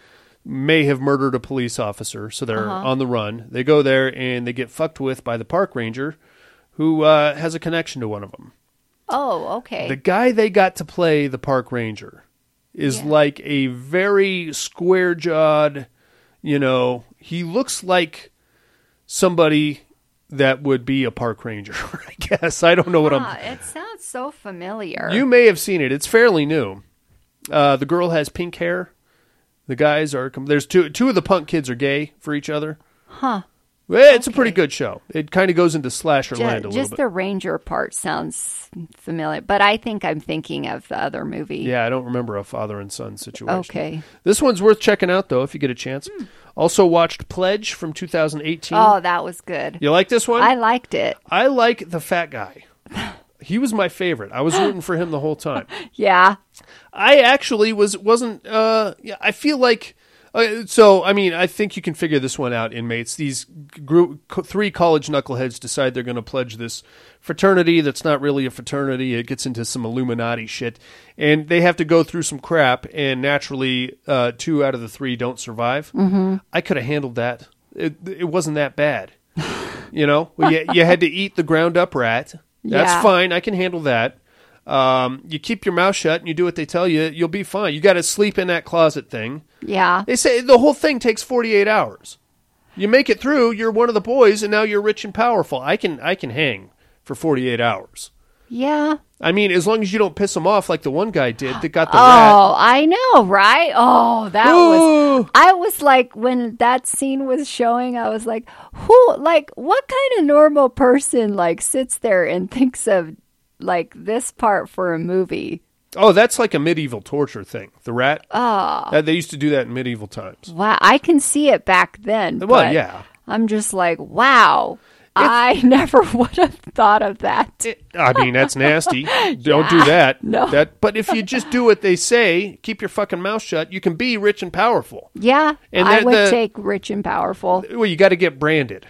[SPEAKER 1] may have murdered a police officer, so they're
[SPEAKER 13] Uh-huh.
[SPEAKER 1] on the run. They go there and they get fucked with by the park ranger who uh, has a connection to one of them.
[SPEAKER 2] oh, okay.
[SPEAKER 1] The guy they got to play the park ranger is like a very square jawed, you know, he looks like somebody that would be a park ranger, I guess. I don't know what
[SPEAKER 2] Ah,
[SPEAKER 1] I'm.
[SPEAKER 2] it sounds so familiar.
[SPEAKER 1] You may have seen it. It's fairly new. Uh, the girl has pink hair. The guys are. Com- There's two. Two of the punk kids are gay for each other.
[SPEAKER 2] huh?
[SPEAKER 1] Eh, It's a pretty good show. It kind of goes into slasher
[SPEAKER 2] Ju-
[SPEAKER 1] land a
[SPEAKER 2] Just,
[SPEAKER 1] little bit.
[SPEAKER 2] the ranger part sounds familiar, but I think I'm thinking of the other movie.
[SPEAKER 1] Yeah, I don't remember a father and son situation.
[SPEAKER 2] Okay.
[SPEAKER 1] This one's worth checking out though if you get a chance. Also watched Pledge from 2018.
[SPEAKER 2] Hmm. Oh, that was good.
[SPEAKER 1] You like this one?
[SPEAKER 2] I liked it.
[SPEAKER 1] I like the fat guy. He was my favorite. I was rooting for him the whole time.
[SPEAKER 2] Yeah.
[SPEAKER 1] I actually was wasn't. Uh, yeah, I feel like. Uh, so I mean, I think you can figure this one out, inmates. These group co- three college knuckleheads decide they're going to pledge this fraternity that's not really a fraternity. It gets into some Illuminati shit, and they have to go through some crap. And naturally, uh, two out of the three don't survive.
[SPEAKER 13] Mhm.
[SPEAKER 1] I could have handled that. It, it wasn't that bad. You know, Well, you, you had to eat the ground up rat. That's
[SPEAKER 13] Yeah.
[SPEAKER 1] fine. I can handle that. Um, you keep your mouth shut and you do what they tell you. You'll be fine. You got to sleep in that closet thing.
[SPEAKER 2] Yeah.
[SPEAKER 1] They say the whole thing takes 48 hours. You make it through. You're one of the boys, and now you're rich and powerful. I can I can hang for 48 hours.
[SPEAKER 2] Yeah.
[SPEAKER 1] I mean, as long as you don't piss them off like the one guy did that got the rat.
[SPEAKER 2] Oh, I know, right? Oh, that was. I was like, when that scene was showing, I was like, who, like, what kind of normal person, like, sits there and thinks of, like, this part for a movie?
[SPEAKER 1] Oh, that's like a medieval torture thing. The rat.
[SPEAKER 2] Oh.
[SPEAKER 1] That- they used to do that in medieval times.
[SPEAKER 2] Wow, I can see it back then.
[SPEAKER 1] Well,
[SPEAKER 2] but
[SPEAKER 1] yeah.
[SPEAKER 2] I'm just like, wow. I never would have thought of that.
[SPEAKER 1] I mean, that's nasty. Don't do that.
[SPEAKER 2] No.
[SPEAKER 1] That. But if you just do what they say, keep your fucking mouth shut. You can be rich and powerful.
[SPEAKER 2] Yeah,
[SPEAKER 1] And
[SPEAKER 2] I
[SPEAKER 1] the-
[SPEAKER 2] would
[SPEAKER 1] the-
[SPEAKER 2] take rich and powerful.
[SPEAKER 1] Well, you got to get branded.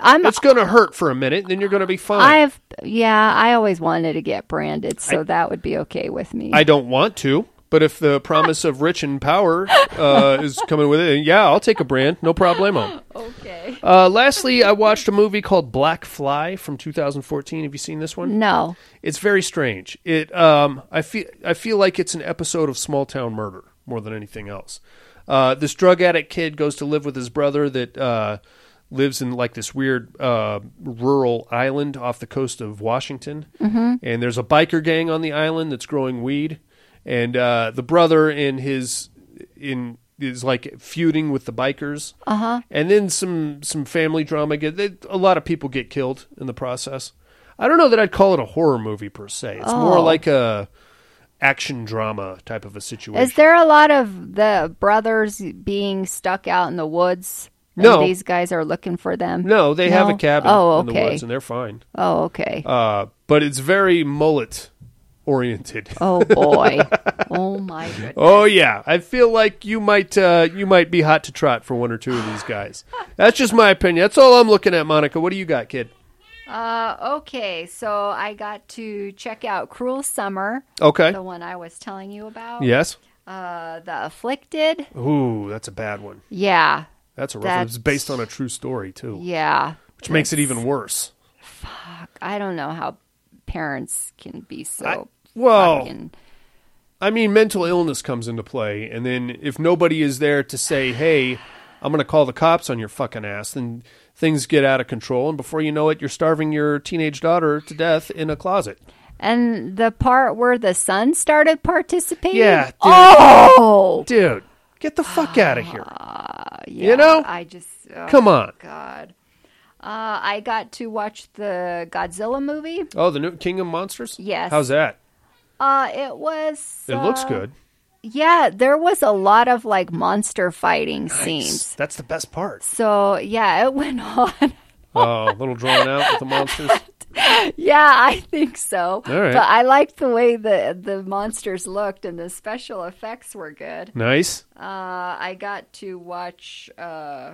[SPEAKER 2] I'm.
[SPEAKER 1] It's going to hurt for a minute, and then you're going to be fine.
[SPEAKER 2] I've. Yeah, I always wanted to get branded, so
[SPEAKER 1] I-
[SPEAKER 2] that would be okay with me.
[SPEAKER 1] I don't want to, but if the promise of rich and power uh, is coming with it, yeah, I'll take a brand, no problemo.
[SPEAKER 2] Okay.
[SPEAKER 1] Uh, lastly, I watched a movie called Black Fly from 2014. Have you seen this one?
[SPEAKER 2] No.
[SPEAKER 1] It's very strange. It um, I feel I feel like it's an episode of Small Town Murder more than anything else. Uh, this drug addict kid goes to live with his brother that uh, lives in like this weird uh, rural island off the coast of Washington
[SPEAKER 13] Mhm.
[SPEAKER 1] and there's a biker gang on the island that's growing weed, and uh, the brother in his in is like feuding with the bikers,
[SPEAKER 13] Uh-huh.
[SPEAKER 1] and then some some family drama. Get they, a lot of people get killed in the process. I don't know that I'd call it a horror movie per se. It's more
[SPEAKER 2] Oh.
[SPEAKER 1] like a action drama type of a situation.
[SPEAKER 2] Is there a lot of the brothers being stuck out in the woods? and
[SPEAKER 1] No.
[SPEAKER 2] these guys are looking for them.
[SPEAKER 1] no, they have a
[SPEAKER 2] No?
[SPEAKER 1] cabin
[SPEAKER 2] Oh, okay.
[SPEAKER 1] in the woods, and they're fine.
[SPEAKER 2] Oh, okay.
[SPEAKER 1] Uh, but it's very mullet oriented.
[SPEAKER 2] Oh boy. oh my goodness.
[SPEAKER 1] Oh yeah, I feel like you might uh, you might be hot to trot for one or two of these guys. That's just my opinion. That's all I'm looking at, Monica. What do you got, kid?
[SPEAKER 2] Uh, okay, so I got to check out Cruel Summer.
[SPEAKER 1] Okay.
[SPEAKER 2] The one I was telling you about.
[SPEAKER 1] Yes.
[SPEAKER 2] Uh, The Afflicted.
[SPEAKER 1] Ooh, that's a bad one.
[SPEAKER 2] Yeah.
[SPEAKER 1] That's a rough.
[SPEAKER 2] That-
[SPEAKER 1] It's based on a true story too.
[SPEAKER 2] Yeah.
[SPEAKER 1] which makes it even worse.
[SPEAKER 2] I don't know how parents can be so.
[SPEAKER 1] Well,
[SPEAKER 2] fucking-
[SPEAKER 1] I mean, mental illness comes into play, and then if nobody is there to say, "Hey, I'm going to call the cops on your fucking ass," then things get out of control, and before you know it, you're starving your teenage daughter to death in a closet.
[SPEAKER 2] And the part where the son started participating.
[SPEAKER 1] Yeah, dude.
[SPEAKER 2] Oh,
[SPEAKER 1] dude, get the fuck out of here. you know,
[SPEAKER 2] I just oh,
[SPEAKER 1] Come on.
[SPEAKER 2] God. Uh, I got to watch the Godzilla movie.
[SPEAKER 1] Oh, the new King of Monsters.
[SPEAKER 2] Yes.
[SPEAKER 1] How's that?
[SPEAKER 2] Uh, it was.
[SPEAKER 1] It looks
[SPEAKER 2] uh,
[SPEAKER 1] good.
[SPEAKER 2] Yeah, there was a lot of like monster fighting scenes.
[SPEAKER 1] That's the best part.
[SPEAKER 2] So yeah, it went on.
[SPEAKER 1] Oh, a little drawn out with the monsters.
[SPEAKER 2] yeah, I think so.
[SPEAKER 1] All right.
[SPEAKER 2] But I liked the way the the monsters looked and the special effects were good.
[SPEAKER 1] Nice.
[SPEAKER 2] Uh, I got to watch uh,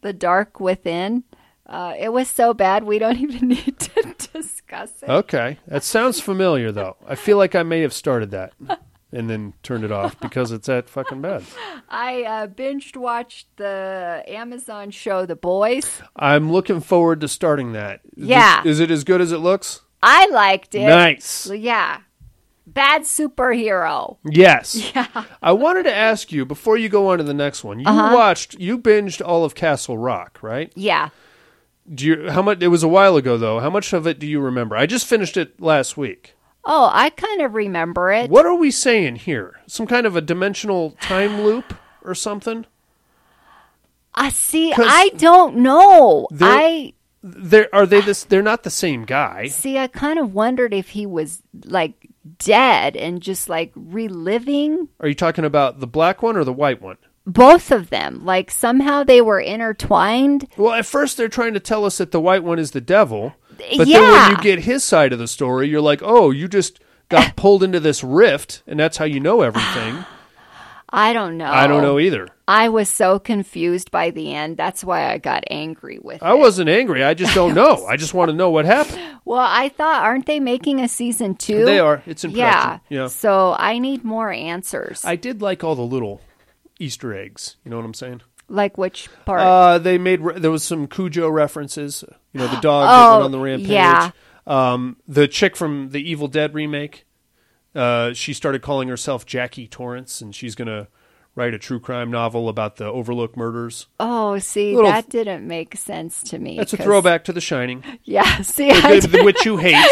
[SPEAKER 2] The Dark Within. Uh, it was so bad we don't even need to discuss it.
[SPEAKER 1] Okay, that sounds familiar though. I feel like I may have started that and then turned it off because it's that fucking bad.
[SPEAKER 2] I uh, binged watched the Amazon show The Boys.
[SPEAKER 1] I'm looking forward to starting that. Is it-
[SPEAKER 2] Yeah.
[SPEAKER 1] is it as good as it looks?
[SPEAKER 2] I liked it.
[SPEAKER 1] Nice.
[SPEAKER 2] Yeah. Bad superhero.
[SPEAKER 1] Yes.
[SPEAKER 2] Yeah.
[SPEAKER 1] I wanted to ask you before you go on to the next one. You
[SPEAKER 2] Uh-huh.
[SPEAKER 1] watched, you binged all of Castle Rock, right?
[SPEAKER 2] Yeah.
[SPEAKER 1] Do you how much? It was a while ago though. How much of it do you remember? I just finished it last week.
[SPEAKER 2] Oh, I kind of remember it.
[SPEAKER 1] What are we saying here? Some kind of a dimensional time loop or something?
[SPEAKER 2] I see.
[SPEAKER 1] 'Cause
[SPEAKER 2] I don't know.
[SPEAKER 1] They're-
[SPEAKER 2] I
[SPEAKER 1] They're, are they this? They're not the same guy.
[SPEAKER 2] see. I kind of wondered if he was like dead and just like reliving
[SPEAKER 1] Are you talking about the black one or the white one?
[SPEAKER 2] both of them. Like somehow they were intertwined.
[SPEAKER 1] Well, at first they're trying to tell us that the white one is the devil, but then when
[SPEAKER 2] Yeah.
[SPEAKER 1] you get his side of the story, you're like, oh, you just got pulled into this rift, and that's how you know everything.
[SPEAKER 2] I don't know.
[SPEAKER 1] I don't know e- either.
[SPEAKER 2] I was so confused by the end. That's why I got angry with.
[SPEAKER 1] I wasn't angry. I just don't know. I just want to know what happened.
[SPEAKER 2] Well, I thought, aren't they making a season two?
[SPEAKER 1] They are. It's in
[SPEAKER 2] Yeah.
[SPEAKER 1] production. Yeah.
[SPEAKER 2] So I need more answers.
[SPEAKER 1] I did like all the little Easter eggs. You know what I'm saying?
[SPEAKER 2] like which part?
[SPEAKER 1] Uh, they made re- there was some Cujo references. You know, the dog that went
[SPEAKER 2] Oh,
[SPEAKER 1] on the rampage.
[SPEAKER 2] yeah.
[SPEAKER 1] Um, the chick from the Evil Dead remake. Uh, she started calling herself Jackie Torrance, and she's gonna write a true crime novel about the Overlook murders.
[SPEAKER 2] oh, see,
[SPEAKER 1] Little-
[SPEAKER 2] that didn't make sense to me.
[SPEAKER 1] That's a
[SPEAKER 2] 'cause-
[SPEAKER 1] throwback to The Shining.
[SPEAKER 2] Yeah. See,
[SPEAKER 1] The-
[SPEAKER 2] I
[SPEAKER 1] the- the- which you hate.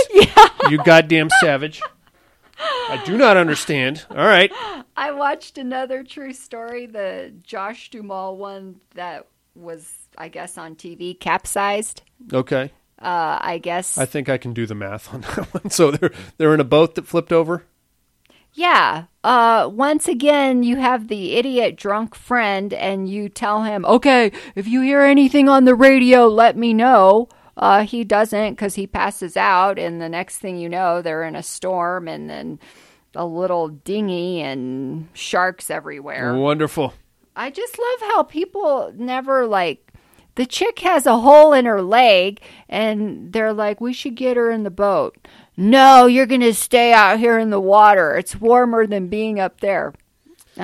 [SPEAKER 1] You goddamn savage. I do not understand. All right.
[SPEAKER 2] I watched another true story, the Josh Duhamel one that was, I guess, on TV, capsized.
[SPEAKER 1] Okay.
[SPEAKER 2] Uh, I guess.
[SPEAKER 1] I think I can do the math on that one. So they're they're in a boat that flipped over.
[SPEAKER 2] Yeah. Uh, once again, you have the idiot drunk friend, and you tell him, okay, if you hear anything on the radio, let me know. Uh, he doesn't because he passes out, and the next thing you know, they're in a storm, and then a little dinghy and sharks everywhere.
[SPEAKER 1] Wonderful.
[SPEAKER 2] I just love how people never like the chick has a hole in her leg and they're like we should get her in the boat. No, you're going to stay out here in the water. It's warmer than being up there.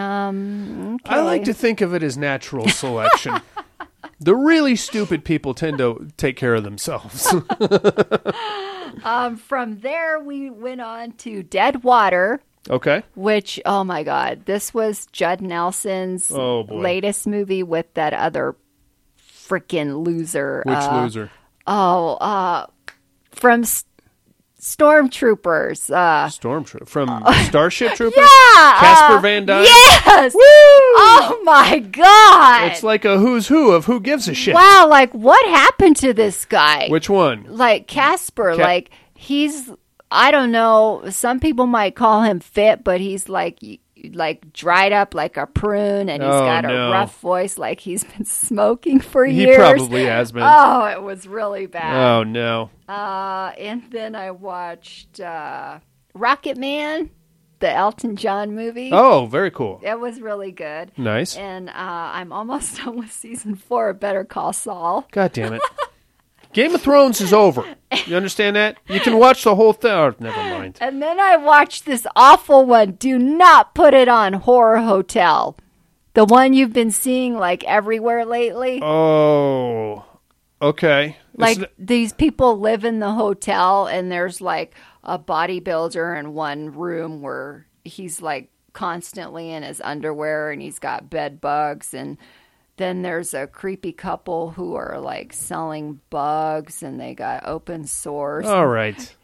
[SPEAKER 2] Um
[SPEAKER 1] I like
[SPEAKER 2] okay.
[SPEAKER 1] to think of it as natural selection. the really stupid people tend to take care of themselves.
[SPEAKER 2] um from there we went on to dead water.
[SPEAKER 1] okay.
[SPEAKER 2] Which, oh my God, this was Judd Nelson's
[SPEAKER 1] Oh, boy.
[SPEAKER 2] latest movie with that other freaking loser.
[SPEAKER 1] Which
[SPEAKER 2] uh,
[SPEAKER 1] loser?
[SPEAKER 2] Oh, uh, from S- Stormtroopers. Uh,
[SPEAKER 1] Stormtrooper from Starship Troopers.
[SPEAKER 2] yeah,
[SPEAKER 1] Casper
[SPEAKER 2] uh,
[SPEAKER 1] Van Dyne.
[SPEAKER 2] Yes. Oh my God.
[SPEAKER 1] It's like a who's who of who gives a shit.
[SPEAKER 2] Wow, like what happened to this guy?
[SPEAKER 1] Which one?
[SPEAKER 2] like Casper,
[SPEAKER 1] Ca-
[SPEAKER 2] like he's I don't know. Some people might call him fit, but he's like y- like dried up like a prune, and he's
[SPEAKER 1] Oh,
[SPEAKER 2] got a
[SPEAKER 1] no.
[SPEAKER 2] rough voice, like he's been smoking for
[SPEAKER 1] He
[SPEAKER 2] years.
[SPEAKER 1] probably has been.
[SPEAKER 2] Oh, it was really bad.
[SPEAKER 1] Oh no.
[SPEAKER 2] Uh, and then I watched uh, Rocket Man, the Elton John movie.
[SPEAKER 1] Oh, very cool.
[SPEAKER 2] It was really good.
[SPEAKER 1] Nice.
[SPEAKER 2] And uh, I'm almost done with season four of Better Call Saul.
[SPEAKER 1] God damn it. Game of Thrones is over. You understand that? You can watch the whole thing. Oh, never mind.
[SPEAKER 2] And then I watched this awful one. Do not put it on Horror Hotel. The one you've been seeing like everywhere lately.
[SPEAKER 1] Oh. Okay. It's
[SPEAKER 2] like
[SPEAKER 1] n-
[SPEAKER 2] these people live in the hotel and there's like a bodybuilder in one room where he's like constantly in his underwear and he's got bed bugs and then there's a creepy couple who are like selling bugs and they got open source.
[SPEAKER 1] all right.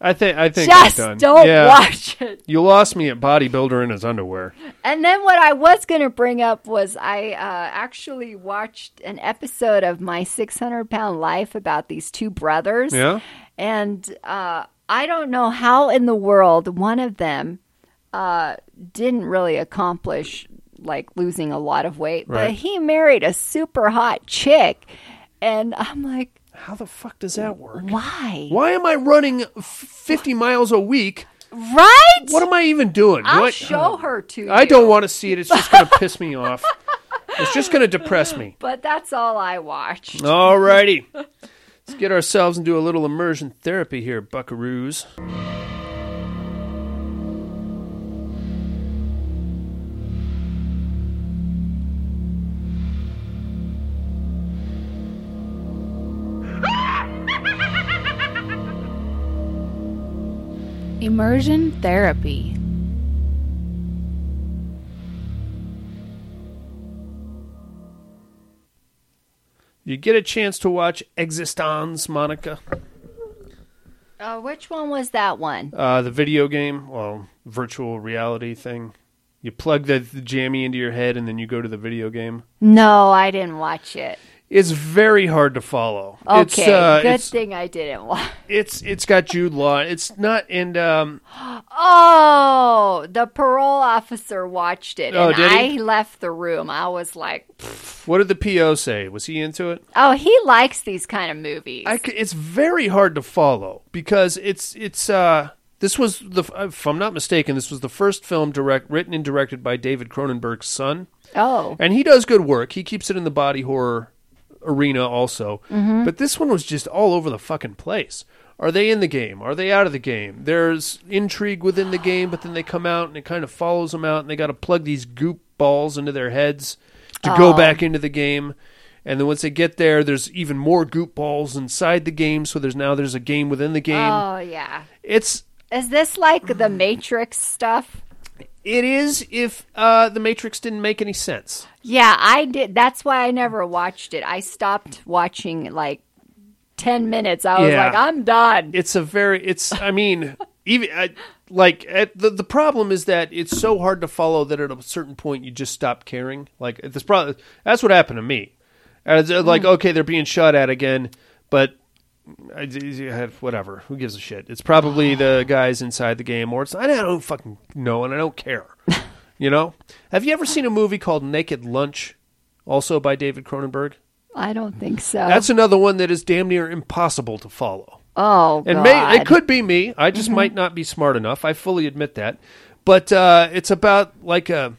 [SPEAKER 1] I think I think
[SPEAKER 2] Just
[SPEAKER 1] I'm done.
[SPEAKER 2] don't
[SPEAKER 1] Yeah.
[SPEAKER 2] watch it.
[SPEAKER 1] You lost me at bodybuilder in his underwear.
[SPEAKER 2] And then what I was going to bring up was I uh, actually watched an episode of My 600 Pound Life about these two brothers.
[SPEAKER 1] Yeah.
[SPEAKER 2] And uh, I don't know how in the world one of them uh, didn't really accomplish like losing a lot of weight,
[SPEAKER 1] Right.
[SPEAKER 2] but he married a super hot chick. And I'm like,
[SPEAKER 1] how the fuck does that work?
[SPEAKER 2] Why?
[SPEAKER 1] Why am I running f- 50 miles a week?
[SPEAKER 2] Right?
[SPEAKER 1] What am I even doing?
[SPEAKER 2] I'll
[SPEAKER 1] What-
[SPEAKER 2] show her to
[SPEAKER 1] I
[SPEAKER 2] you.
[SPEAKER 1] don't want to see it. It's just going to piss me off. It's just going to depress me.
[SPEAKER 2] But that's all I watched.
[SPEAKER 1] Alrighty. Let's get ourselves and do a little immersion therapy here, buckaroos.
[SPEAKER 3] Immersion therapy.
[SPEAKER 1] You get a chance to watch Existence, Monica.
[SPEAKER 2] Uh, which one was that one?
[SPEAKER 1] Uh, the video game, well, virtual reality thing. You plug the, the jammy into your head and then you go to the video game.
[SPEAKER 2] No, I didn't watch it.
[SPEAKER 1] It's very hard to follow.
[SPEAKER 2] Okay,
[SPEAKER 1] It's, uh,
[SPEAKER 2] good
[SPEAKER 1] it's,
[SPEAKER 2] thing I didn't watch.
[SPEAKER 1] it's it's got Jude Law. It's not and um
[SPEAKER 2] Oh, the parole officer watched it,
[SPEAKER 1] Oh,
[SPEAKER 2] and
[SPEAKER 1] did
[SPEAKER 2] I
[SPEAKER 1] he?
[SPEAKER 2] left the room. I was like,
[SPEAKER 1] what did the PO say? Was he into it?
[SPEAKER 2] "Oh, he likes these kind of movies."
[SPEAKER 1] I c- it's very hard to follow because it's it's uh this was the if I'm not mistaken this was the first film direct written and directed by David Cronenberg's son.
[SPEAKER 2] Oh.
[SPEAKER 1] and he does good work. He keeps it in the body horror arena also,
[SPEAKER 2] Mhm.
[SPEAKER 1] but this one was just all over the fucking place. Are they in the game? Are they out of the game? There's intrigue within the game, but then they come out and it kind of follows them out, and they got to plug these goop balls into their heads to go
[SPEAKER 13] Oh.
[SPEAKER 1] back back into the game. And then once they get there, there's even more goop balls inside the game. So there's now there's a game within the game.
[SPEAKER 2] Oh yeah,
[SPEAKER 1] It's
[SPEAKER 2] is this like the Matrix stuff?
[SPEAKER 1] It is. If uh, the Matrix didn't make any sense.
[SPEAKER 2] Yeah, I did. That's why I never watched it. I stopped watching like ten minutes. I was
[SPEAKER 1] Yeah.
[SPEAKER 2] like, "I'm done."
[SPEAKER 1] It's a very. It's. I mean, even I, like at the the problem is that it's so hard to follow that at a certain point you just stop caring. Like at this problem. That's what happened to me. And it's, uh, like
[SPEAKER 13] Mm.
[SPEAKER 1] okay, they're being shot at again, but I, I- whatever. Who gives a shit? It's probably the guys inside the game, or it's I don't fucking know, and I don't care. you know? Have you ever seen a movie called Naked Lunch, also by David Cronenberg?
[SPEAKER 2] I don't think so.
[SPEAKER 1] That's another one that is damn near impossible to follow.
[SPEAKER 2] oh,
[SPEAKER 1] and
[SPEAKER 2] God. Mm-hmm.
[SPEAKER 1] may, it could be me. I just might not be smart enough. I fully admit that. But uh, it's about like a.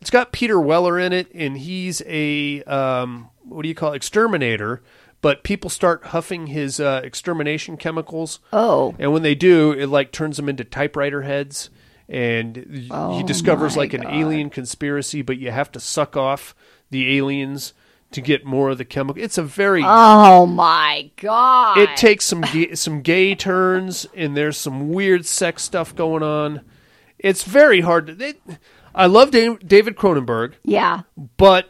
[SPEAKER 1] It's got Peter Weller in it, and he's a um, what do you call it? exterminator. But people start huffing his uh, extermination chemicals.
[SPEAKER 2] Oh.
[SPEAKER 1] and when they do, it like turns them into typewriter heads, and y-
[SPEAKER 2] Oh
[SPEAKER 1] he discovers
[SPEAKER 13] my
[SPEAKER 1] like an alien conspiracy. But you have to suck off the aliens to get more of the chemical. It's a very
[SPEAKER 2] Oh my God!
[SPEAKER 1] it takes some ga- some gay turns, and there's some weird sex stuff going on. It's very hard to. They, I love Da- David Cronenberg,
[SPEAKER 2] yeah.
[SPEAKER 1] but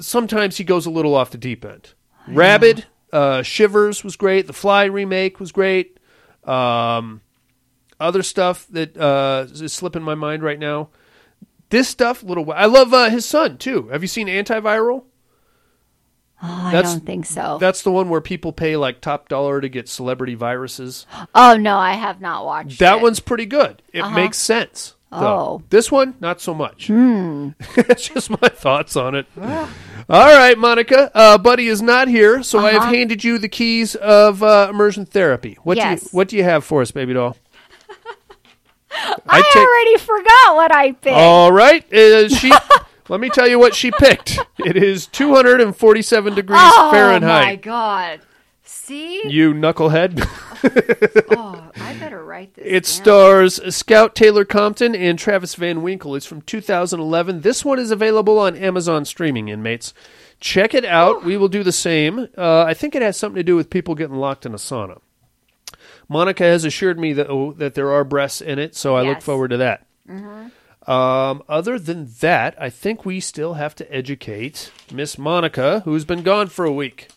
[SPEAKER 1] sometimes he goes a little off the deep end. Rabid, uh, Shivers was great. The Fly remake was great. Um, other stuff that uh, is slipping my mind right now. This stuff, little. I love uh, his son too. Have you seen Antiviral?
[SPEAKER 2] Oh, I
[SPEAKER 1] That's-
[SPEAKER 2] don't think so.
[SPEAKER 1] That's the one where people pay like top dollar to get celebrity viruses.
[SPEAKER 2] Oh no, I have not watched
[SPEAKER 1] That
[SPEAKER 2] it.
[SPEAKER 1] one's pretty good. It
[SPEAKER 2] Uh-huh.
[SPEAKER 1] makes sense. though.
[SPEAKER 2] Oh.
[SPEAKER 1] This one, not so much.
[SPEAKER 2] Hmm.
[SPEAKER 1] It's just my thoughts on it. All right, Monica. Uh, Buddy is not here, so I
[SPEAKER 2] Uh-huh.
[SPEAKER 1] have handed you the keys of uh, immersion therapy. What do you,
[SPEAKER 2] Yes.
[SPEAKER 1] What do you have for us, baby doll?
[SPEAKER 2] I,
[SPEAKER 1] take- Oh,
[SPEAKER 2] already forgot what I picked.
[SPEAKER 1] All right. Uh, she. let me tell you what she picked. It is 247 degrees
[SPEAKER 2] oh my
[SPEAKER 1] Fahrenheit.
[SPEAKER 2] God! See,
[SPEAKER 1] You knucklehead.
[SPEAKER 2] oh, I better write this.
[SPEAKER 1] It stars Scout Taylor Compton and Travis Van Winkle. It's from 2011. This one is available on Amazon streaming, inmates. Check it out. We will do the same. Uh, I think it has something to do with people getting locked in a sauna. Monica has assured me that, oh, that there are breasts in it, so I look
[SPEAKER 13] Yes.
[SPEAKER 1] forward to that.
[SPEAKER 13] Mhm.
[SPEAKER 2] Mm-hmm.
[SPEAKER 1] Um, other than that, I think we still have to educate Miss Monica, who's been gone for a week.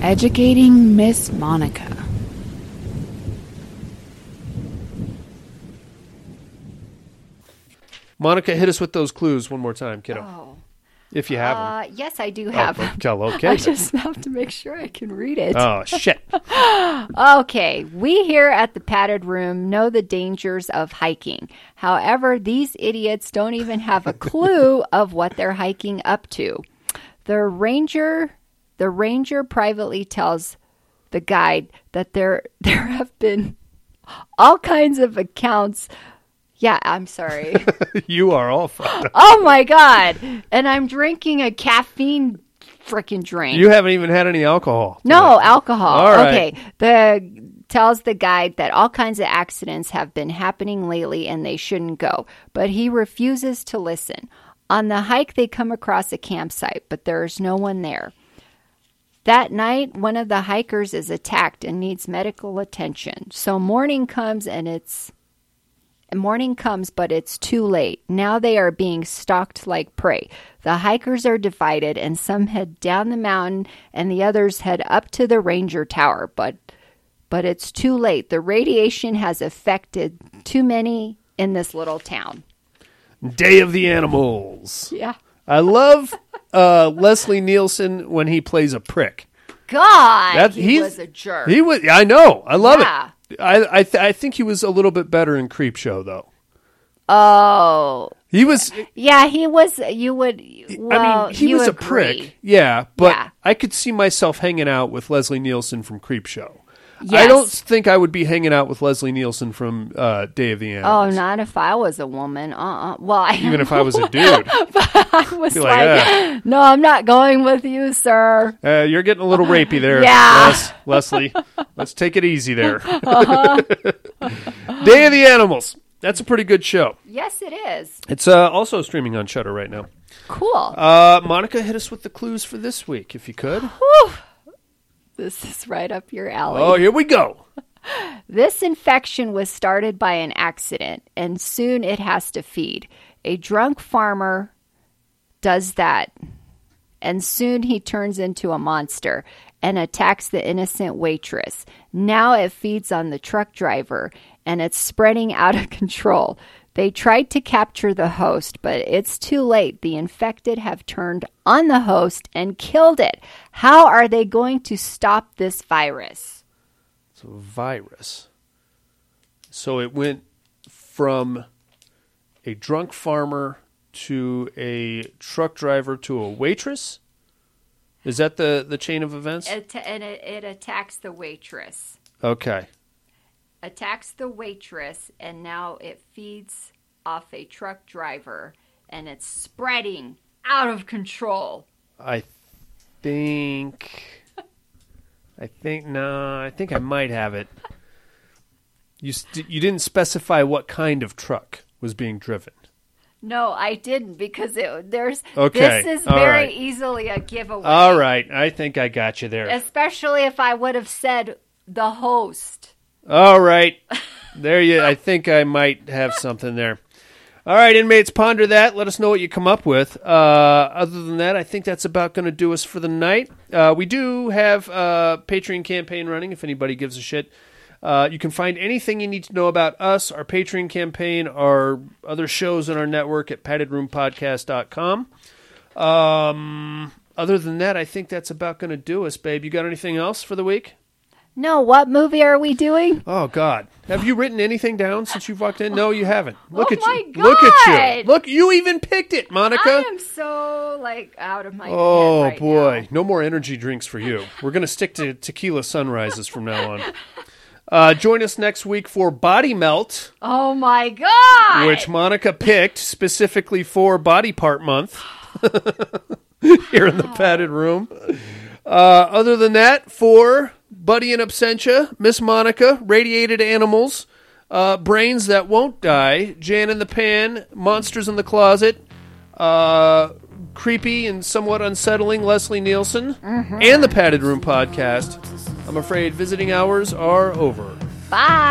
[SPEAKER 3] Educating Miss Monica.
[SPEAKER 1] Monica, hit us with those clues one more time, kiddo. If you have them.
[SPEAKER 2] Oh. Uh, yes, I do have.
[SPEAKER 1] Oh,
[SPEAKER 2] them.
[SPEAKER 1] well, okay,
[SPEAKER 2] I
[SPEAKER 1] then.
[SPEAKER 2] just have to make sure I can read it.
[SPEAKER 1] Oh, shit.
[SPEAKER 2] okay, we here at the padded room know the dangers of hiking. However, these idiots don't even have a clue of what they're hiking up to. The ranger, the ranger privately tells the guide that there there have been all kinds of accounts. Yeah, I'm sorry.
[SPEAKER 1] you are all fucked up.
[SPEAKER 2] oh my god! And I'm drinking a caffeine freaking drink.
[SPEAKER 1] You haven't even had any alcohol.
[SPEAKER 2] No, alcohol.
[SPEAKER 1] All right.
[SPEAKER 2] Okay. The tells the guide that all kinds of accidents have been happening lately and they shouldn't go, but he refuses to listen. On the hike they come across a campsite, but there's no one there. That night, one of the hikers is attacked and needs medical attention. So morning comes and it's Morning comes, but it's too late. Now they are being stalked like prey. The hikers are divided, and some head down the mountain, and the others head up to the ranger tower. But but it's too late. The radiation has affected too many in this little town.
[SPEAKER 1] Day of the Animals.
[SPEAKER 2] Yeah.
[SPEAKER 1] I love uh, Leslie Nielsen when he plays a prick.
[SPEAKER 2] God,
[SPEAKER 1] That-
[SPEAKER 2] he
[SPEAKER 1] he's-
[SPEAKER 2] was a jerk.
[SPEAKER 1] He was. I know. I love
[SPEAKER 2] Yeah.
[SPEAKER 1] it. I I, th- I think he was a little bit better in Creep Show though.
[SPEAKER 2] oh,
[SPEAKER 1] He was.
[SPEAKER 2] yeah, he was. You would. Well,
[SPEAKER 1] I mean, he
[SPEAKER 2] you
[SPEAKER 1] was a
[SPEAKER 2] agree.
[SPEAKER 1] prick. Yeah, but
[SPEAKER 2] Yeah.
[SPEAKER 1] I could see myself hanging out with Leslie Nielsen from Creep Show. I
[SPEAKER 2] Yes.
[SPEAKER 1] don't think I would be hanging out with Leslie Nielsen from uh, Day of the Animals.
[SPEAKER 2] Oh, not if I was a woman. Uh, uh well, I
[SPEAKER 1] Even if I was a dude.
[SPEAKER 2] I was
[SPEAKER 1] Be
[SPEAKER 2] like,
[SPEAKER 1] like, "Ah."
[SPEAKER 2] no, I'm not going with you, sir.
[SPEAKER 1] Uh, you're getting a little rapey there,
[SPEAKER 2] Yeah.
[SPEAKER 1] Les- Leslie. Let's take it easy there.
[SPEAKER 2] Uh-huh.
[SPEAKER 1] Day of the Animals. That's a pretty good show.
[SPEAKER 2] Yes, it is.
[SPEAKER 1] It's uh, also streaming on Shutter right now.
[SPEAKER 2] Cool.
[SPEAKER 1] Uh, Monica, hit us with the clues for this week, if you could.
[SPEAKER 2] This is right up your alley.
[SPEAKER 1] Oh, here we go.
[SPEAKER 2] This infection was started by an accident, and soon it has to feed. A drunk farmer does that. and soon he turns into a monster and attacks the innocent waitress. Now it feeds on the truck driver and it's spreading out of control. They tried to capture the host, but it's too late. The infected have turned on the host and killed it. How are they going to stop this virus?
[SPEAKER 1] It's a virus. So it went from a drunk farmer to a truck driver to a waitress. Is that the, the chain of events?
[SPEAKER 2] It, and it, it attacks the waitress.
[SPEAKER 1] Okay.
[SPEAKER 2] attacks the waitress and now it feeds off a truck driver and it's spreading out of control.
[SPEAKER 1] I think. I think no. I think I might have it. You st- you didn't specify what kind of truck was being driven.
[SPEAKER 2] No, I didn't because it there's
[SPEAKER 1] Okay,
[SPEAKER 2] this is
[SPEAKER 1] all
[SPEAKER 2] very
[SPEAKER 1] right.
[SPEAKER 2] easily a giveaway.
[SPEAKER 1] All right, I think I got you there.
[SPEAKER 2] Especially if I would have said the host.
[SPEAKER 1] All right. There you I think I might have something there. All right, inmates, ponder that. Let us know what you come up with. Uh, other than that, I think that's about going to do us for the night. Uh, we do have a Patreon campaign running, if anybody gives a shit. Uh, you can find anything you need to know about us, our Patreon campaign, our other shows on our network at paddedroompodcast.com. Um, other than that, I think that's about going to do us, babe. You got anything else for the week?
[SPEAKER 2] No, what movie are we doing?
[SPEAKER 1] Oh God! Have you written anything down since you walked in? No, you haven't. Look
[SPEAKER 2] Oh
[SPEAKER 1] at
[SPEAKER 2] my
[SPEAKER 1] you! Look at you!
[SPEAKER 2] God.
[SPEAKER 1] Look, you even picked it, Monica.
[SPEAKER 2] I am so like out of my
[SPEAKER 1] oh
[SPEAKER 2] head right
[SPEAKER 1] boy! No more energy drinks for you. We're gonna stick to tequila sunrises from now on. Uh, join us next week for Body Melt,
[SPEAKER 2] Oh my god.
[SPEAKER 1] which Monica picked specifically for Body Part Month here in the padded room. Uh, other than that, for Buddy in Absentia, Miss Monica, Radiated Animals, uh, Brains That Won't Die, Jan in the Pan, Monsters in the Closet, uh, Creepy and Somewhat Unsettling, Leslie Nielsen, and the Padded Room Podcast. I'm afraid visiting hours are over.
[SPEAKER 2] Bye.